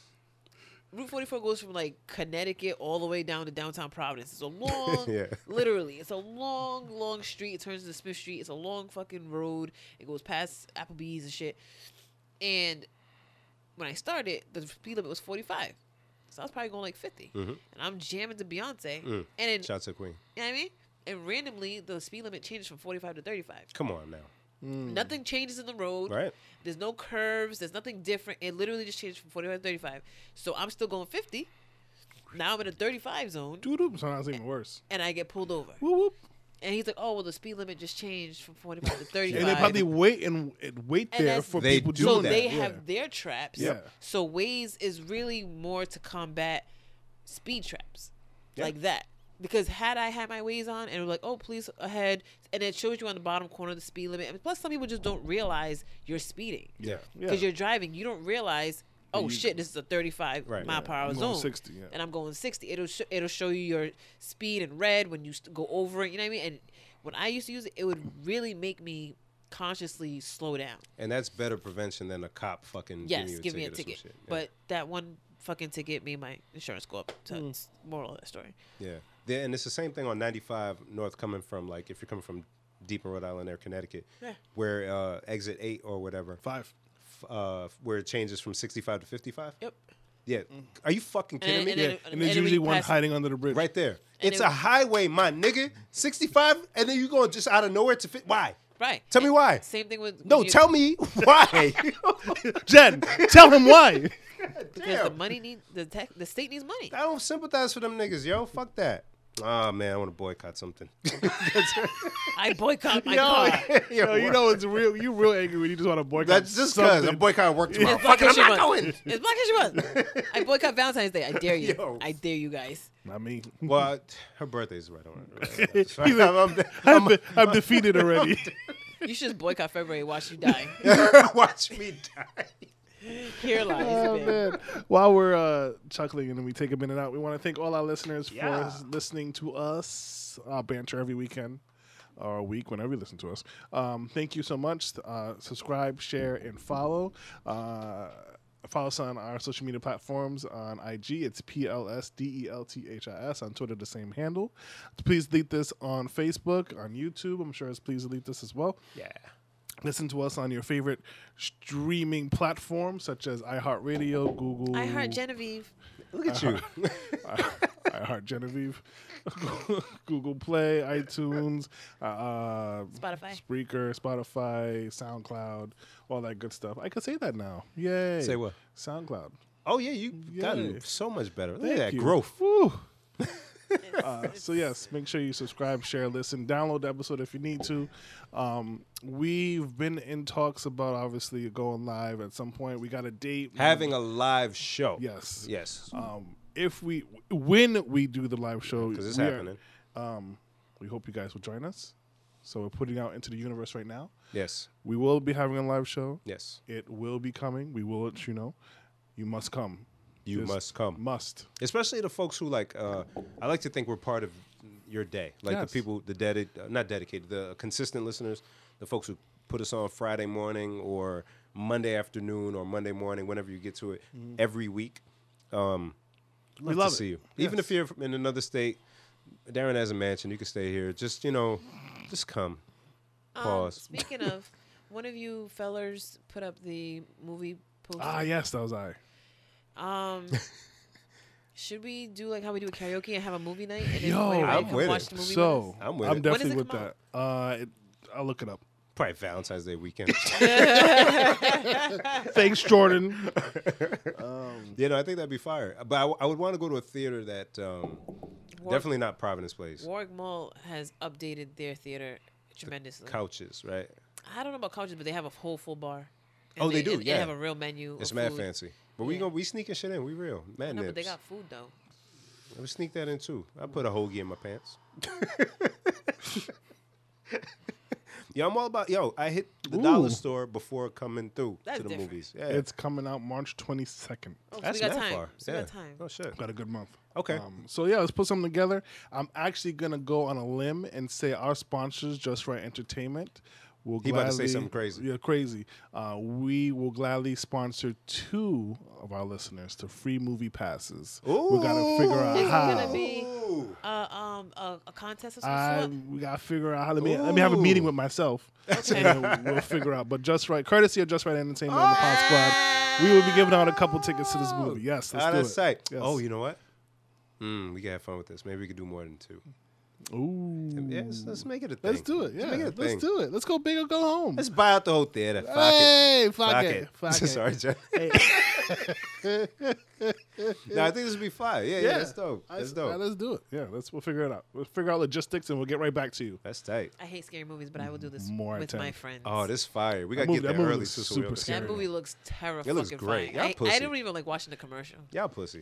C: Route 44 goes from like Connecticut all the way down to downtown Providence. It's a long,
A: Yeah.
C: literally, it's a long, long street. It turns into Smith Street. It's a long fucking road. It goes past Applebee's and shit. And when I started, the speed limit was 45. So I was probably going like 50. And I'm jamming to Beyonce. And in
A: Shout out to Queen.
C: you know what I mean? And randomly, the speed limit changes from 45 to 35.
A: Come on now.
B: Hmm.
C: Nothing changes in the road.
A: Right.
C: There's no curves. There's nothing different. It literally just changed from 45 to 35. So I'm still going 50. Now I'm in a 35 zone,
B: Doo-doo. Sometimes even worse.
C: and I get pulled over.
B: Whoop, whoop.
C: And he's like, "Oh, well, the speed limit just changed from 45 to 35."
B: And they probably wait and and wait
C: And
B: there
C: that's-
B: for
A: They
B: people
A: do
B: doing
C: so
A: that,
C: they
B: yeah.
C: have their traps.
B: Yeah.
C: So Waze is really more to combat speed traps like that. Because had I had my Waze on and were like, oh, please ahead, and it shows you on the bottom corner the speed limit. And plus, some people just don't realize you're speeding.
A: Yeah.
C: Because
B: Yeah.
C: you're driving, you don't realize. Oh
B: You-
C: shit! This is a 35
A: Right.
C: mile per hour
B: I'm going
C: zone,
B: 60, yeah.
C: and I'm going 60. It'll sh- it'll show you your speed in red when you st- go over it. You know what I mean? And when I used to use it, it would really make me consciously slow down.
A: And that's better prevention than a cop fucking
C: Yes,
A: giving
C: give
A: you
C: me
A: a
C: a
A: ticket. or some shit.
C: ticket.
A: Yeah.
C: But that one fucking ticket made my insurance go up. So
A: Hmm.
C: it's moral of that story.
A: Yeah. There, and it's the same thing on 95 North coming from, like, if you're coming from deep in Rhode Island or Connecticut,
C: Yeah.
A: where uh, exit 8 or whatever,
B: five.
A: f- uh, where it changes from 65 to 55.
C: Yep.
A: Yeah. Are you fucking kidding
C: And-
A: me?
C: and
B: Yeah,
C: then-
B: and there's
C: and then we
B: usually one
C: pass-
B: hiding under the bridge.
A: right there.
C: and
A: it's
C: it-
A: a highway, my nigga. 65, and then you're going just out of nowhere to fit. Why?
C: Right.
A: Tell me
C: And
A: why.
C: Same thing with
A: No,
C: when you-
A: tell me why.
B: Jen, tell him why.
C: because the
A: Damn.
C: money need the tech, the state needs money.
A: I don't sympathize for them niggas, yo. Fuck that. Oh, man, I want to boycott something.
C: I boycott my
B: Yo,
C: car.
A: Your
B: yo, you
A: work.
B: know it's real. You real angry when you just want to boycott.
A: That's just because
B: something.
A: I'm boycotting work tomorrow.
C: It's Black
A: Fucking, I'm
C: History
A: not
C: Month.
A: going.
C: It's Black History Month. I boycott Valentine's Day. I dare you.
A: Yo.
C: I dare you guys.
B: Not me.
A: Well, I- her birthday's right on. Right
B: He's like,
A: I'm,
B: I'm, I'm defeated already.
C: You should just boycott February. Watch you die.
A: I'm- watch me die.
C: Here lies.
A: Oh,
C: babe.
B: While we're uh, chuckling and we take a minute out, we want to thank all our listeners
A: Yeah.
B: for listening to us uh, banter every weekend or a week whenever you listen to us. Um, thank you so much. Uh, subscribe, share, and follow. Uh, follow us on our social media platforms on IG. It's E PLSDELTHIS. On Twitter, the same handle. Please delete this on Facebook, on YouTube. I'm sure it's please delete this as well.
A: Yeah.
B: Listen to us on your favorite streaming platforms such as iHeartRadio, Google,
C: I heart Genevieve.
A: Look at you.
B: Uh-huh. iHeart Genevieve, Google Play, iTunes, uh, uh,
C: Spotify.
B: Spreaker, Spotify, SoundCloud, all that good stuff. I could say that now. Yay!
A: Say what?
B: SoundCloud.
A: Oh yeah, you have gotten
B: Yeah.
A: so much better. Look
B: Thank
A: at that
B: you.
A: growth.
B: Whew. Uh, so yes, make sure you subscribe, share, listen, download the episode if you need to. Um, we've been in talks about obviously going live at some point. We got a date.
A: Having a live show.
B: Yes.
A: Yes.
B: um, if we when we do the live show
A: Because it's
B: we are-
A: happening.
B: um, we hope you guys will join us. So we're putting out into the universe right now.
A: Yes.
B: We will be having a live show.
A: Yes.
B: It will be coming. We will let you know. You must come.
A: You
B: Just
A: must come.
B: Must.
A: Especially the folks who like. Uh, I like to think we're part of your day. Like
B: Yes.
A: the people, the dedicated, not dedicated, the consistent listeners, the folks who put us on Friday morning or Monday afternoon or Monday morning, whenever you get to it, every week. Um,
B: Mm-hmm. We love
A: to
B: it.
A: see you. Even
B: Yes.
A: if you're from- in another state, Darren has a mansion. You can stay here. Just you know, just come.
C: Um,
A: Pause.
C: speaking of, one of you fellers put up the movie poster.
B: Ah, yes, that was I.
C: Um, should we do like how we do a karaoke and have a movie night and then
B: Yo,
C: everybody
A: I'm
C: can
A: with
C: watch
A: it.
C: the movie?
B: so
C: with us?
A: I'm with it.
C: does
B: definitely
C: it
B: with
C: come
B: that. Uh, it, I'll look it up.
A: Probably Valentine's Day weekend.
B: Thanks, Jordan.
A: you know, I think that'd be fire. But I, w- I would want to go to a theater that um,
C: Warwick-
A: definitely not Providence Place.
C: Warwick Mall has updated their theater tremendously.
A: Couches, right?
C: I don't know about couches, but they have a whole full bar.
A: Oh, they do,
C: and
A: yeah.
C: they have a real menu.
A: It's
C: of
A: mad
C: food.
A: fancy. But we
C: Yeah.
A: going we sneaking shit in. We real mad
C: No,
A: nips.
C: but they got food though.
A: I would sneak that in too. I put a hoagie in my pants. yo, I'm all about yo. I hit the dollar
B: Ooh.
A: store before coming through
C: That's
A: to the
C: different.
A: movies. Yeah,
B: It's coming out March 22nd.
C: Oh, so
A: that's
C: we got
A: not
C: time.
A: far.
C: So
A: yeah.
C: we got time.
A: Oh shit.
B: Got a good month.
A: Okay.
B: Um, so yeah, let's put something together. I'm actually gonna go on a limb and say our sponsors, Just Right Entertainment, will
A: He about
B: gladly
A: to say something crazy.
B: Yeah, crazy. Uh, we will gladly sponsor two of our listeners to free movie passes. We gotta figure out
C: Is it
B: how.
C: gonna be-
A: Ooh.
C: Uh, um, a, a contest of some
B: I,
C: sort.
B: we gotta figure out how to. Let me have a
A: Ooh.
B: meeting with myself, and then we'll figure out. But just right, courtesy of Just Right Entertainment and the Pop Squad, we will be giving out a couple tickets to this movie. Yes, let's
A: Out
B: do
A: of
B: it.
A: sight.
B: Yes.
A: Oh, you know what? Mm, we can have fun with this. Maybe we could do more than two.
B: Ooh.
A: Yes, let's make it a thing.
B: Let's do it. Yeah,
A: make it a
B: let's
A: thing.
B: do it. Let's go big or go home.
A: Let's buy out the whole theater. Fuck it.
B: hey, fuck,
A: Fuck
B: it.
A: it.
B: Fuck it.
A: Sorry, John.
B: Hey.
A: no, I think this would be fire. Yeah, yeah,
B: Yeah.
A: that's dope.
B: I-
A: That's
B: yeah,
A: dope.
B: let's do it. Yeah, let's we'll figure it out. We'll figure out logistics and we'll get right back to you.
A: That's tight.
C: I hate scary movies, but I will do this
B: More
C: with my
B: attention.
C: friends.
A: Oh, this fire. We
B: That
A: got to get
B: movie- that
A: there
B: movie
A: early.
B: was
A: Sister
B: super
A: Wheel.
B: scary.
C: that movie looks terrifying.
A: It looks great. Y'all
C: I, I
A: pussy.
C: don't even like watching the commercial.
A: Y'all pussy.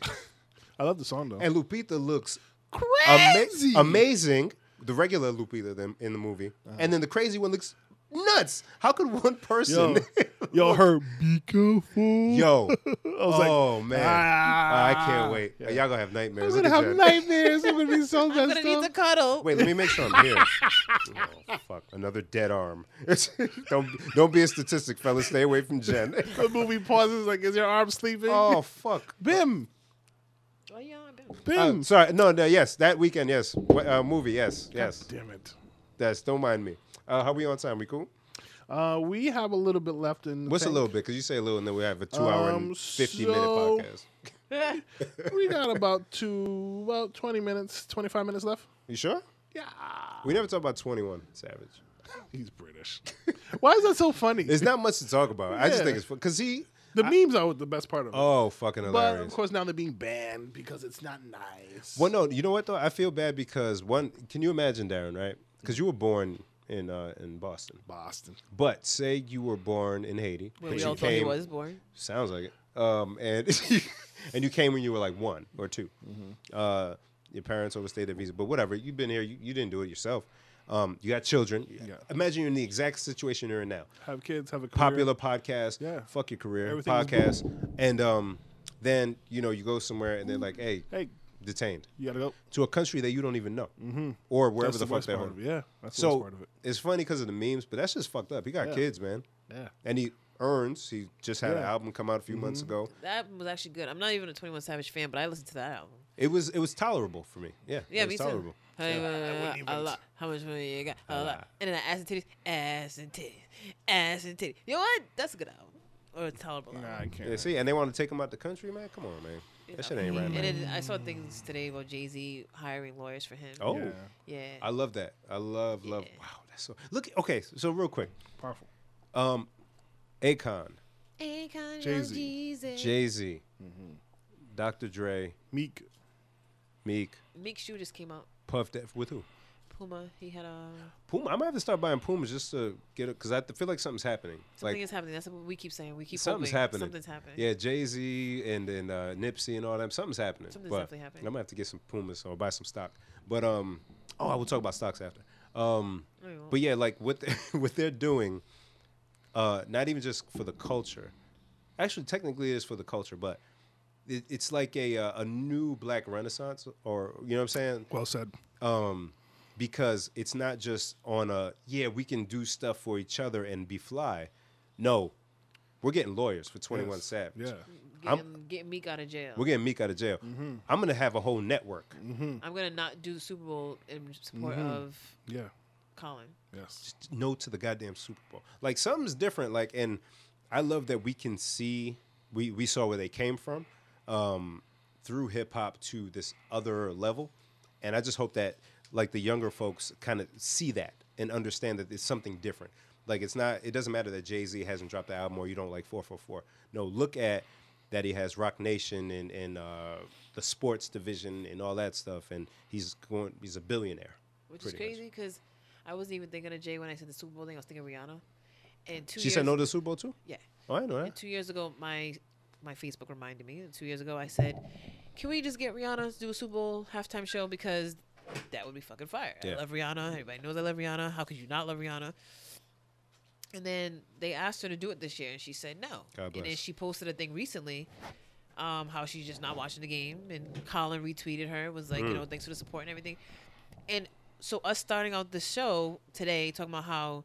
B: I love the song though.
A: And Lupita looks
B: Crazy.
A: ama- amazing. The regular Lupita them in the movie.
B: Uh-huh.
A: And then the crazy one looks nuts. How could one
B: yo,
A: person.
B: yo, her be careful.
A: Yo.
B: I was like,
A: oh, man.
B: ah.
A: I can't wait. Y'all going to have nightmares.
B: I'm
A: Look
B: gonna
A: at
B: have
A: Jen.
B: nightmares. I'm gonna be so
C: I'm
B: messed
C: gonna need to
B: up.
C: cuddle.
A: Wait, let me make sure I'm here. oh, fuck. Another dead arm. don't, don't be a statistic, fellas. Stay away from Jen.
B: The movie pauses. Like, is your arm sleeping?
A: oh, fuck.
B: Bim,
C: Oh, yeah, I bet.
B: Bim.
A: Uh, sorry, no, no, yes, that weekend, yes, Wh- uh, movie, yes, yes,
B: Damn it.
A: yes. Don't mind me. Uh, how we on time? We cool?
B: Uh, we have a little bit left in. The
A: What's a
B: tank.
A: little bit? Because you say a little, and then we have a two-hour
B: Um,
A: and fifty-minute
B: so-
A: podcast.
B: we got about two, about twenty minutes, twenty five minutes left.
A: You sure?
B: Yeah,
A: We never talk about twenty-one Savage.
B: he's British. Why is that so funny?
A: There's not much to talk about. I just
B: Yeah.
A: think it's because he.
B: the memes are the best part of it.
A: Oh, fucking
B: but
A: hilarious.
B: of course, now they're being banned because it's not nice.
A: Well, no, you know what though? I feel bad because one. Can you imagine, Darren? Right?
C: Mm-hmm.
A: Because you were born in uh, in Boston,
B: Boston.
A: but say you were born in Haiti,
C: Where
A: but
C: we
A: you
C: all thought he was born.
A: Sounds like it. Um, and and you came when you were like one or 2
C: Mm-hmm.
A: Uh, your parents overstayed their visa, but whatever. You've been here. You, you didn't do it yourself. Um, you got children.
B: Yeah.
A: Imagine you're in the exact situation you're in now.
B: Have kids, have a career.
A: Popular podcast.
B: Yeah.
A: Fuck your career.
B: Everything was
A: podcast. And um, then you know you go somewhere and they're like, hey,
B: Mm-hmm. Hey,
A: detained
B: you gotta go.
A: to a country that you don't even know or wherever
B: Mm-hmm. That's
A: the, fuck
B: worst
A: they're
B: part of
A: home.
B: it. Yeah, that's the
A: So
B: worst part of it.
A: it's funny because of the memes, but that's just fucked up. He got
B: Yeah.
A: kids, man,
B: Yeah.
A: and he earns. He just had an
B: Yeah. Mm-hmm.
A: album come out a few months ago.
C: That was actually good. I'm not even a 21 Savage fan, but I listened to that album.
A: It was it was tolerable for me. Yeah,
C: Yeah,
A: it
C: me
A: was
C: too.
A: tolerable.
C: How, you want- a lot. How much money you got? A
A: Uh,
C: lot. And then ass and titties, ass and titties, ass and titties. You know what? That's a good album. Or a tolerable album.
B: Nah, I can't.
A: Yeah, see, and they want to take him out the country, man. Come on, man. That shit ain't right,
C: And
A: man.
C: then I saw things today about Jay Z hiring lawyers for him.
A: Oh,
B: Yeah.
C: yeah.
A: I love that. I love love. Wow, that's so. Look, okay, so real quick,
B: Powerful.
A: um, Akon,
C: Akon,
B: Jay-Z.
C: Jay-Z.
B: Mm-hmm.
A: Jay Z, Dr. Dre,
B: Meek.
A: Meek,
C: Meek shoe just came out.
A: Puff Def with who?
C: Puma. He had uh, a
A: Puma. I might have to start buying Pumas just to get it because I feel like something's happening.
C: something
A: like
C: is happening. That's what we keep saying. We keep
A: something's
C: hoping
A: happening.
C: Something's happening.
A: Yeah, Jay Z and then uh, Nipsey and all them. Something's happening.
C: Something's
A: but
C: definitely happening.
A: I'm gonna have to get some Pumas or buy some stock. But um, oh, I will talk about stocks after. Um,
C: No, you won't.
A: but yeah, like what they, what they're doing, uh, not even just for the culture. Actually, technically, it is for the culture, but it, it's like a uh, a new Black Renaissance, or you know what I'm saying?
B: Well said.
A: um, because it's not just on a yeah we can do stuff for each other and be fly. No, we're getting lawyers for Twenty One
B: Yes.
A: Savage.
B: Yeah.
A: I'm-
C: Getting, getting Meek out of jail.
A: We're getting Meek out of jail.
B: Mm-hmm.
A: I'm gonna have a whole network.
C: I'm gonna not do the Super Bowl in support
A: Mm-hmm.
C: of
B: Yeah.
C: Colin.
B: Yes.
A: Just no to the goddamn Super Bowl. Like something's different. Like and I love that we can see we we saw where they came from um, through hip hop to this other level, and I just hope that like the younger folks kind of see that and understand that it's something different. Like it's not. It doesn't matter that Jay Z hasn't dropped the album or you don't like Four Four Four. No, look at that he has Rock Nation and and uh, the sports division and all that stuff, and he's going. He's a billionaire.
C: Which
A: pretty
C: is
A: much.
C: crazy because I wasn't even thinking of Jay when I said the Super Bowl thing. I was thinking Rihanna. And two
A: She
C: years,
A: said no to the Super Bowl too.
C: Yeah.
A: Oh, I know that.
C: And two years ago, my my Facebook reminded me. and Two years ago, I said, "Can we just get Rihanna to do a Super Bowl halftime show because that would be fucking fire."
A: Yeah.
C: I love Rihanna. Everybody knows I love Rihanna. How could you not love Rihanna? And then they asked her to do it this year, and she said no.
A: God
C: And then
A: bless.
C: she posted a thing recently, um, how she's just not watching the game, and Colin retweeted her, was like, you
A: Mm.
C: know, thanks for the support and everything. And so us starting out the show today talking about how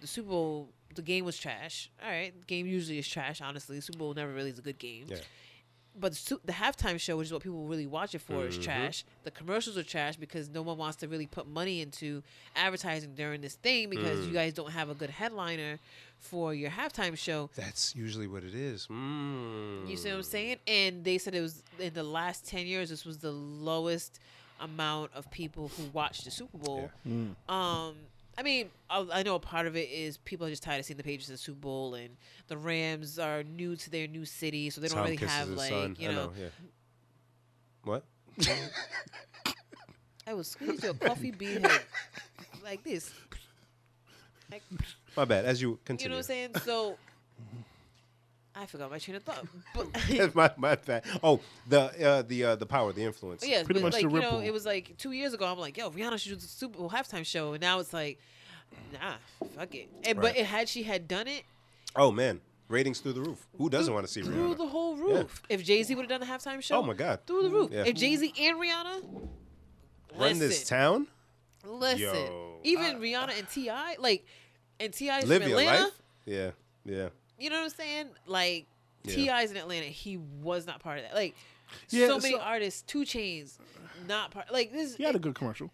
C: the Super Bowl, the game was trash. All right, the game usually is trash. Honestly, the Super Bowl never really is a good game.
A: Yeah.
C: But the, su- the halftime show, which is what people really watch it for, is
A: Mm-hmm.
C: trash. The commercials are trash because no one wants to really put money into advertising during this thing because
A: Mm.
C: you guys don't have a good headliner for your halftime show.
A: That's usually what it is. Mm.
C: You see what I'm saying? And they said it was in the last 10 years, this was the lowest amount of people who watched the Super Bowl. Um, I mean, I, I know a part of it is people are just tired of seeing the pages of the Super Bowl, and the Rams are new to their new city, so they don't
A: Tom
C: really
A: kisses
C: have,
A: his
C: like,
A: son.
C: you
A: I
C: know.
A: yeah. What?
C: I will squeeze your coffee bean head like this. Like,
A: My bad. As you
C: you
A: continue.
C: know what I'm saying? So. I forgot my train of thought, but
A: my, my bad. Oh, the uh, the uh, the power, the influence.
C: But yes,
B: Pretty
C: but
B: much
C: like,
B: the
C: you know,
B: ripple.
C: it was like two years ago. I'm like, yo, Rihanna should do the Super Bowl halftime show, and now it's like, nah, fuck it. And,
A: Right.
C: But it, had she had done it
A: Oh man, ratings through the roof. Who doesn't want to see
C: through
A: Rihanna?
C: the whole roof, if Jay Z would have done the halftime show,
A: Oh, my God.
C: through the roof.
A: Yeah.
C: If Jay Z and Rihanna,
A: Run
C: listen,
A: this town.
C: listen,
A: Yo.
C: even Rihanna and Ti, like, and Ti is
A: Live
C: from
A: your
C: Atlanta.
A: life. Yeah, yeah.
C: You know what I'm saying? Like,
A: Yeah.
C: Ti's in Atlanta. He was not part of that. Like.
B: Yeah,
C: so many
B: so-
C: artists, Two Chains, not part like this. eh,
B: He had a good commercial.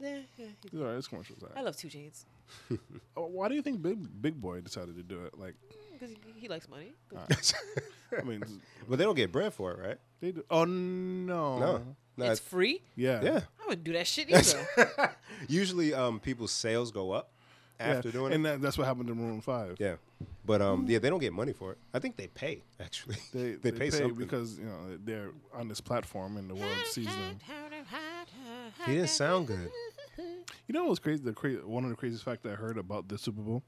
C: Yeah, yeah, he-
B: All right, his commercial was all
C: I
B: right.
C: love Two Chains.
B: Oh, Why do you think Big Big Boy decided to do it? Like,
C: Because he likes money.
B: I mean,
A: But they don't get bread for it, right?
B: they do. Oh
A: No.
B: no.
A: No.
C: Uh-huh. it's
A: it's-
C: free.
B: Yeah.
A: yeah.
C: I wouldn't do that shit either.
A: Usually, um, people's sales go up
B: Yeah.
A: after doing
B: and
A: it.
B: that, that's what happened to Maroon Five.
A: yeah. But um, yeah, they don't get money for it. I think they pay actually.
B: They,
A: they, pay, something
B: because you know they're on this platform and the world sees them.
A: He didn't sound good.
B: You know what's crazy? The cra- one of the craziest facts I heard about the Super Bowl.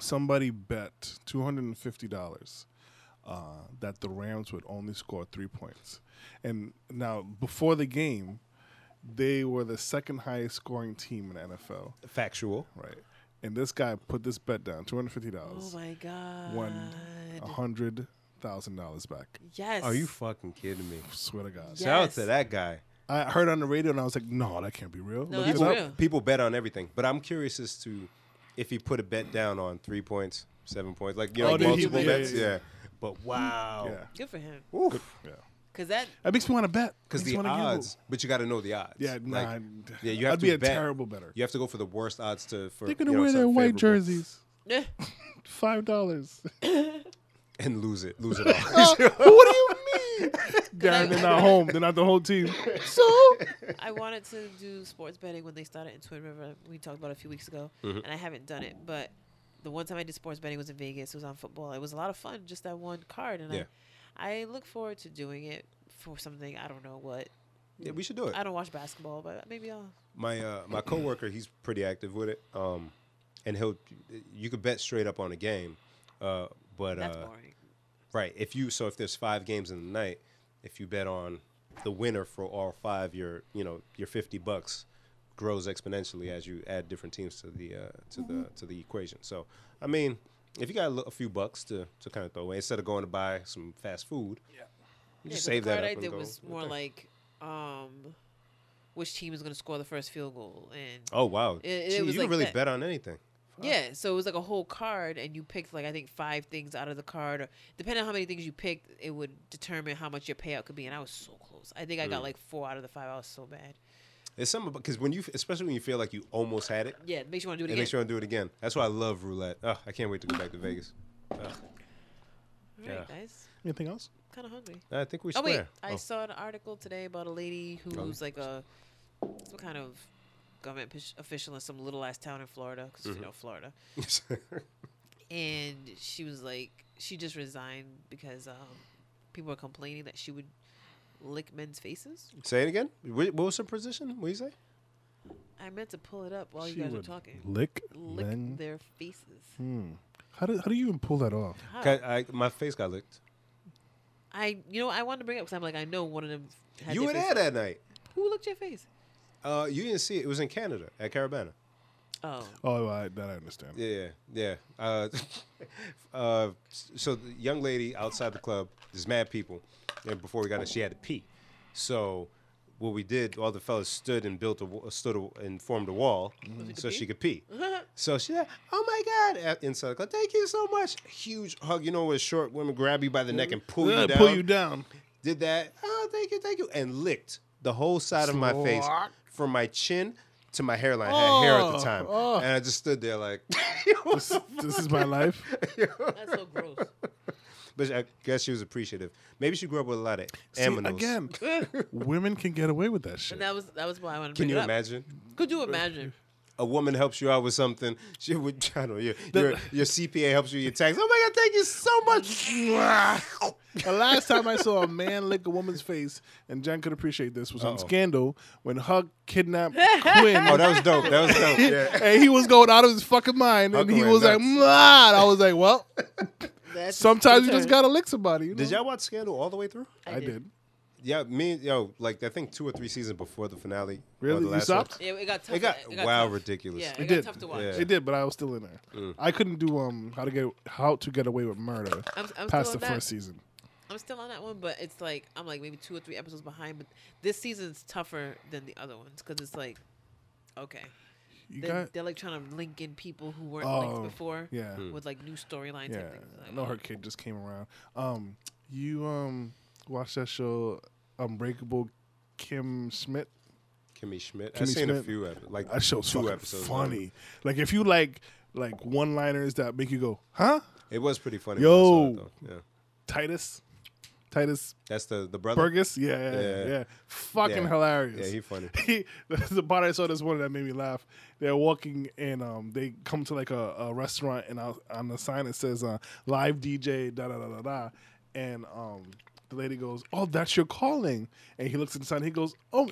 B: Somebody bet two hundred and fifty dollars uh, that the Rams would only score three points, and now before the game, they were the second highest scoring team in the NFL,
A: Factual.
B: right? And this guy put this bet down two hundred fifty
C: Oh
B: dollars,
C: my god.
B: won a hundred thousand dollars back.
C: Yes.
A: Are you fucking kidding me?
B: Swear to God,
C: Yeah.
A: Shout out
C: Yes.
A: to that guy.
B: I heard on the radio and I was like, no, that can't be real.
C: No,
B: Look
C: that's
B: it up.
C: real.
A: People, people bet on everything, but I'm curious as to if he put a bet down on three points, seven points, like you know,
B: Oh, did he?
A: multiple
B: Yeah,
A: bets.
B: yeah,
A: Yeah,
B: yeah.
A: But wow,
B: Yeah,
C: Good for him.
A: because
B: yeah.
C: Cause that
B: That makes me want to bet Makes
A: the
B: me wanna gamble.
A: odds. But you got to know the odds.
B: Yeah, nah,
A: Like,
B: I'd-
A: yeah, you have
B: I'd
A: to
B: be a
A: bet.
B: terrible better.
A: You have to go for the worst odds to. For,
B: They're gonna
A: you know,
B: wear their
A: something
B: white
A: favorable
B: jerseys.
C: eh,
B: Five dollars.
A: and lose it, lose it all.
B: what do you mean? Darren, they're not home. They're not the whole team. So
C: I wanted to do sports betting when they started in Twin River. We talked about it a few weeks ago,
A: Mm-hmm.
C: and I haven't done it. But the one time I did sports betting was in Vegas. It was on football. It was a lot of fun. Just that one card, and
A: Yeah.
C: I, I look forward to doing it for something I don't know what.
A: Yeah, we should do it.
C: I don't watch basketball, but maybe I'll.
A: My uh, my coworker, he's pretty active with it, um, and he'll you could bet straight up on a game, uh, but
C: That's
A: uh,
C: boring.
A: right if you so if there's five games in the night, if you bet on the winner for all five, your you know your fifty bucks grows exponentially as you add different teams to the uh, to
C: Mm-hmm.
A: the to the equation. So I mean, if you got a, li- a few bucks to to kind of throw away instead of going to buy some fast food,
B: Yeah.
A: you
C: Yeah, 'cause
A: just save
C: the
A: that
C: card
A: up
C: I
A: and
C: did
A: go
C: was
A: with
C: more
A: that.
C: like, um, which team is going to score the first field goal, and
A: oh wow,
C: It- it
A: Gee,
C: was
A: you
C: like
A: can really
C: that.
A: bet on anything.
C: yeah, so it was like a whole card, and you picked like I think five things out of the card, or depending on how many things you picked, it would determine how much your payout could be. And I was so close. I think I
A: Hmm.
C: got like four out of the five. I was so bad.
A: It's something because when you, especially when you feel like you almost had it,
C: Yeah, it makes you want to do
A: it
C: it again.
A: makes you want to do it again. That's why I love roulette. Ugh, I can't wait to go back to Vegas. Ugh.
C: All right,
A: Yeah.
C: guys,
B: Anything else?
C: kind of hungry.
A: I think we
C: Oh
A: square.
C: wait, I
A: Oh.
C: saw an article today about a lady who's like a some kind of government pish- official in some little ass town in Florida, 'cause,
A: Mm-hmm.
C: you know Florida, and she was like she just resigned because um, people were complaining that she would lick men's faces.
A: say it again. Wh- What was her position? What do you say?
C: I meant to pull it up while
B: She
C: you guys were
B: would
C: talking.
B: Lick,
C: Lick
B: men.
C: their faces.
B: How do how do you even pull that off?
C: How?
A: Ca- I, my face got licked.
C: I you know I wanted to bring it up because I'm like I know one of them. Had
A: you were there
C: their face-
A: that night.
C: Who licked your face?
A: Uh, you didn't see it. It was in Canada at Carabana.
C: Oh,
B: Oh, I, that I understand.
A: Yeah, yeah. yeah. Uh, uh, so the young lady outside the club, there's mad people, and before we got in, she had to pee. So what we did, all the fellas stood and built a wa- stood a, and formed a wall
C: could
A: so
C: pee?
A: she could pee. so she, said, oh my god, at- inside the club, thank you so much. Huge hug, you know, where short women grab you by the neck and pull
B: Yeah,
A: you down.
B: pull you down.
A: Did that? Oh, thank you, thank you, and licked the whole side of my face
B: Slack.
A: from my chin. To my hairline, I had hair at the
B: Oh,
A: time,
B: oh.
A: and I just stood there like,
B: This, this is my life.
C: that's so gross.
A: But I guess she was appreciative. Maybe she grew up with a lot of
B: See,
A: aminos.
B: again, women can get away with that shit.
C: And that was that was why I wanted to
A: Can
C: bring
A: you
C: it up.
A: imagine?
C: Could you imagine?
A: A woman helps you out with something. She would, I don't know, your, your, your CPA helps you with your tax. Oh my God, thank you so much.
B: The last time I saw a man lick a woman's face, and Jen could appreciate this, was on Scandal when Hug kidnapped Quinn.
A: Oh, that was dope. That was dope. Yeah.
B: and he was going out of his fucking mind, and
A: Huck
B: he
A: went
B: was like,
A: nuts.
B: "Mwah," and I was like, "Well,
C: That's
B: sometimes you just
C: got.
B: gotta lick somebody." You know?
A: Did y'all watch Scandal all the way through?
B: I,
C: I
B: did.
C: did.
A: Yeah, me, yo, like I think two or three seasons before the finale. or
B: Really,
A: The
B: you
A: last
B: stopped?
C: Yeah, it got tough.
A: It got, wow
C: tough.
A: ridiculous.
C: Yeah, it,
B: It
C: got
B: did.
C: tough to watch.
A: Yeah. Mm.
B: It did, but I was still in there. I couldn't do um how to get how to get away with murder
C: I'm, I'm
B: past
C: still
B: the
C: on that.
B: first season.
C: I'm still on that one, but it's like I'm like maybe two or three episodes behind. But this season's tougher than the other ones because it's like, okay,
B: You
C: they're,
B: got
C: they're like trying to link in people who weren't
B: Oh,
C: linked before,
B: yeah. Hmm.
C: with like new storylines.
B: yeah.
C: and things. Like,
B: I know her kid just came around. Um, you um watched that show Unbreakable Kim Schmidt?
A: Kimmy Schmidt.
B: Kimmy
A: I've seen a
B: Schmidt.
A: few episodes. Like
B: That show's
A: two
B: fucking
A: episodes.
B: funny. Like if you like like one liners that make you go, huh?
A: It was pretty funny. when I saw it,
B: Yo.
A: though. yeah.
B: Titus, Titus
A: That's the, the brother.
B: Burgess, yeah, yeah, yeah,
A: Yeah.
B: yeah. fucking
A: Yeah.
B: hilarious.
A: Yeah, he funny.
B: he, the part I saw this one that made me laugh. They're walking and um, they come to like a, a restaurant and out, on the sign it says uh, live DJ da da da da da, and um, the lady goes, "Oh, that's your calling." And he looks at the sign. He goes, "Oh,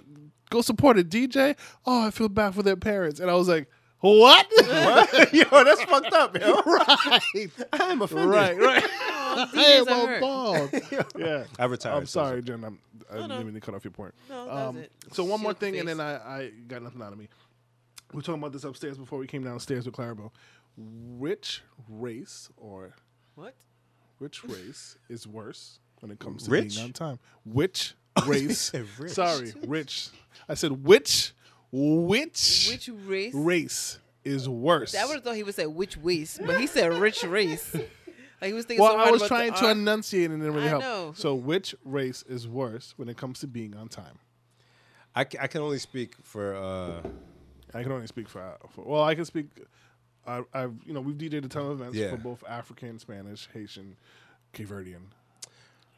B: go support a DJ." Oh, I feel bad for their parents. And I was like, "What?"
A: yo, that's fucked up, yo. right. I am offended.
B: right, right.
C: DJs
B: Hey,
C: are
B: my
C: hurt.
B: dog. yeah,
A: I retired.
B: I'm
A: so-
B: sorry, Jen. I'm, I
C: no.
B: didn't mean to cut off your point.
C: No, that was
B: um,
C: it.
B: so one
C: She
B: more
C: looked
B: thing, and
C: face.
B: then I, I got nothing out of me. We were talking about this upstairs before we came downstairs with Clarabelle. Which race or
C: What?
B: which race is worse when it comes to
A: Rich?
B: being on time? Which race?
A: said rich.
B: Sorry, rich. I said which which
C: Which race?
B: race is worse?
C: I would have thought he would say which race, but he said rich race. like he was thinking. so
B: well,
C: hard
B: I was
C: about
B: trying
C: the
B: to
C: R.
B: enunciate and it didn't really
C: I
B: help.
C: know.
B: So, which race is worse when it comes to being on time?
A: I, ca- I can only speak for. Uh,
B: I can only speak for, uh, for well, I can speak. I, I've you know we've DJed a ton of events
A: Yeah.
B: for both African, Spanish, Haitian, Cape Verdean,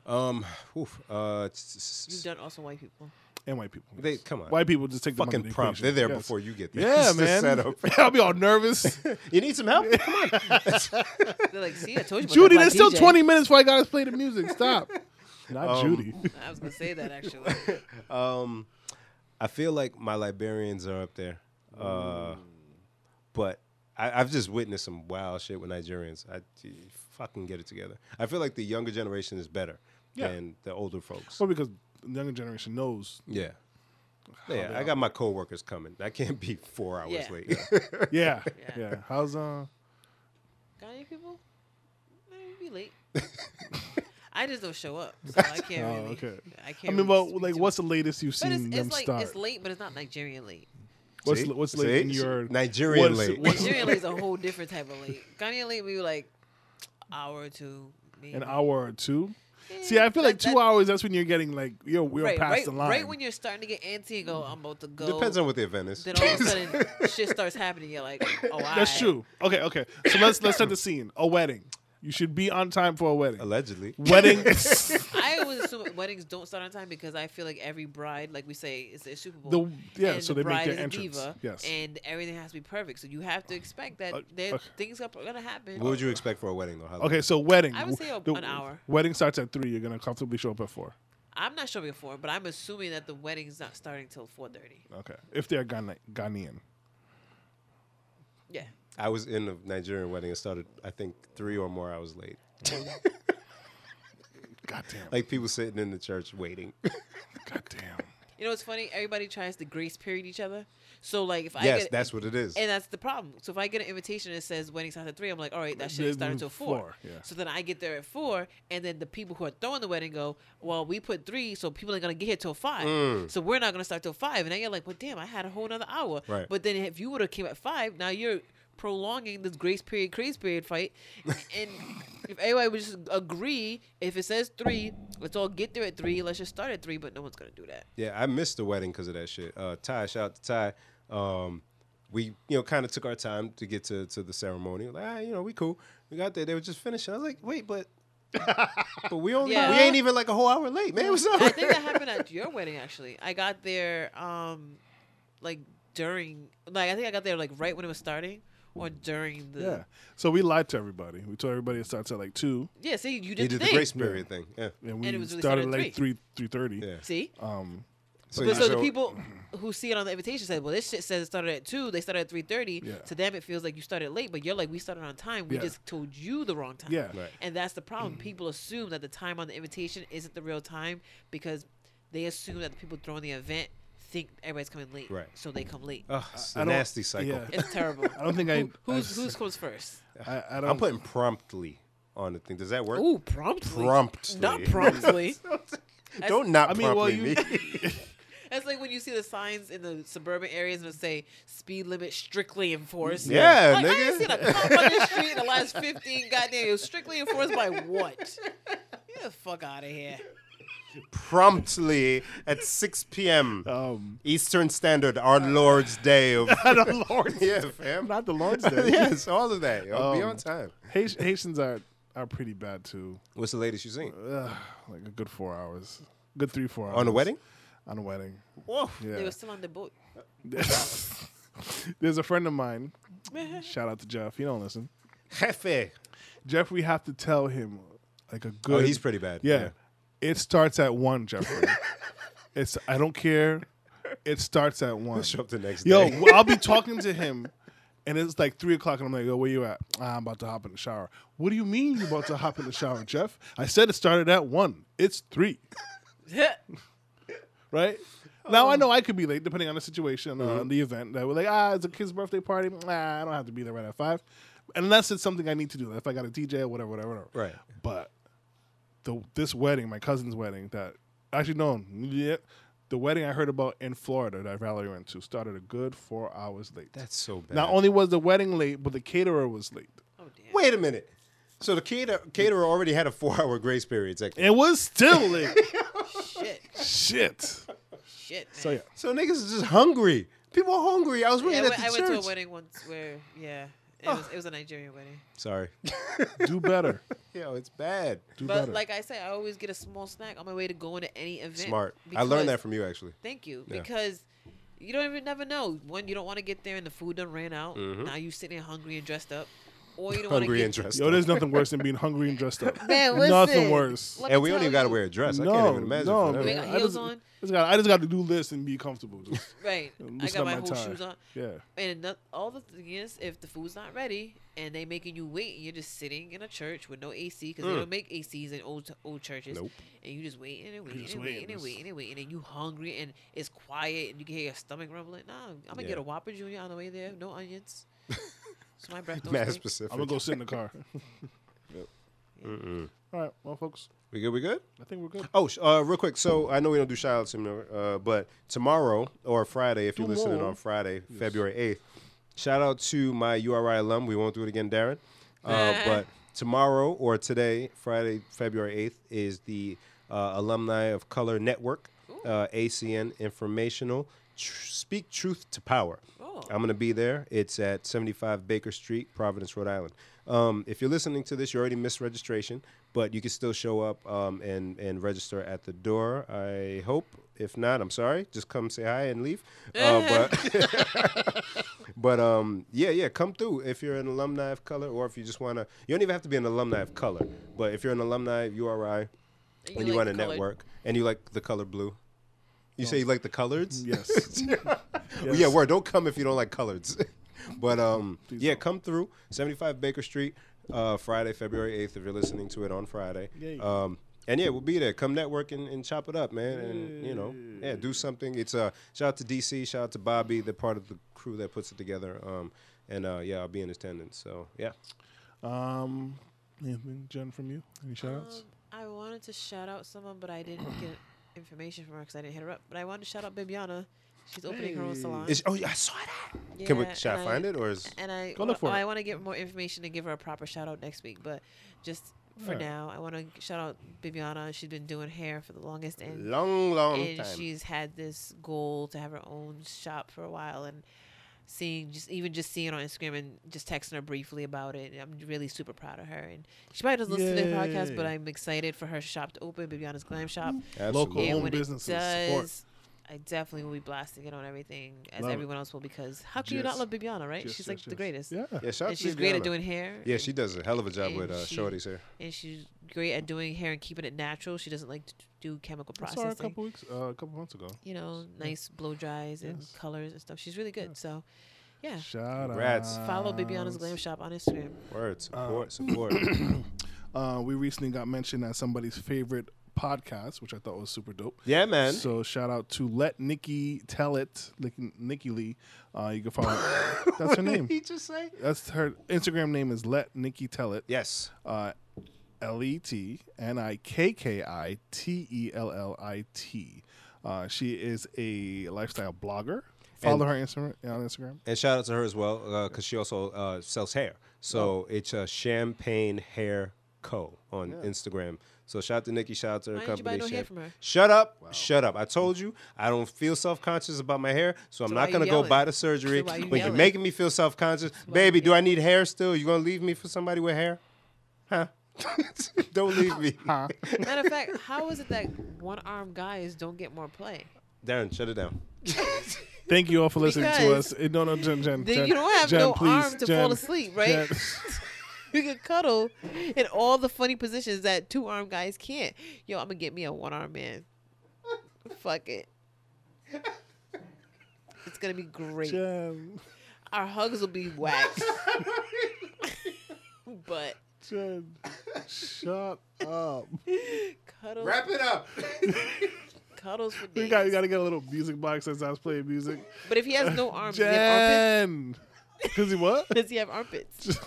A: um, oof, uh, s- s-
C: You've
A: s-
C: done also white people.
B: and white people.
A: They-
B: yes.
A: come on.
B: white people just take them out of
A: fucking
B: the
A: prompt.
B: equation,
A: They're there
B: yes.
A: before you get there.
B: Yeah,
A: It's the
B: man.
A: setup.
B: I'll be all nervous.
A: You need some help? Come on.
C: They're like, see, I told you.
B: Judy,
C: about that black
B: there's still
C: DJ.
B: 20 minutes before I gotta play the music. Stop. Not Judy.
C: I was gonna say that actually.
A: Um, I feel like my Liberians are up there, uh, but I, I've just witnessed some wild shit with Nigerians. I gee, fucking get it together. I feel like the younger generation is better
B: Yeah.
A: than the older folks.
B: Well, because the younger generation knows.
A: Yeah. Yeah, I got my coworkers coming. I can't be four hours
C: Yeah.
A: late.
B: Yeah,
C: Yeah.
B: yeah. How's uh?
C: Ghanaian people, they be late. I just don't show up, so I can't
B: Oh,
C: really.
B: okay.
C: I can't.
B: I mean,
C: really
B: well,
C: speak
B: like,
C: to
B: what's the latest you've
C: But
B: seen
C: it's,
B: them
C: it's like
B: start?
C: it's late, but it's not Nigerian late.
B: what's
A: See?
B: what's
A: See?
B: late in your
A: Nigerian
B: what's-
A: late.
B: what's-
C: Nigerian late is a whole different type of late. Ghanaian late, we were like hour or two. Maybe.
B: an hour or two?
C: Yeah,
B: See, I feel like
C: that-
B: two
C: that-
B: hours. That's when you're getting like you're we're
C: right,
B: past
C: right,
B: the line.
C: right when you're starting to get antsy and go, I'm about to go.
A: Depends on what the event is.
C: Then all of a sudden, shit starts happening. You're like, oh,
B: That's
C: aight.
B: true. Okay, okay. So let's let's set the scene. A wedding. You should be on time for a wedding.
A: Allegedly.
B: Wedding.
C: I always assume weddings don't start on time because I feel like every bride, like we say, is a Super Bowl.
B: The- yeah,
C: and
B: so
C: the
B: they make
C: bride
B: their
C: is a
B: entrance.
C: diva,
B: Yes.
C: and everything has to be perfect. So you have to expect that
B: Uh,
C: there
B: okay.
C: things are gonna happen.
A: What would you expect for a wedding though? How long?
B: okay, so wedding.
C: I would say a-
B: The
C: an hour.
B: Wedding starts at three. You're gonna comfortably show up at four.
C: I'm not sure before, but I'm assuming that the wedding's not starting till 4:30.
B: Okay, if they're Ghana- Ghanaian.
C: Yeah.
A: I was in a Nigerian wedding. It started, I think, three or more hours late.
B: Goddamn. Like,
A: Like people sitting in the church waiting.
B: goddamn.
C: You know what's funny? Everybody tries to grace period each other. So like, if I
A: yes,
C: get,
A: that's what it is.
C: and that's the problem. So if I get an invitation that says wedding starts at three, I'm like, all right, that shit
B: Then
C: ain't starting until four.
B: four, yeah.
C: So then I get there at four, and then the people who are throwing the wedding go, well, we put three, so people ain't gonna get here till five. So we're not gonna start till five. And then you're like, well, damn, I had a whole another hour.
A: Right.
C: But then if you would have came at five, now you're prolonging this grace period, grace period fight, and. If everybody would just agree, if it says three, let's all get there at three. Let's just start at three, but no one's gonna do that.
A: Yeah, I missed the wedding because of that shit. Uh, Ty, shout out to Ty. Um, we, you know, kind of took our time to get to, to the ceremony. Like, ah, you know, we cool. We got there. They were just finishing. I was like, wait, but but we only
C: Yeah.
A: we ain't even like a whole hour late, man. What's up?
C: I think that happened at your wedding actually. I got there um like during like I think I got there like right when it was starting or during the
B: Yeah. So we lied to everybody. We told everybody it starts at like two,
C: Yeah, see you
A: He
C: did,
A: did
C: the,
A: the
C: thing.
A: grace period thing. Yeah.
B: and we
C: And it was really
B: started
C: started
B: at
C: at
B: like three three thirty.
A: Yeah.
C: See?
B: Um.
A: So,
C: but
A: you-
C: so, the
A: Oh, so-
C: people who see it on the invitation said, "Well, this shit says it started at two. They started at three thirty.
B: Yeah.
C: To them, it feels like you started late, but you're like, we started on time. We
B: Yeah.
C: just told you the wrong time.
B: Yeah.
A: Right.
C: And that's the problem.
A: Mm-hmm.
C: People assume that the time on the invitation isn't the real time because they assume that the people throwing the event think everybody's coming late.
A: Right. Uh.
C: So they come late.
A: Ugh, it's
B: I
A: a
B: don't-
A: nasty cycle.
B: yeah.
C: It's terrible.
B: I don't think I.
C: Who's
B: I,
C: who's comes first?
B: I, I don't.
A: I'm putting promptly on the thing. Does that work?
C: Ooh, promptly.
A: Promptly.
C: Not promptly.
A: Don't not
B: I mean, well,
A: promptly
B: you-
A: me.
C: That's like when you see the signs in the suburban areas that say speed limit strictly enforced.
A: Yeah,
C: like, I
A: nigga.
C: ain't seen a cop on the street in the last 15 goddamn years. Strictly enforced by what? Get the fuck out of here.
A: promptly at 6 p.m.
B: um.
A: Eastern Standard, our Lord's Day of
B: the Lord's.
A: yeah, fam.
B: Not the Lord's Day.
A: yes, all of that. Yo, be
B: Um,
A: on time.
B: Haitian, Haitians are are pretty bad too.
A: What's the latest you seen
B: Ugh, like a good four hours, good three four hours
A: on a wedding?
B: On a wedding,
A: Whoa.
C: They
B: yeah.
C: were still on the boat.
B: There's a friend of mine. Shout out to Jeff. He don't listen.
A: Jefe.
B: Jeff, we have to tell him like a
A: Oh,
B: good.
A: he's pretty bad.
B: Yeah, it starts at one, Jeffrey. it's I don't care. It starts at one.
A: Show up the next
B: Yo,
A: day.
B: w- I'll be talking to him, and it's like three o'clock, and I'm like, "Yo, where you at? "Ah, I'm about to hop in the shower." What do you mean you about to hop in the shower, Jeff? I said it started at one. It's three,
C: Oh,
B: right? Now I
A: Um,
B: know I could be late depending on the situation,
A: Uh-huh.
B: uh, the event. That we're like, ah, it's a kid's birthday party. Nah, I don't have to be there right at five, unless it's something I need to do. If I got a DJ or whatever, whatever, whatever.
A: Right.
B: But the this wedding, my cousin's wedding, that actually no, yeah, the wedding I heard about in Florida that Valerie went to started a good four hours late.
A: That's so bad.
B: Not only was the wedding late, but the caterer was late.
C: Oh, damn.
A: Wait a minute. So the cater- caterer already had a four-hour grace period. technically.
B: It was still late.
C: Shit.
B: Shit.
C: Shit, man.
B: So Oh, yeah,
A: So niggas is just hungry. People are hungry. I was
C: Yeah, I
A: reading
C: went,
A: at the
C: I went
A: church. Ah.
C: to a wedding once where, yeah, it, was, it was a Nigerian wedding.
A: Sorry.
B: do better.
A: Yo, it's bad.
B: Do
C: But
B: better.
C: like I say, I always get a small snack on my way to going to any event.
A: Smart. I learned
C: because-
A: that from you actually.
C: Thank you.
A: Yeah.
C: Because you don't even never know. One, you don't want to get there and the food done ran out. Now you sitting there hungry and dressed up. or you don't want to
A: Mm-hmm. Hungry
C: get
A: and dressed
B: Yo,
A: up.
B: there's nothing worse than being hungry and dressed up.
D: Man,
B: nothing
D: listen.
B: worse.
C: Let me
A: And we don't
C: tell
A: even got to
C: you.
A: wear a dress. I
B: No,
A: can't even imagine.
B: no,
A: for them.
C: We
B: man.
C: got
B: I
C: heels
B: just-
C: on.
B: Just gotta- I just got to do this and be comfortable. Just
C: Right. I
B: loosen
C: got
B: up
C: my
B: my
C: whole
B: tie.
C: shoes on.
B: yeah.
C: And the, all the thing is, if the food's not ready and they making you wait, and you're just sitting in a church with no AC because they don't make ACs in old old churches.
A: Mm. Nope.
C: And you just waiting and waiting
B: just
C: and
B: waiting.
C: waiting and waiting and waiting, and you hungry and it's quiet and you can hear your stomach rumbling. Nah, I'm gonna get
A: Yeah.
C: a Whopper Junior on the way there. No onions. so my breath don't
A: Mad
C: stink.
A: specific.
B: I'm gonna go sit in the car.
A: Mm-mm.
B: All right, well, folks,
A: We good? We good?
B: I think we're good.
A: Oh, sh- uh, real quick. So I know we don't do shout outs anymore, uh, but tomorrow or Friday, if you're listening
B: Tomorrow.
A: on Friday, February 8th, shout out to my URI alum. We won't do it again, Darren. Uh, but tomorrow or today, Friday, February 8th, is the uh, Alumni of Color Network, uh, ACN Informational. Tr- speak truth to power.
C: Oh.
A: I'm going to be there. It's at 75 Baker Street, Providence, Rhode Island. Um, if you're listening to this, you already missed registration, but you can still show up um, and and register at the door. I hope. If not, I'm sorry. Just come say hi and leave. Uh, but but um, yeah, yeah, come through if you're an alumni of color, or if you just wanna. You don't even have to be an alumni of color, but if you're an alumni of URI
C: And
A: and you want
C: like the
A: to
C: color.
A: network and you like the color blue, you say you like the coloreds.
B: Yes.
A: Well, Yeah, word. Don't come if you don't like coloreds. but um, yeah,
B: don't.
A: come through 75 Baker Street, uh, Friday, February 8th. If you're listening to it on Friday,
B: Yay.
A: um, and yeah, we'll be there. Come network and, and chop it up, man. And you know, yeah, do something. It's uh, shout out to DC, shout out to Bobby, the part of the crew that puts it together. Um, and uh, yeah, I'll be in attendance. So yeah,
B: Um, anything, Jen, from you? Any shout outs?
C: Um, I wanted to shout out someone, but I didn't get information from her because I didn't hit her up. But I wanted to shout out Bibiana. She's opening her own salon.
A: Is- oh yeah, I saw that. Can we?
C: Yeah,
A: Should I
C: and
A: find it or is?
C: And I
B: Go look
C: wa-
B: for
C: I
B: it.
C: want to get more information and give her a proper shout out next week. But just for
B: Alright.
C: now, I want to shout out Bibiana. She's been doing hair for the longest and
A: Long, long
C: and
A: time.
C: she's had this goal to have her own shop for a while and seeing just even just seeing it on Instagram and just texting her briefly about it. and I'm really super proud of her and she probably doesn't listen to the podcast, but
B: Yay.
C: I'm excited for her shop to open, Bibiana's Glam Shop.
A: Absolutely.
B: Local.
C: And
B: Home
C: when it
B: businesses, support.
C: does, I definitely will be blasting it on everything as
B: Love it.
C: everyone else will because how can you not
B: Yes.
C: love Bibiana, right?
B: Yes,
C: she's like
B: yes,
C: the
B: yes.
C: greatest.
B: Yeah.
A: Yeah, shout out
C: And
A: to
C: she's great
A: Bibiana.
C: at doing hair.
A: Yeah, she does a hell of a job
C: and
A: with uh,
C: she-
A: Shorty's here.
C: and she's great at doing hair and keeping it natural. She doesn't like to do chemical
B: I saw her a
C: processing
B: couple weeks, uh, a couple months ago.
C: you know, nice blow dries and
B: Yes.
C: colors and stuff. She's really good. So, yeah,
B: Shout
A: Congrats.
B: out.
C: follow Bibiana's Glam
B: um,
C: Shop on Instagram.
A: Word, support, support.
B: Uh, we recently got mentioned as somebody's favorite podcast, which I thought was super dope.
A: yeah, man.
B: So shout out to Let Nikki Tell It, Lick- Nikki Lee. Uh, you can follow. that's her name.
A: just say?
B: That's her Instagram name is Let Nikki Tell It.
A: Yes.
B: Uh, L E T N I K K I T E L L I T. Uh, She is a lifestyle blogger. Follow her Instagram on Instagram.
A: And shout out to her as well because she also uh, sells hair.
C: Oh.
A: So it's uh, Champagne Hair Co. on Instagram. So shout out to Nikki. Shout out to her
C: Why didn't you
A: company.
C: buy no hair
A: Champ-
C: from her?
A: Shut up. Shut up. I told you I don't feel self conscious about my hair. So I'm
C: So why
A: not
C: you
A: going to go
C: yelling?
A: buy the surgery.
C: So why you
A: but you're
C: yelling?
A: making me feel self conscious.
C: why
A: Baby,
C: you
A: do I need hair still? You going to leave me for somebody with hair? Huh? don't leave me.
C: Matter of fact, how is it that one armed guys don't get more play?
A: Darren, shut it down.
B: Thank you all for listening to
C: Because
B: us. Eh, No, no, Jen, Jen,
C: Then
B: Jen,
C: you don't have
B: Jen,
C: no
B: please,
C: arm to
B: Jen,
C: fall asleep, right?
B: Jen.
C: you can cuddle in all the funny positions that two armed guys can't. Yo, I'm gonna get me a one armed man. Fuck it. It's gonna be great.
B: Jen,
C: Our hugs will be whack. but
B: Jen, shut up.
C: cuddles,
A: it up.
C: cuddles for days.
B: We got, we got to get a little music box since I was playing music.
C: But if he has no arms, does he, have
B: Jen,
C: armpits?
B: because he what?
C: does he have armpits?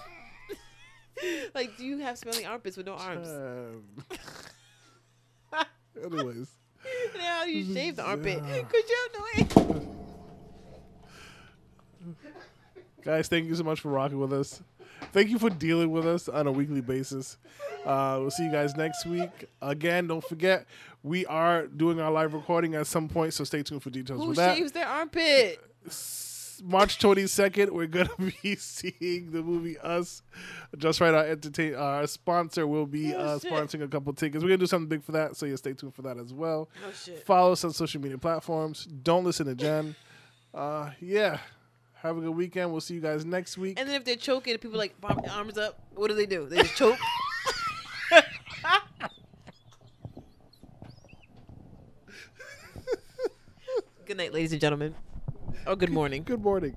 C: like, do you have smelly armpits with no arms?
B: Jen. Anyways,
C: And how do you shave the armpit?
B: Yeah.
C: Could you do it?
B: guys, thank you so much for rocking with us. Thank you for dealing with us on a weekly basis. Uh, we'll see you guys next week. Again, don't forget we are doing our live recording at some point, so stay tuned for details.
C: Who
B: with that.
C: shaves their armpit?
B: March 22nd, we're going to be seeing the movie Us. Just right, our entertain our sponsor will be
C: Oh,
B: uh,
C: shit.
B: sponsoring a couple tickets. We're going to do something big for that, so yeah, stay tuned for that as well.
C: Oh shit.
B: Follow us on social media platforms. Don't listen to Jen. Uh, yeah. Have a good weekend. We'll see you guys next week.
C: And then if they're choking, people like bomb- arms up. What do they do? They just choke. good night, ladies and gentlemen, Oh, or good morning.
B: good morning.